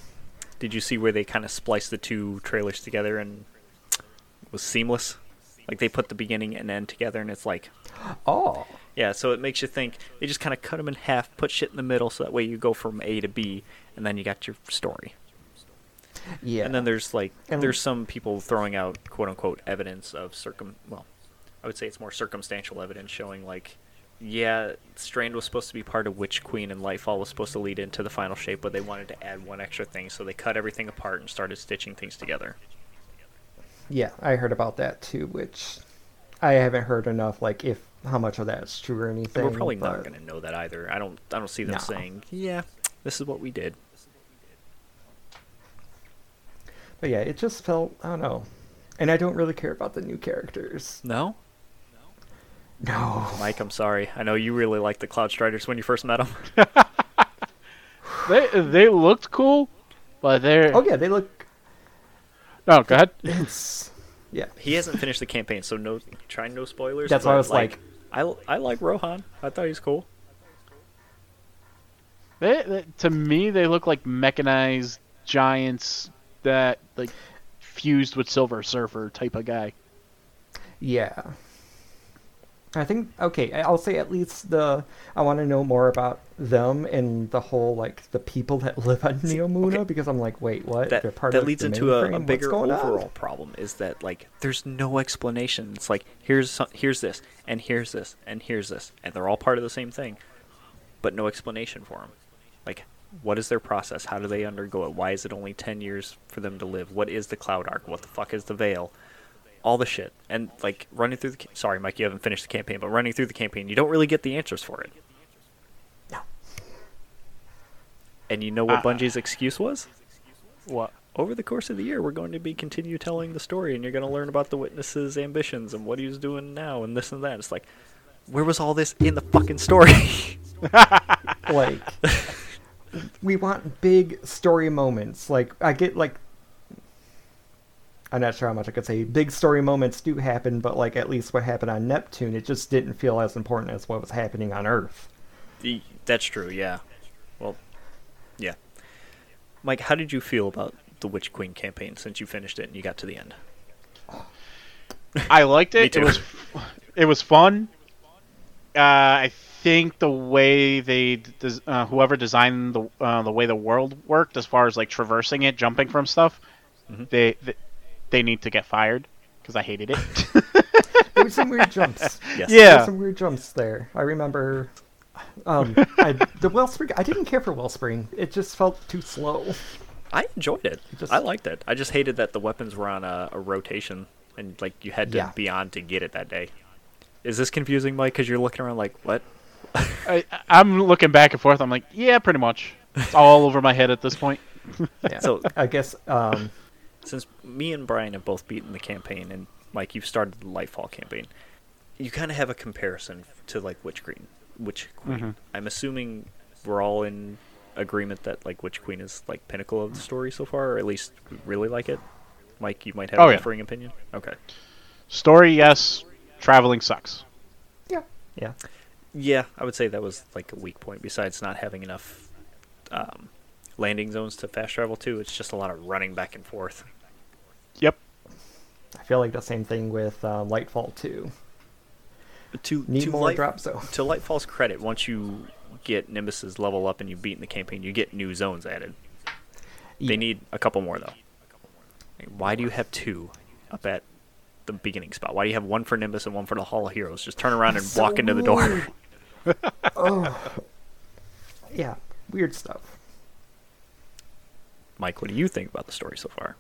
S1: Did you see where they kind of spliced the two trailers together and it was seamless? Like they put the beginning and end together, and it's like
S3: oh,
S1: Yeah, so it makes you think they just kind of cut them in half, put shit in the middle, so that way you go from A to B, and then you got your story.
S3: yeah.
S1: And then there's like
S3: And-
S1: there's some people throwing out quote unquote evidence of circum. Well, I would say it's more circumstantial evidence showing like, yeah, Strand was supposed to be part of Witch Queen, and Lightfall was supposed to lead into the final shape, but they wanted to add one extra thing, so they cut everything apart and started stitching things together.
S3: yeah, I heard about that too, which I haven't heard enough. Like, if how much of that is true or anything.
S1: And we're probably not
S3: but-
S1: going to know that either. I don't. I don't see them
S3: No.
S1: saying, yeah, this is what we did.
S3: But yeah, it just felt I don't know, and I don't really care about the new characters.
S1: No,
S3: No.
S1: Mike, I'm sorry. I know you really liked the Cloud Striders when you first met them.
S2: They they looked cool, but they're
S3: Oh yeah, they look.
S2: no. Go ahead.
S3: It's yeah.
S1: he hasn't finished the campaign, so no, try no spoilers.
S3: That's why I
S1: but,
S3: was like-
S1: I, I like Rohan. I thought he was cool.
S2: They, they, to me, they look like mechanized giants that like fused with Silver Surfer type of guy.
S3: Yeah. I think okay, I- I'll say at least the I want to know more about them and the whole like the people that live on Neomuna because I'm like, wait, what?
S1: That
S3: They're part
S1: that
S3: of
S1: leads
S3: the
S1: into a,
S3: mainframe?
S1: a
S3: What's
S1: bigger
S3: going on?"
S1: overall problem is that like there's no explanation. It's like here's some, here's this and here's this and here's this, and they're all part of the same thing, but no explanation for them. Like, what is their process? How do they undergo it? Why is it only ten years for them to live? What is the cloud arc? What the fuck is the veil? all the shit and like running through the ca- sorry mike you haven't finished the campaign but running through the campaign you don't really get the answers for it
S3: No.
S1: and you know what
S2: Uh,
S1: bungie's excuse was
S2: What?
S1: over the course of the year we're going to be continue telling the story and you're going to learn about the witness's ambitions and what he's doing now and this and that it's like where was all this in the fucking story
S3: Like we want big story moments. Like I get like I'm not sure how much I could say. Big story moments do happen, but like at least what happened on Neptune, it just didn't feel as important as what was happening on Earth.
S1: Y- that's true yeah well yeah mike how did you feel about the witch queen campaign since you finished it and you got to the end
S2: I liked it.
S1: Me too.
S2: It was it was fun. Uh, I think the way they des- uh, whoever designed the uh, the way the world worked, as far as like traversing it, jumping from stuff,
S1: Mm-hmm.
S2: they, they they need to get fired because I hated it.
S3: There were some weird jumps.
S1: yes
S2: Yeah.
S3: There's some weird jumps there. I remember um, I, the Wellspring. I didn't care for Wellspring. It just felt too slow.
S1: I enjoyed it.
S3: Just-
S1: I liked it. I just hated that the weapons were on a, a rotation and like you had to
S3: Yeah.
S1: be on to get it that day. Is this confusing, Mike? Because you're looking around like, what?
S2: I, I'm looking back and forth. I'm like, yeah, pretty much. It's all over my head at this point.
S3: Yeah.
S1: So-
S3: I guess um,
S1: Since me and Brian have both beaten the campaign, and Mike, you've started the Lightfall campaign, you kind of have a comparison to like Witch Queen. Witch Queen.
S2: Mm-hmm.
S1: I'm assuming we're all in agreement that like Witch Queen is like pinnacle of the story so far, or at least we really like it. Mike, you might have
S2: Oh,
S1: a
S2: yeah.
S1: differing opinion. Okay.
S2: Story, yes. Traveling sucks.
S3: yeah, yeah,
S1: Yeah, I would say that was like a weak point. Besides not having enough um, landing zones to fast travel too. It's just a lot of running back and forth.
S2: Yep.
S3: I feel like the same thing with uh, Lightfall 2.
S1: To
S3: Need
S1: to
S3: more
S1: light,
S3: drop zone.
S1: to Lightfall's credit, once you get Nimbus's level up and you beat in the campaign, you get new zones added.
S3: Yeah.
S1: They need a couple more though. Like, Why do you have two up at the beginning spot? Why do you have one for Nimbus and one for the Hall of Heroes? Just turn around and
S3: So
S1: walk into the door.
S3: weird. oh. Yeah, weird stuff.
S1: Mike, what do you think about the story so far?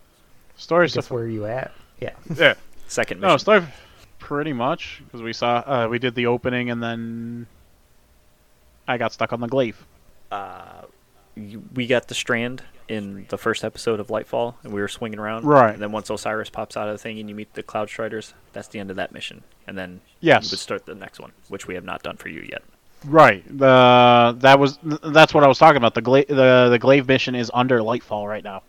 S2: Story so
S3: Just
S2: far.
S3: where you at? Yeah.
S2: Yeah.
S1: Second mission.
S2: No, story pretty much because we saw uh, we did the opening and then I got stuck on the glaive.
S1: you- we got the strand in the first episode of Lightfall, and we were swinging around.
S2: Right.
S1: And then once Osiris pops out of the thing and you meet the Cloud Striders, that's the end of that mission. And then
S2: Yes.
S1: you would start the next one, which we have not done for you yet.
S2: Right. The that was th- that's what I was talking about. The gla- the the glaive mission is under Lightfall right now.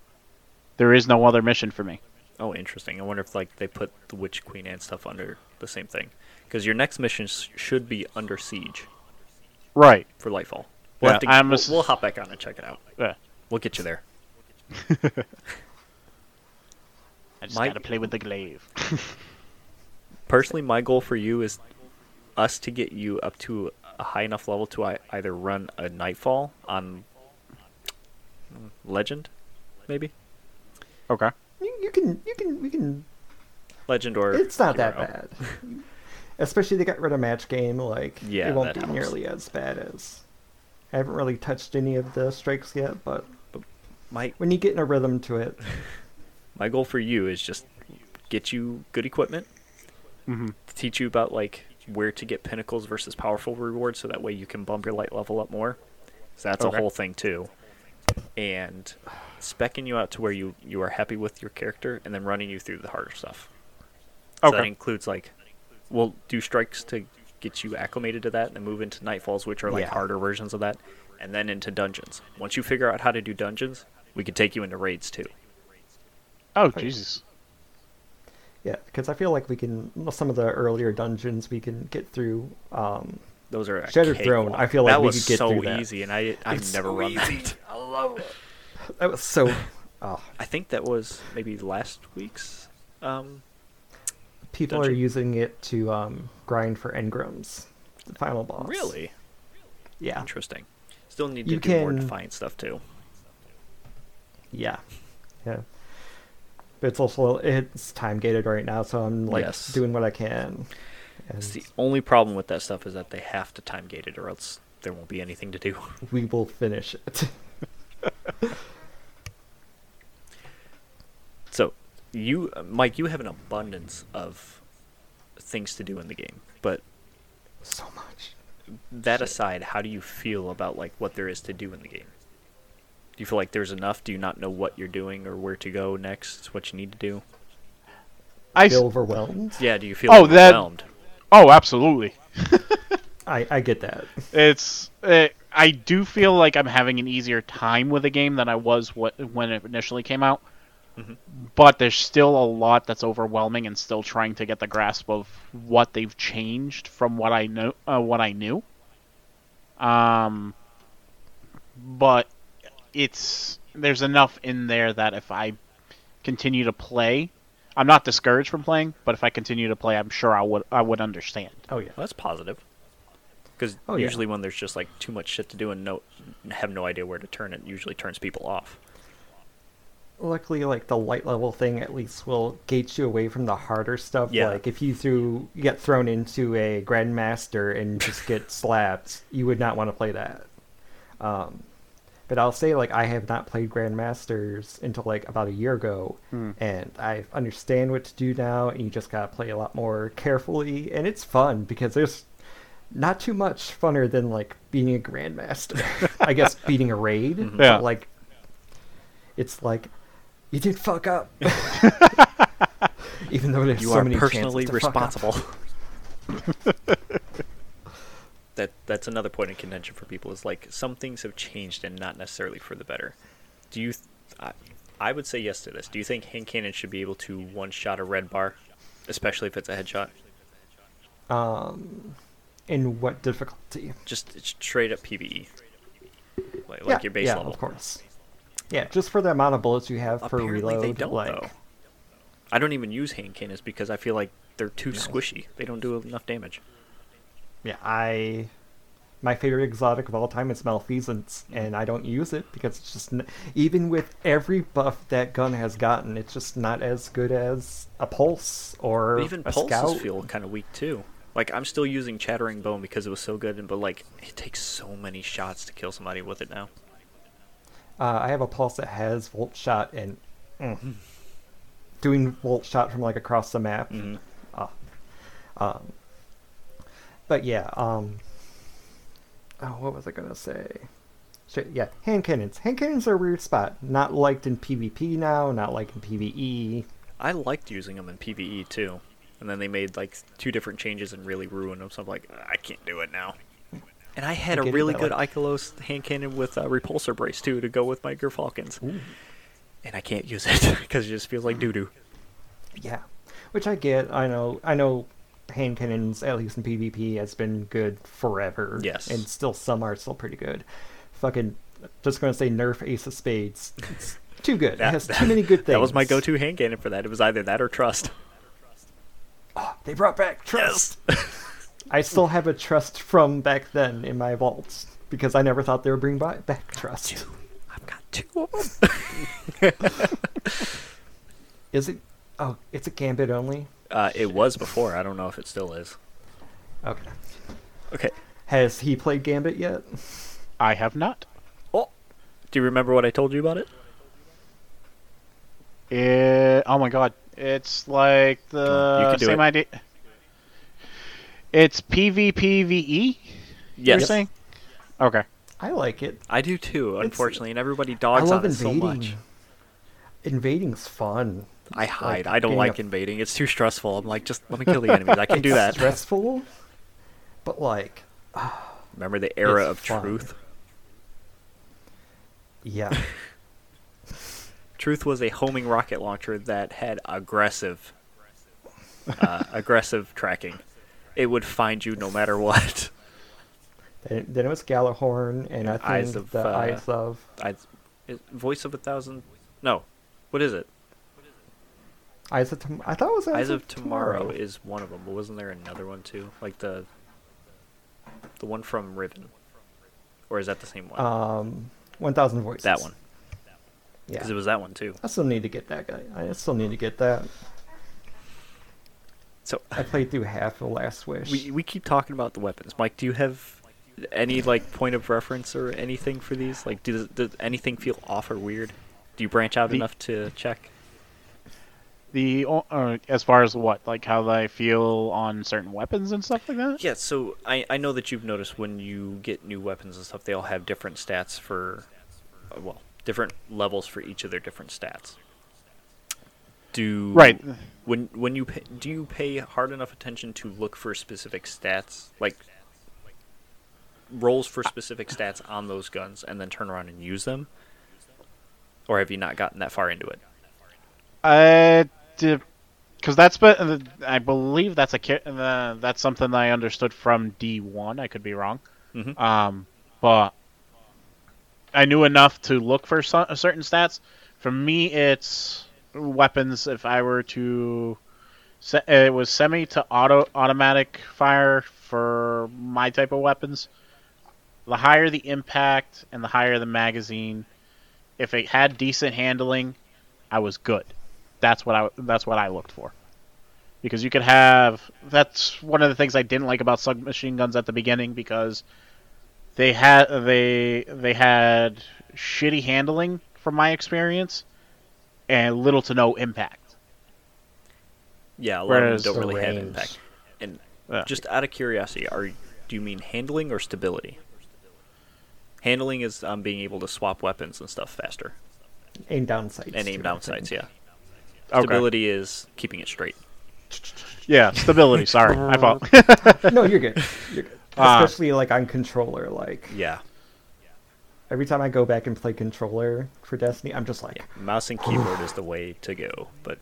S2: There is no other mission for me.
S1: Oh, interesting. I wonder if like they put the Witch Queen and stuff under the same thing, because your next mission s- should be under siege
S2: Right.
S1: for Lightfall. We'll,
S2: Yeah,
S1: have to,
S2: I'm
S1: we'll,
S2: ass-
S1: we'll hop back on and check it out.
S2: Yeah.
S1: We'll get you there.
S2: I just
S1: My-
S2: gotta play with the glaive.
S1: personally my goal for you is us to get you up to a high enough level to I either run a nightfall on mm, legend maybe
S2: Okay.
S3: You, you can, you can, we can.
S1: legend or Oh,
S3: It's not that
S1: hero.
S3: bad. Especially they got rid of match game. Like,
S1: Yeah,
S3: it
S1: that
S3: won't be
S1: helps.
S3: nearly as bad as. I haven't really touched any of the strikes yet, but
S1: my
S3: when you get in a rhythm to it,
S1: my goal for you is just get you good equipment
S2: Mm-hmm.
S1: teach you about like where to get pinnacles versus powerful rewards so that way you can bump your light level up more so that's
S2: Okay.
S1: a whole thing too and specking you out to where you you are happy with your character and then running you through the harder stuff So that
S2: Okay.
S1: includes like we'll do strikes to get you acclimated to that and then move into nightfalls which are like
S3: Yeah.
S1: harder versions of that and then into dungeons. Once you figure out how to do dungeons, we can take you into raids too.
S2: Oh Jesus.
S3: yeah, because I feel like we can. Some of the earlier dungeons we can get through. Um,
S1: Those are a
S3: Shattered Throne,
S1: cakewalk.
S3: I feel like
S1: that
S3: we
S1: was
S3: could get
S1: so
S3: through that.
S1: easy and I I've
S3: It's
S1: never
S3: so
S1: run
S3: easy.
S1: that. I love it.
S3: that was so. Oh,
S1: I think that was maybe last week's um
S3: people
S1: Dungeon.
S3: are using it to um, grind for engrams, the final boss.
S1: really
S3: Yeah.
S1: interesting. Still need to
S3: You
S1: do more
S3: can-
S1: defiant stuff too.
S3: Yeah. Yeah. But it's also it's time gated right now, so I'm like
S1: Yes.
S3: doing what I can. And
S1: It's the only problem with that stuff is that they have to time gate it or else there won't be anything to do.
S3: we will finish it.
S1: So, you, Mike, you have an abundance of things to do in the game. But
S3: so much.
S1: that aside, how do you feel about like what there is to do in the game? Do you feel like there's enough? Do you not know what you're doing or where to go next? What you need to do?
S2: I s-
S3: Feel overwhelmed.
S1: Yeah. Do you feel
S2: Oh, that-
S1: overwhelmed?
S2: oh absolutely.
S3: I, I get that.
S2: It's it, I do feel like I'm having an easier time with the game than I was what, when it initially came out. But there's still a lot that's overwhelming and still trying to get the grasp of what they've changed from what I know uh, what I knew. Um but it's there's enough in there that if I continue to play, I'm not discouraged from playing, but if I continue to play, I'm sure I would I would understand.
S3: Oh yeah.
S1: Well, that's positive. Because
S3: Oh, yeah.
S1: usually when there's just like too much shit to do and no have no idea where to turn, it usually turns people off.
S3: Luckily, like the light level thing at least will gate you away from the harder stuff.
S1: Yeah.
S3: Like if you threw you get thrown into a grandmaster and just get slapped, you would not want to play that. Um, but I'll say like I have not played grandmasters until like about a year ago, and I understand what to do now. And you just gotta play a lot more carefully, and it's fun because there's not too much funner than like being a grandmaster. I guess beating a raid, but,
S2: Yeah.
S3: like it's like you did fuck up. Even though there's
S1: You
S3: so
S1: are
S3: many chances
S1: personally
S3: to fuck up.
S1: responsible. that that's another point of contention for people is like some things have changed and not necessarily for the better. Do you? Th- I, I would say yes to this. Do you think hand cannon should be able to one shot a red bar, especially if it's a headshot?
S3: In what difficulty?
S1: Just it's straight up PVE, E. like, like
S3: yeah,
S1: your base
S3: yeah,
S1: level.
S3: of course. Yeah, just for the amount of bullets you have per
S1: Apparently
S3: reload.
S1: they don't
S3: like,
S1: though. I don't even use hand cannons because I feel like they're too squishy. They don't do enough damage.
S3: Yeah, I. My favorite exotic of all time is Malfeasance, and I don't use it because it's just. N- even with every buff that gun has gotten, it's just not as good as a Pulse or
S1: But even
S3: a
S1: pulses
S3: Scout.
S1: feel kind of weak too. Like I'm still using Chattering Bone because it was so good, and but like it takes so many shots to kill somebody with it now.
S3: Uh, I have a Pulse that has Volt Shot, and.
S1: Mm-hmm.
S3: mm, doing Volt Shot from like across the map.
S1: Mhm.
S3: Ah. um, but yeah, um, oh, what was I gonna say? Shit, yeah, hand cannons. Hand cannons are a weird spot. Not liked in PvP now. Not liked in E. PvE.
S1: I liked using them in PVE too, and then they made like two different changes and really ruined them. So I'm like, I can't do it now. And I had
S3: I
S1: a
S3: get it
S1: really
S3: that
S1: good
S3: way.
S1: Icolos hand cannon with uh, repulsor brace too to go with my Gerfalcons, and I can't use it because it just feels like doo doo.
S3: Yeah, which I get. I know. I know. Hand cannons, at least in PvP, has been good forever.
S1: Yes.
S3: and still some are still pretty good. Fucking, just gonna say nerf Ace of Spades. It's too good.
S1: That-
S3: it has too many good things.
S1: That was my go-to hand cannon for that. It was either that or trust.
S3: They brought back trust. I still have a trust from back then in my vaults because I never thought they would bring by- back trust.
S1: I've got two of them.
S3: Is it? Oh, it's a gambit only.
S1: Uh, it was before. I don't know if it still is.
S3: Okay.
S1: Okay.
S3: Has he played gambit yet?
S2: I have not.
S1: Oh, do you remember what I told you about it?
S2: It, oh my god, it's like
S1: on, you
S2: the
S1: can do
S2: same
S1: it.
S2: idea. It's PvPVE. E, You're saying? Okay.
S3: I like it.
S1: I do too.
S3: It's-
S1: Unfortunately, and everybody
S3: I
S1: dogs on
S3: love
S1: it so
S3: invading.
S1: much.
S3: Invading's fun.
S1: I hide.
S3: Like,
S1: I don't
S3: getting
S1: like
S3: a-
S1: invading. It's too stressful. I'm like, just let me kill the enemies. I can do
S3: It's
S1: that.
S3: Stressful, but like,
S1: Remember the era
S3: It's
S1: of
S3: fun.
S1: truth?
S3: yeah,
S1: Truth was a homing rocket launcher that had aggressive, uh, aggressive tracking. It would find you no matter what.
S3: then, then it was Galahorn, and I think
S1: Eyes of,
S3: the
S1: uh,
S3: eyes of
S1: I, is- voice of a thousand. No, what is it?
S3: eyes of. Tom- I thought it was eyes,
S1: Eyes of
S3: tomorrow.
S1: Tomorrow is one of them, but wasn't there another one too? Like the the one from Riven, or is that the same one?
S3: um, one thousand voices.
S1: that one,
S3: Yeah.
S1: because it was that one too.
S3: I still need to get that guy. I still need to get that.
S1: So
S3: I played through half of Last Wish.
S1: we we keep talking about the weapons. Mike, do you have any like point of reference or anything for these? Like, does, does anything feel off or weird? Do you branch out
S2: The-
S1: enough to check?
S2: The o- uh, as far as what, like how they feel on certain weapons and stuff like that.
S1: Yeah, so I, I know that you've noticed when you get new weapons and stuff, they all have different stats for, uh, well, different levels for each of their different stats. Do
S2: Right.
S1: when when you pay, do you pay hard enough attention to look for specific stats like rolls for specific stats on those guns and then turn around and use them, or have you not gotten that far into it?
S2: Uh, because that's but I believe that's a ca- uh, that's something I understood from D one. I could be wrong.
S1: Mhm.
S2: Um, but I knew enough to look for so- uh, certain stats. For me, it's weapons. If I were to, se- uh, it was semi to auto automatic fire for my type of weapons. The higher the impact and the higher the magazine. If it had decent handling, I was good. That's what I that's what I looked for. Because you could have that's one of the things I didn't like about submachine guns at the beginning because they had they they had shitty handling from my experience and little to no impact.
S1: Yeah, a lot
S2: Whereas
S1: of them
S3: the
S1: don't really have
S3: range-
S1: impact. And
S2: Yeah.
S1: just out of curiosity, are do you mean handling or stability? Handling is um, being able to swap weapons and stuff faster
S3: aim down sights.
S1: and aim
S3: too,
S1: down
S3: I think.
S1: sights. Yeah,
S2: Okay.
S1: stability is keeping it straight.
S2: Yeah, stability. Sorry, my fault.
S3: no, you're good. You're good.
S2: Ah.
S3: Especially like on controller. Like
S1: Yeah,
S3: every time I go back and play controller for Destiny, I'm just like,
S1: mouse and keyboard is the way to go. But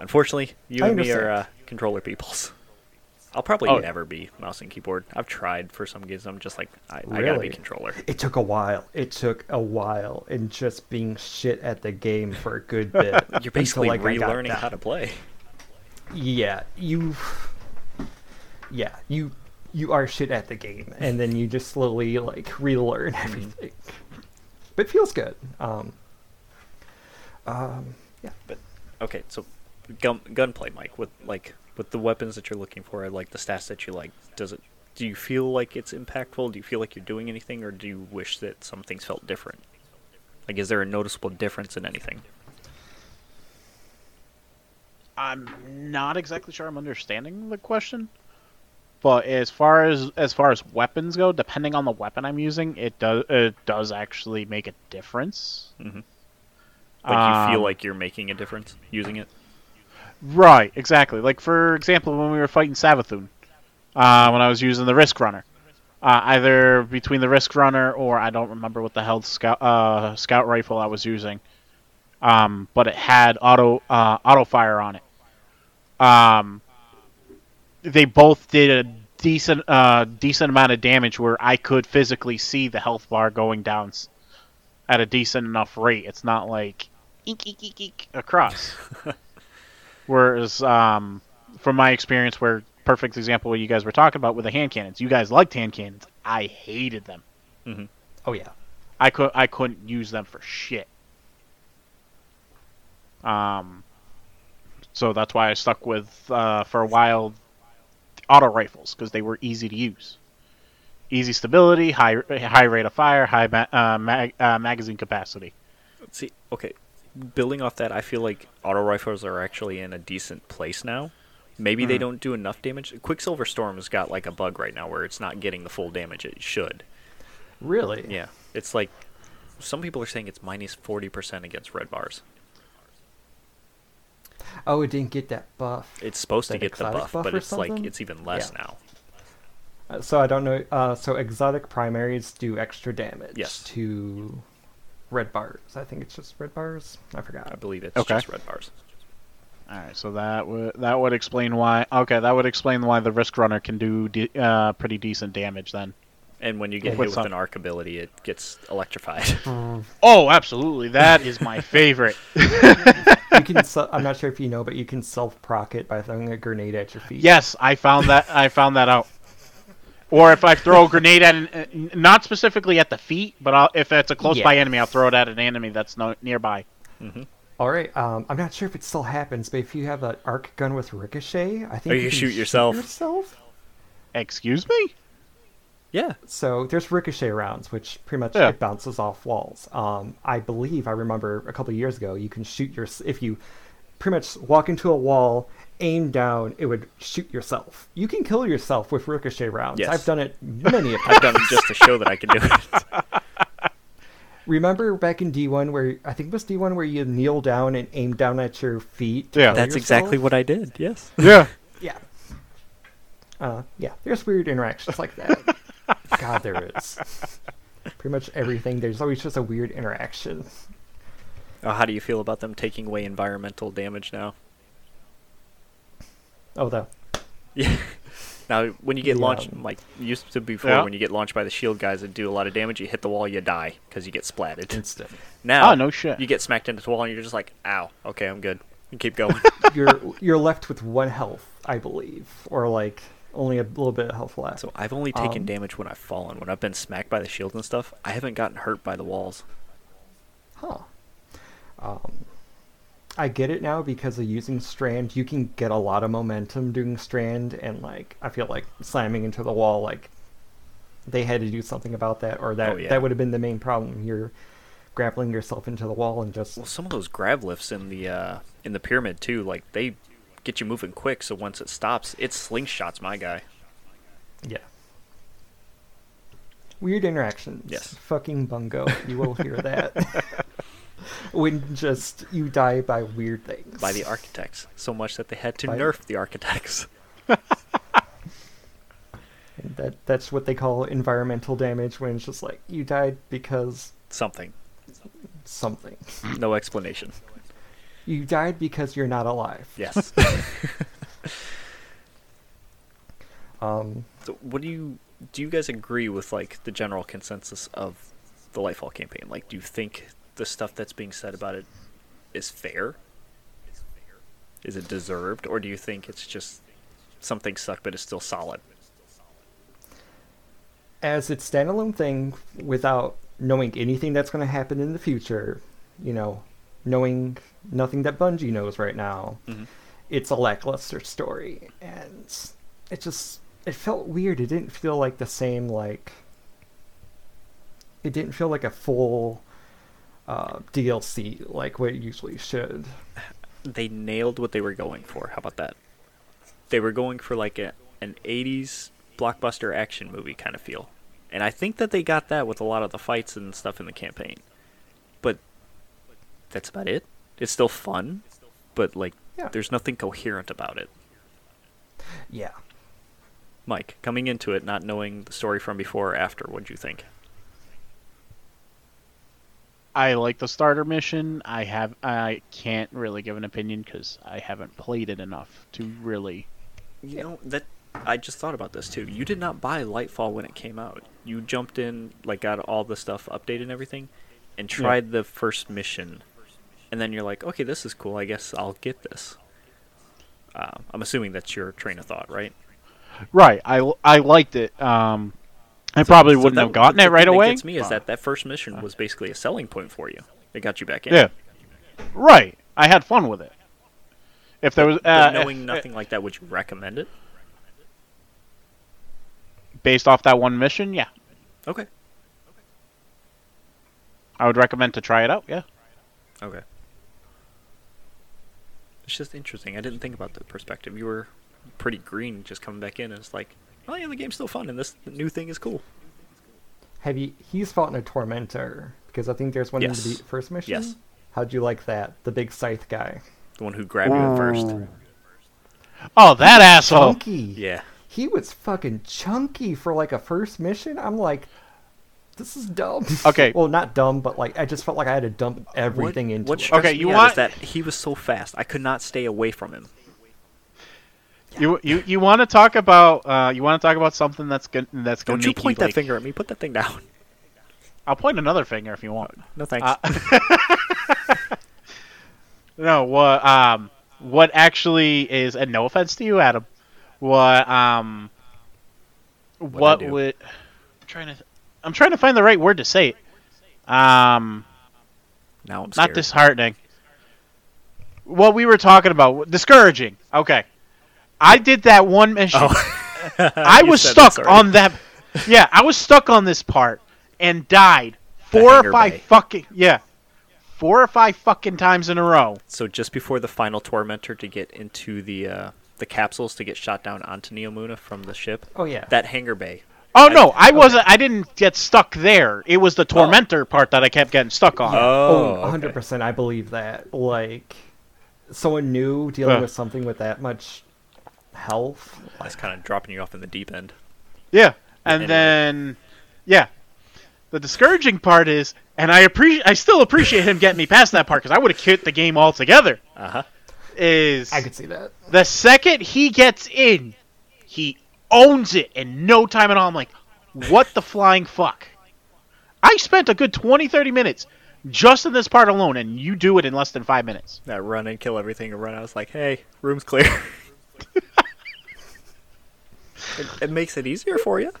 S1: unfortunately, you
S3: I
S1: and me are
S3: understand.
S1: uh, controller peoples. I'll probably
S2: Oh.
S1: never be mouse and keyboard. I've tried for some games. I'm just like, I, I gotta
S3: Really?
S1: be controller.
S3: It took a while. It took a while and just being shit at the game for a good bit.
S1: You're
S3: until,
S1: basically
S3: like, I got
S1: relearning
S3: down.
S1: how to play.
S3: Yeah, you. Yeah, you. You are shit at the game, and then you just slowly like relearn
S1: Mm-hmm.
S3: everything. But it feels good. Um. um, yeah.
S1: But okay, so gun gunplay, Mike, with like with the weapons that you're looking for, like the stats that you like, does it? Do you feel like it's impactful? Do you feel like you're doing anything, or do you wish that some things felt different? Like, is there a noticeable difference in anything?
S2: I'm not exactly sure I'm understanding the question. But as far as as far as weapons go, depending on the weapon I'm using, it does it does actually make a difference.
S1: Mm-hmm. Like, you
S2: Um,
S1: feel like you're making a difference using it?
S2: Right, exactly. Like for example, when we were fighting Savathun, uh, when I was using the Risk Runner, uh, either between the Risk Runner or I don't remember what the hell scout uh, scout rifle I was using, um, but it had auto uh, auto fire on it. Um, they both did a decent uh, decent amount of damage where I could physically see the health bar going down s- at a decent enough rate. It's not like eek eek eek eek across. Whereas, um, from my experience, where perfect example what you guys were talking about with the hand cannons, you guys liked hand cannons. I hated them.
S3: Oh yeah.
S2: I could I couldn't use them for shit. Um, so that's why I stuck with uh, for a while auto rifles because they were easy to use, easy stability, high high rate of fire, high ma- uh, mag- uh, magazine capacity.
S1: See, okay, building off that, I feel like auto rifles are actually in a decent place now. Maybe they don't do enough damage. Quicksilver Storm has got like a bug right now where it's not getting the full damage it should.
S3: Really.
S1: Yeah, it's like some people are saying it's minus forty percent against red bars.
S3: Oh, it didn't get that buff.
S1: It's supposed to
S3: That
S1: get the
S3: exotic
S1: buff,
S3: buff
S1: but
S3: or
S1: it's like
S3: something?
S1: it's even less
S3: Yeah.
S1: now.
S3: Uh, So I don't know. Uh, so exotic primaries do extra damage
S1: Yes.
S3: to red bars. I think it's just red bars. I
S1: I
S3: forgot.
S1: believe it's
S2: Okay.
S1: just red bars.
S2: All right, so that would that would explain why. Okay, that would explain why the risk runner can do de- uh, pretty decent damage then.
S1: And when you get
S2: Yeah,
S1: hit
S2: what's
S1: with
S2: up?
S1: an arc ability, it gets electrified.
S2: Oh, absolutely, that is my favorite.
S3: you can. se- I'm not sure if you know, but you can self proc it by throwing a grenade at your feet.
S2: Yes, I found that I found that out. Or if I throw a grenade at an, uh, not specifically at the feet, but I'll, if it's a close by
S3: Yeah.
S2: enemy, I'll throw it at an enemy that's no, nearby.
S3: All right. Um, I'm not sure if it still happens, but if you have an arc gun with ricochet, I think
S1: Or Oh, you
S3: can
S1: shoot yourself.
S3: yourself.
S2: Excuse me.
S1: yeah,
S3: So there's ricochet rounds, which pretty much
S2: Yeah.
S3: it bounces off walls. Um, I believe I remember a couple of years ago, you can shoot your if you pretty much walk into a wall, aim down, it would shoot yourself. You can kill yourself with ricochet rounds.
S1: Yes.
S3: I've done it many a time.
S1: I've done it just to show that I can do it.
S3: Remember back in D1 where I think it was D1 where you kneel down and aim down at your feet. to
S2: Yeah.
S3: kill
S1: That's exactly
S3: yourself?
S1: what I did. Yes.
S2: Yeah.
S3: Yeah. Uh, yeah, there's weird interactions like that. God, there is. Pretty much everything. There's always just a weird interaction.
S1: Oh, how do you feel about them taking away environmental damage now?
S3: Oh, the
S1: Yeah. Now, when you get
S3: Yeah.
S1: launched, like used to before,
S2: Yeah.
S1: when you get launched by the shield guys that do a lot of damage, you hit the wall, you die because you get splatted.
S3: instant.
S1: Now,
S2: Oh, no shit.
S1: You get smacked into the wall, and you're just like, "Ow, okay, I'm good." You keep going.
S3: You're you're left with one health, I believe, or like only a little bit of health left.
S1: so I've only taken
S3: Um,
S1: damage when I've fallen, when I've been smacked by the shield and stuff. I haven't gotten hurt by the walls.
S3: Huh. Um, I get it now because of using Strand. You can get a lot of momentum doing Strand, and like I feel like slamming into the wall. Like they had to do something about that, or that
S1: Oh, yeah.
S3: that would have been the main problem. You're grappling yourself into the wall and just
S1: Well, some of those grav lifts in the uh, in the pyramid too, like they get you moving quick. So once it stops, it slingshots my guy.
S3: yeah. Weird interactions.
S1: Yes.
S3: Fucking bungo. You will hear that. when just you die by weird things.
S1: by the architects so much that they had to
S3: By-
S1: nerf the architects.
S3: And That that's what they call environmental damage when it's just like you died because
S1: Something.
S3: something.
S1: No explanation.
S3: You died because you're not alive.
S1: Yes.
S3: Um,
S1: So what do you do? You guys agree with like the general consensus of the Lightfall campaign? Like, do you think the stuff that's being said about it is fair? Is it deserved, or do you think it's just something sucked but it's still solid?
S3: as its standalone thing, without knowing anything that's going to happen in the future, you know, knowing nothing that Bungie knows right now, it's a lackluster story, and it just it felt weird. It didn't feel like the same like. It didn't feel like a full uh, DLC like what it usually should.
S1: They nailed what they were going for. How about that? They were going for like a, an '80s blockbuster action movie kind of feel, and I think that they got that with a lot of the fights and stuff in the campaign. But that's about it. It's still fun, but like
S3: Yeah.
S1: there's nothing coherent about it.
S3: Yeah.
S1: Mike, coming into it not knowing the story from before or after, what'd you think?
S2: I like the starter mission. I have I can't really give an opinion because I haven't played it enough to really.
S1: You know that I just thought about this too. You did not buy Lightfall when it came out. You jumped in, like got all the stuff updated and everything, and tried the first mission, and then you're like, okay, this is cool. I guess I'll get this. Uh, I'm assuming that's your train of thought, right?
S2: Right. I I liked it. Um, I probably
S1: So
S2: wouldn't
S1: that-
S2: have gotten
S1: the
S2: it
S1: thing
S2: right
S1: that
S2: away.
S1: Gets me is that that first mission was basically a selling point for you. It got you back in.
S2: Yeah. Right. I had fun with it. If there was uh,
S1: But knowing
S2: if-
S1: nothing like that, would you recommend it?
S2: eh, based off that one mission, yeah,
S1: Okay.
S2: I would recommend to try it out. Yeah.
S1: Okay. It's just interesting. I didn't think about that perspective. You were pretty green just coming back in, and it's like, oh yeah, the game's still fun, and this new thing is cool.
S3: Have you? He's fought in a tormentor because I think there's one
S1: Yes.
S3: in the first mission.
S1: Yes.
S3: How'd you like that? The big scythe guy.
S1: The one who grabbed you at first.
S2: Ooh. Oh, that asshole.
S3: Chunky.
S1: Yeah.
S3: He was fucking chunky for like a first mission. I'm like, this is dumb.
S2: Okay.
S3: well, not dumb, but like I just felt like I had to dump everything
S1: what,
S3: into
S1: what
S3: it.
S1: stressed
S2: Okay,
S1: me
S2: you
S1: out
S2: want-
S1: is that he was so fast. I could not stay away from him.
S2: You you you want to talk about uh you want to talk about something that's good that's going
S1: Don't
S2: to
S1: you
S2: make
S1: point
S2: like,
S1: that finger at me. Put that thing down.
S2: I'll point another finger if you want.
S1: No thanks.
S2: Uh, No, what um what actually is and no offense to you, Adam. What um
S1: I
S2: what
S1: do?
S2: would I'm trying to I'm trying to find the right word to say it. Um
S1: now I'm scared.
S2: not disheartening. What we were talking about, discouraging. Okay. I did that one mission. I
S1: Oh, You
S2: was
S1: said that,
S2: stuck
S1: sorry.
S2: on that. Yeah, I was stuck on this part and died four or
S1: hangar
S2: five
S1: bay.
S2: fucking yeah, four or five fucking times in a row.
S1: So just before the final tormentor to get into the uh, the capsules to get shot down onto Neomuna from the ship.
S3: Oh, yeah.
S1: That hangar bay.
S2: Oh no, I wasn't. I didn't get stuck there. It was the tormentor part that I kept getting stuck on.
S1: Oh,
S3: Oh, 100%. I believe that. Like, someone new dealing
S2: Huh.
S3: with something with that much health.
S1: That's kind of dropping you off in the deep end.
S2: yeah, and
S1: Anyway.
S2: then yeah, the discouraging part is, and I appreciate. I still appreciate him getting me past that part because I would have quit the game altogether.
S1: Uh huh.
S2: Is
S3: I could see that.
S2: The second he gets in, he owns it in no time at all. I'm like, what the flying fuck? I spent a good 20, 30 minutes just in this part alone, and you do it in less than five minutes.
S1: that run and kill everything and run. I was like, hey, room's clear. it, it makes it easier for you.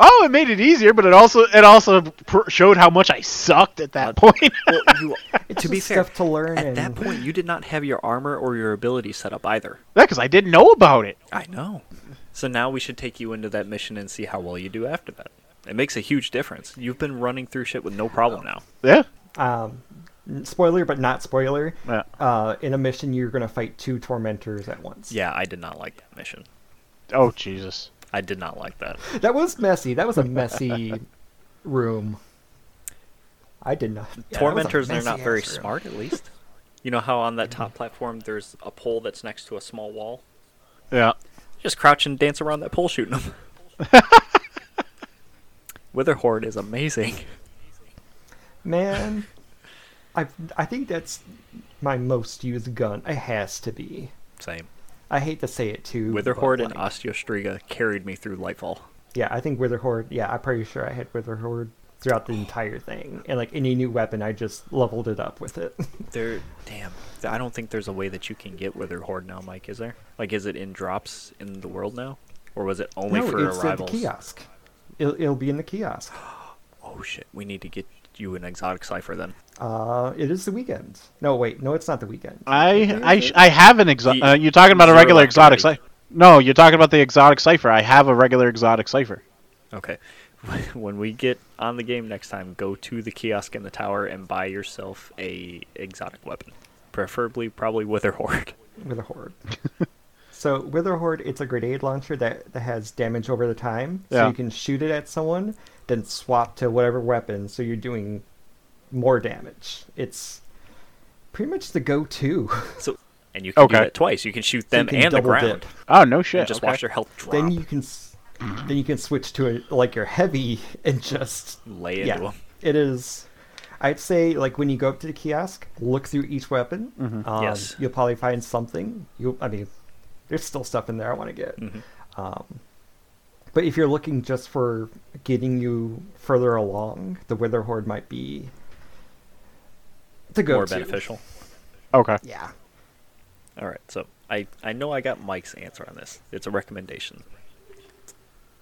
S2: Oh, it made it easier, but it also it also pr- showed how much I sucked at that point.
S1: Well, you
S3: It's
S1: to
S3: just
S1: be fair,
S3: stuff to learn.
S1: at
S3: and
S1: that point, you did not have your armor or your ability set up either.
S2: because I didn't know about it.
S1: I know. So now we should take you into that mission and see how well you do after that. It makes a huge difference. You've been running through shit with no problem now.
S2: Yeah.
S3: um, spoiler, but not spoiler.
S2: Yeah.
S3: Uh, in a mission, you're going to fight two tormentors at once.
S1: Yeah, I did not like that mission.
S2: Oh Jesus.
S1: I did not like that.
S3: That was messy. That was a messy room. I did not. Yeah, that was a
S1: tormentors are not
S3: messy-ass
S1: very
S3: room.
S1: smart at least you know how on that top platform there's a pole that's next to a small wall
S2: Yeah.
S1: just crouch and dance around that pole shooting them wither horde is amazing
S3: Man, I I think that's my most used gun. It has to be.
S1: same
S3: I hate to say it too. but,
S1: Witherhorde and
S3: like,
S1: Osteostriga carried me through Lightfall.
S3: Yeah, I think Wither Horde. Yeah, I'm pretty sure I had Wither Horde throughout the entire thing. And like any new weapon, I just leveled it up with it.
S1: There, damn. I don't think there's a way that you can get Witherhorde now, Mike. Is there? Like, is it in drops in the world now, or was it only
S3: no,
S1: for
S3: it's at the
S1: arrivals?
S3: kiosk. It'll, it'll be in the kiosk.
S1: Oh shit! We need to get you an exotic cipher then.
S3: Uh, it is the weekend. No, wait, no, it's not the weekend.
S2: I I, sh- I have an exotic.
S1: The-
S2: Uh, you're talking about a
S1: zero
S2: regular
S1: left
S2: exotic
S1: already.
S2: cipher. No, you're talking about the exotic cipher. I have a regular exotic cipher.
S1: Okay. When we get on the game next time, go to the kiosk in the tower and buy yourself a exotic weapon, preferably probably Wither Horde.
S3: Wither Horde. so Wither Horde, it's a grenade launcher that, that has damage over the time. So
S2: Yeah.
S3: you can shoot it at someone, then swap to whatever weapon, so you're doing more damage. It's pretty much the go-to.
S1: So, and you can do
S2: Okay.
S1: that twice. You can shoot
S3: So you
S1: them
S3: can
S1: and the
S3: double
S1: ground.
S3: dip.
S2: Oh no shit.
S1: and just
S2: okay.
S1: watch their health drop.
S3: Then you can s- then you can switch to a, like your heavy and just
S1: lay into
S3: yeah,
S1: them.
S3: it is. I'd say like when you go up to the kiosk, look through each weapon. Um,
S1: Yes.
S3: you'll probably find something. You, I mean, there's still stuff in there I want to get.
S1: Mm-hmm.
S3: Um, but if you're looking just for getting you further along, the Wither Horde might be the go
S1: More beneficial.
S2: Okay.
S3: Yeah.
S1: All right, so I I know I got Mike's answer on this. It's a recommendation.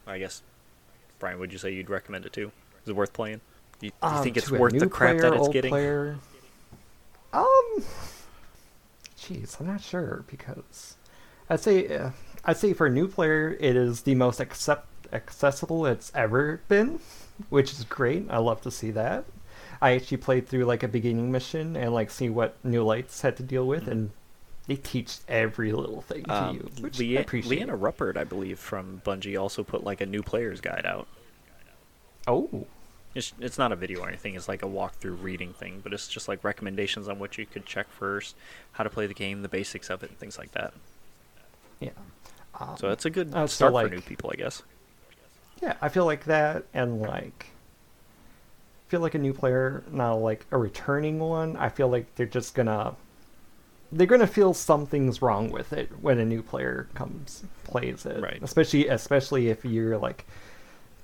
S1: I guess, Brian, would you say you'd recommend it too? Is it worth playing? Do you, do you
S3: Um,
S1: think it's
S3: to a
S1: worth the
S3: new
S1: crap
S3: player,
S1: that it's
S3: old
S1: getting?
S3: Player, um, jeez, I'm not sure because I'd say uh, I'd say for a new player, it is the most accept accessible it's ever been, which is great. I love to see that. I actually played through like a beginning mission and like see what New Lights had to deal
S1: Mm-hmm.
S3: with, and they teach every little thing to
S1: Um,
S3: you, which I
S1: Lea-
S3: appreciate.
S1: Leanna Ruppert, I believe, from Bungie, also put like a new player's guide out.
S3: oh,
S1: It's, it's not a video or anything. It's like a walkthrough reading thing, but it's just like recommendations on what you could check first, how to play the game, the basics of it, and things like that.
S3: yeah.
S1: So that's a good
S3: Oh, so,
S1: start
S3: like-
S1: for new people, I guess.
S3: Yeah, I feel like that, and like, I feel like a new player, not like a returning one. I feel like they're just gonna, they're gonna feel something's wrong with it when a new player comes plays it.
S1: Right.
S3: Especially, especially if you're like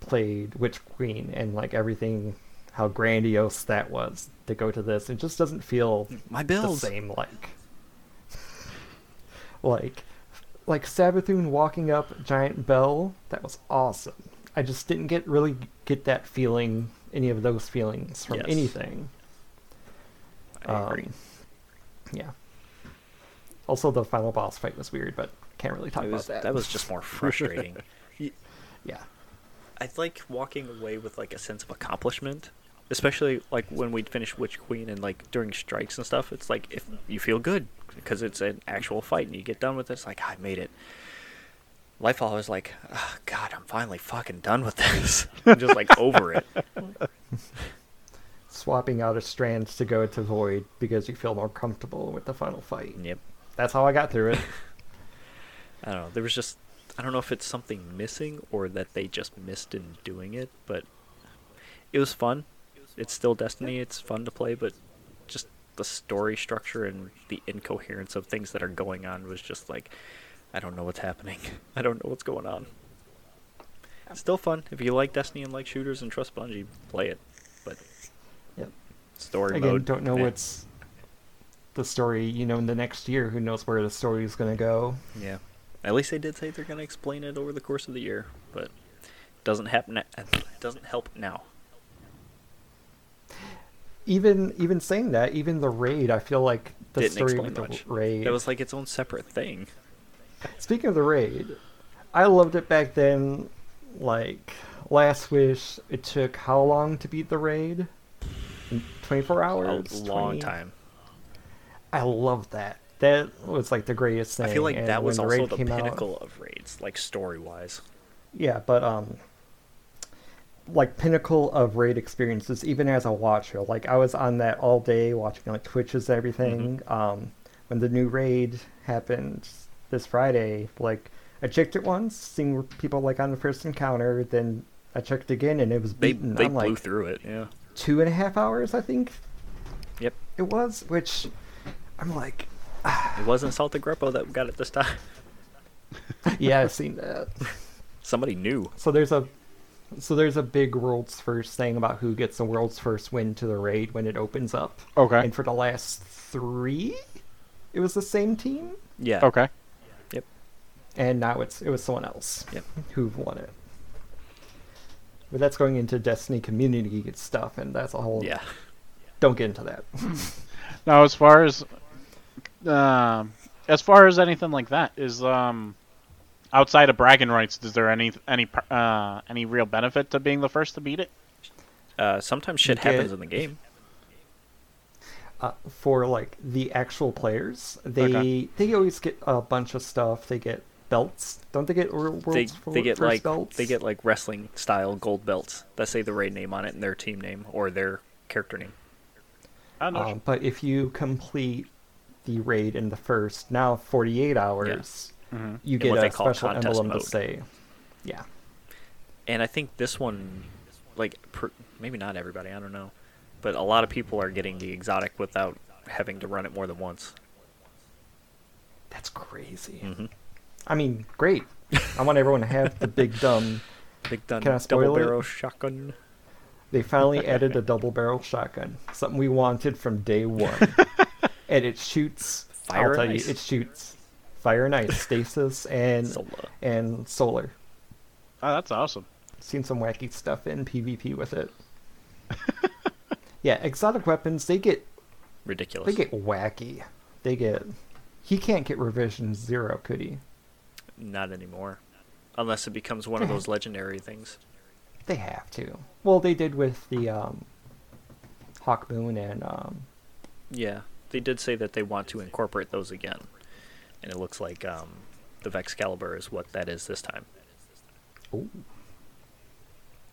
S3: played Witch Queen and like everything, how grandiose that was to go to this. It just doesn't feel
S1: My
S3: the
S1: bills.
S3: same like like like Sabathun walking up Giant Bell, that was awesome. I just didn't get really get that feeling any of those feelings from
S1: Yes.
S3: anything.
S1: I agree.
S3: Um, yeah. Also the final boss fight was weird, but can't really talk
S1: It was,
S3: about that.
S1: that was just more frustrating. You-
S3: yeah.
S1: I like walking away with like a sense of accomplishment, especially like when we'd finish Witch Queen and like during strikes and stuff. It's like if you feel good because it's an actual fight and you get done with it, it's like I made it. Life I was like, oh, God, I'm finally fucking done with this. I'm just like over it.
S3: Swapping out of strands to go to void because you feel more comfortable with the final fight.
S1: Yep.
S3: That's how I got through it.
S1: I don't know. There was just I don't know if it's something missing or that they just missed in doing it, but it was fun. It's still Destiny. It's fun to play, but just the story structure and the incoherence of things that are going on was just like I don't know what's happening. I don't know what's going on. It's still fun. If you like Destiny and like shooters and trust Bungie, play it. But
S3: yep.
S1: story
S3: again
S1: mode,
S3: don't know
S1: meh.
S3: what's the story you know in the next year who knows where the story is going to go
S1: Yeah. At least they did say they're going to explain it over the course of the year, but doesn't happen. It doesn't help now.
S3: even even saying that even the raid i feel like the
S1: Didn't
S3: story
S1: explain
S3: with the
S1: much.
S3: raid
S1: It was like its own separate thing.
S3: speaking of the raid i loved it back then like last wish it took how long to beat the raid 24
S1: A
S3: hours
S1: long
S3: 20?
S1: time.
S3: i love that that was like the greatest thing
S1: I feel like
S3: and
S1: that was
S3: when
S1: also
S3: raid
S1: the
S3: came out-
S1: pinnacle of raids, like story wise.
S3: Yeah, but um like pinnacle of raid experiences even as a watcher. Like I was on that all day watching like Twitches and everything.
S1: Mm-hmm.
S3: Um when the new raid happened this Friday, like I checked it once, seeing people like on the first encounter, then I checked again and it was
S1: They
S3: beaten.
S1: they
S3: I'm
S1: blew
S3: like
S1: through it. Yeah.
S3: two and a half hours I think
S1: Yep.
S3: it was, which I'm like
S1: It wasn't Salted Greppo that got it this time.
S3: yeah, I've seen that.
S1: Somebody new.
S3: So there's a so there's a big world's first thing about who gets the world's first win to the raid when it opens up.
S2: Okay.
S3: And for the last three, it was the same team,
S1: Yeah.
S2: Okay.
S1: Yep.
S3: and now it's it was someone else
S1: Yep.
S3: who won it. But that's going into Destiny community stuff, and that's a whole.
S1: Yeah.
S3: Don't get into that.
S2: Now, as far as um, as far as anything like that is um, outside of bragging rights, is there any any pr- uh, any real benefit to being the first to beat it?
S1: Uh, sometimes shit
S3: get-
S1: happens in the game.
S3: uh, for like the actual players. They
S2: Okay.
S3: they always get a bunch of stuff. They get belts, don't they? Get world
S1: They,
S3: world's
S1: they get
S3: first
S1: like
S3: belts.
S1: they get like wrestling style gold belts that say the raid name on it and their team name or their character name.
S2: I don't know.
S3: Um, but if you complete the raid in the first now 48 hours,
S2: Mhm.
S1: Mm-hmm.
S3: you
S1: In
S3: get
S1: what they
S3: a
S1: call
S3: special
S1: contest
S3: emblem
S1: mode.
S3: to say, yeah,
S1: And I think this one, like per, maybe not everybody, I don't know, but a lot of people are getting the exotic without having to run it more than once.
S3: that's crazy.
S1: Mhm.
S3: I mean, great. I want everyone to have the big dumb.
S1: Big done
S3: Can I
S1: double
S3: spoil it?
S1: barrel shotgun.
S3: They finally added a double barrel shotgun, something we wanted from day one. and it shoots
S1: Fire
S3: I'll
S1: and
S3: tell
S1: ice.
S3: you, it shoots fire and ice, stasis, and
S1: Solar.
S3: and solar.
S2: Oh, that's awesome.
S3: Seen some wacky stuff in PvP with it. yeah, exotic weapons they get
S1: Ridiculous.
S3: they get wacky. They get he can't get revision zero, could he?
S1: Not anymore, unless it becomes one of those legendary things.
S3: They have to. Well, they did with the um, Hawk Moon and um,
S1: Yeah, they did say that they want to incorporate those again, and it looks like um, the Vexcalibur is what that is this time.
S3: Ooh.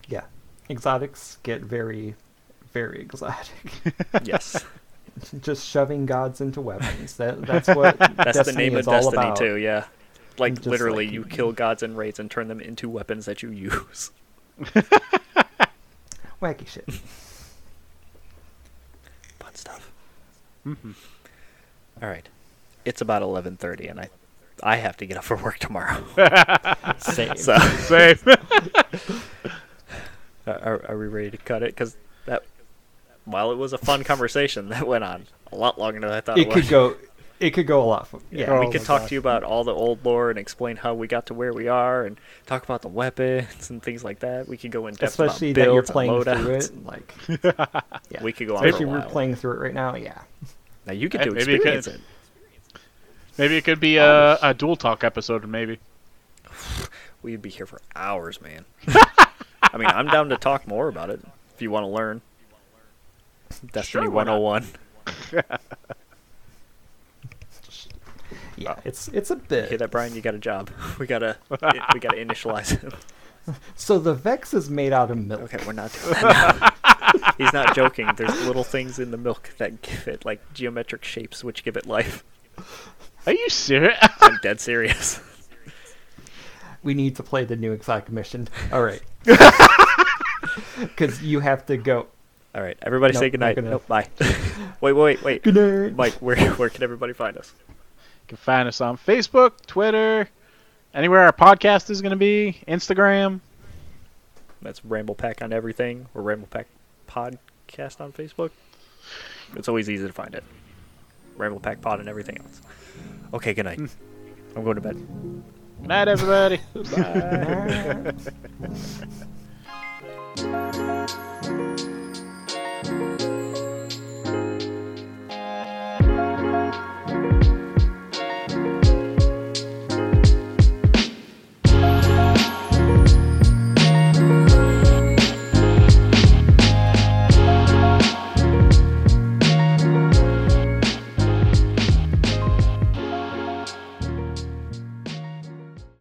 S3: Yeah. Exotics get very, very exotic.
S1: Yes,
S3: Just shoving gods into weapons. That, that's what
S1: that's
S3: Destiny
S1: the name
S3: is
S1: of
S3: all
S1: Destiny
S3: about.
S1: too. Yeah, like
S3: Just
S1: literally,
S3: like-
S1: you kill gods and raids and turn them into weapons that you use.
S3: Wacky shit.
S1: Fun stuff.
S2: Mm-hmm.
S1: All right, it's about eleven thirty, and I, I have to get up for work tomorrow.
S3: Same.
S1: so,
S2: Same.
S1: are, are we ready to cut it? Because that, while it was a fun conversation, that went on a lot longer than I thought it,
S3: it
S1: was.
S3: could go. It could go a lot. fu- Yeah.
S2: Oh
S1: we
S2: my
S1: could talk
S2: God.
S1: to you about all the old lore and explain how we got to where we are, and talk about the weapons and things like that. We could go in depth
S3: especially
S1: about
S3: that you're
S1: builds
S3: playing
S1: and
S3: through
S1: loadouts.
S3: it. Like. Yeah.
S1: We could go on for a
S3: Especially we're
S1: while.
S3: playing through it right now. Yeah.
S1: Now you get
S2: Hey,
S1: to
S2: maybe you could-
S1: experience it.
S2: Maybe it could be a, a dual talk episode. Maybe.
S1: We'd be here for hours, man. I mean, I'm down to talk more about it if you want to learn. Destiny
S2: Sure, why not?
S1: 101.
S3: Yeah. It's it's a bit.
S1: Hear that, Brian? You got a job. We gotta we gotta initialize him.
S3: So the Vex is made out of milk.
S1: Okay, we're not doing that now. He's not joking. There's little things in the milk that give it like geometric shapes, which give it life.
S2: Are you serious?
S1: I'm dead serious.
S3: we need to play the new exotic mission. All right. Because you have to go.
S1: All right, everybody say
S3: Nope,
S1: good
S3: not
S1: night.
S3: gonna-
S1: Nope, bye. wait, wait, wait.
S3: Good night.
S1: Mike, where where can everybody find us?
S2: You can find us on Facebook, Twitter, anywhere our podcast is going to be, Instagram.
S1: That's Ramble Pack on everything or Ramble Pack podcast on Facebook. It's always easy to find it. Ramble Pack pod and everything else. Okay, good night. I'm going to bed.
S2: Good night, everybody.
S3: Good night.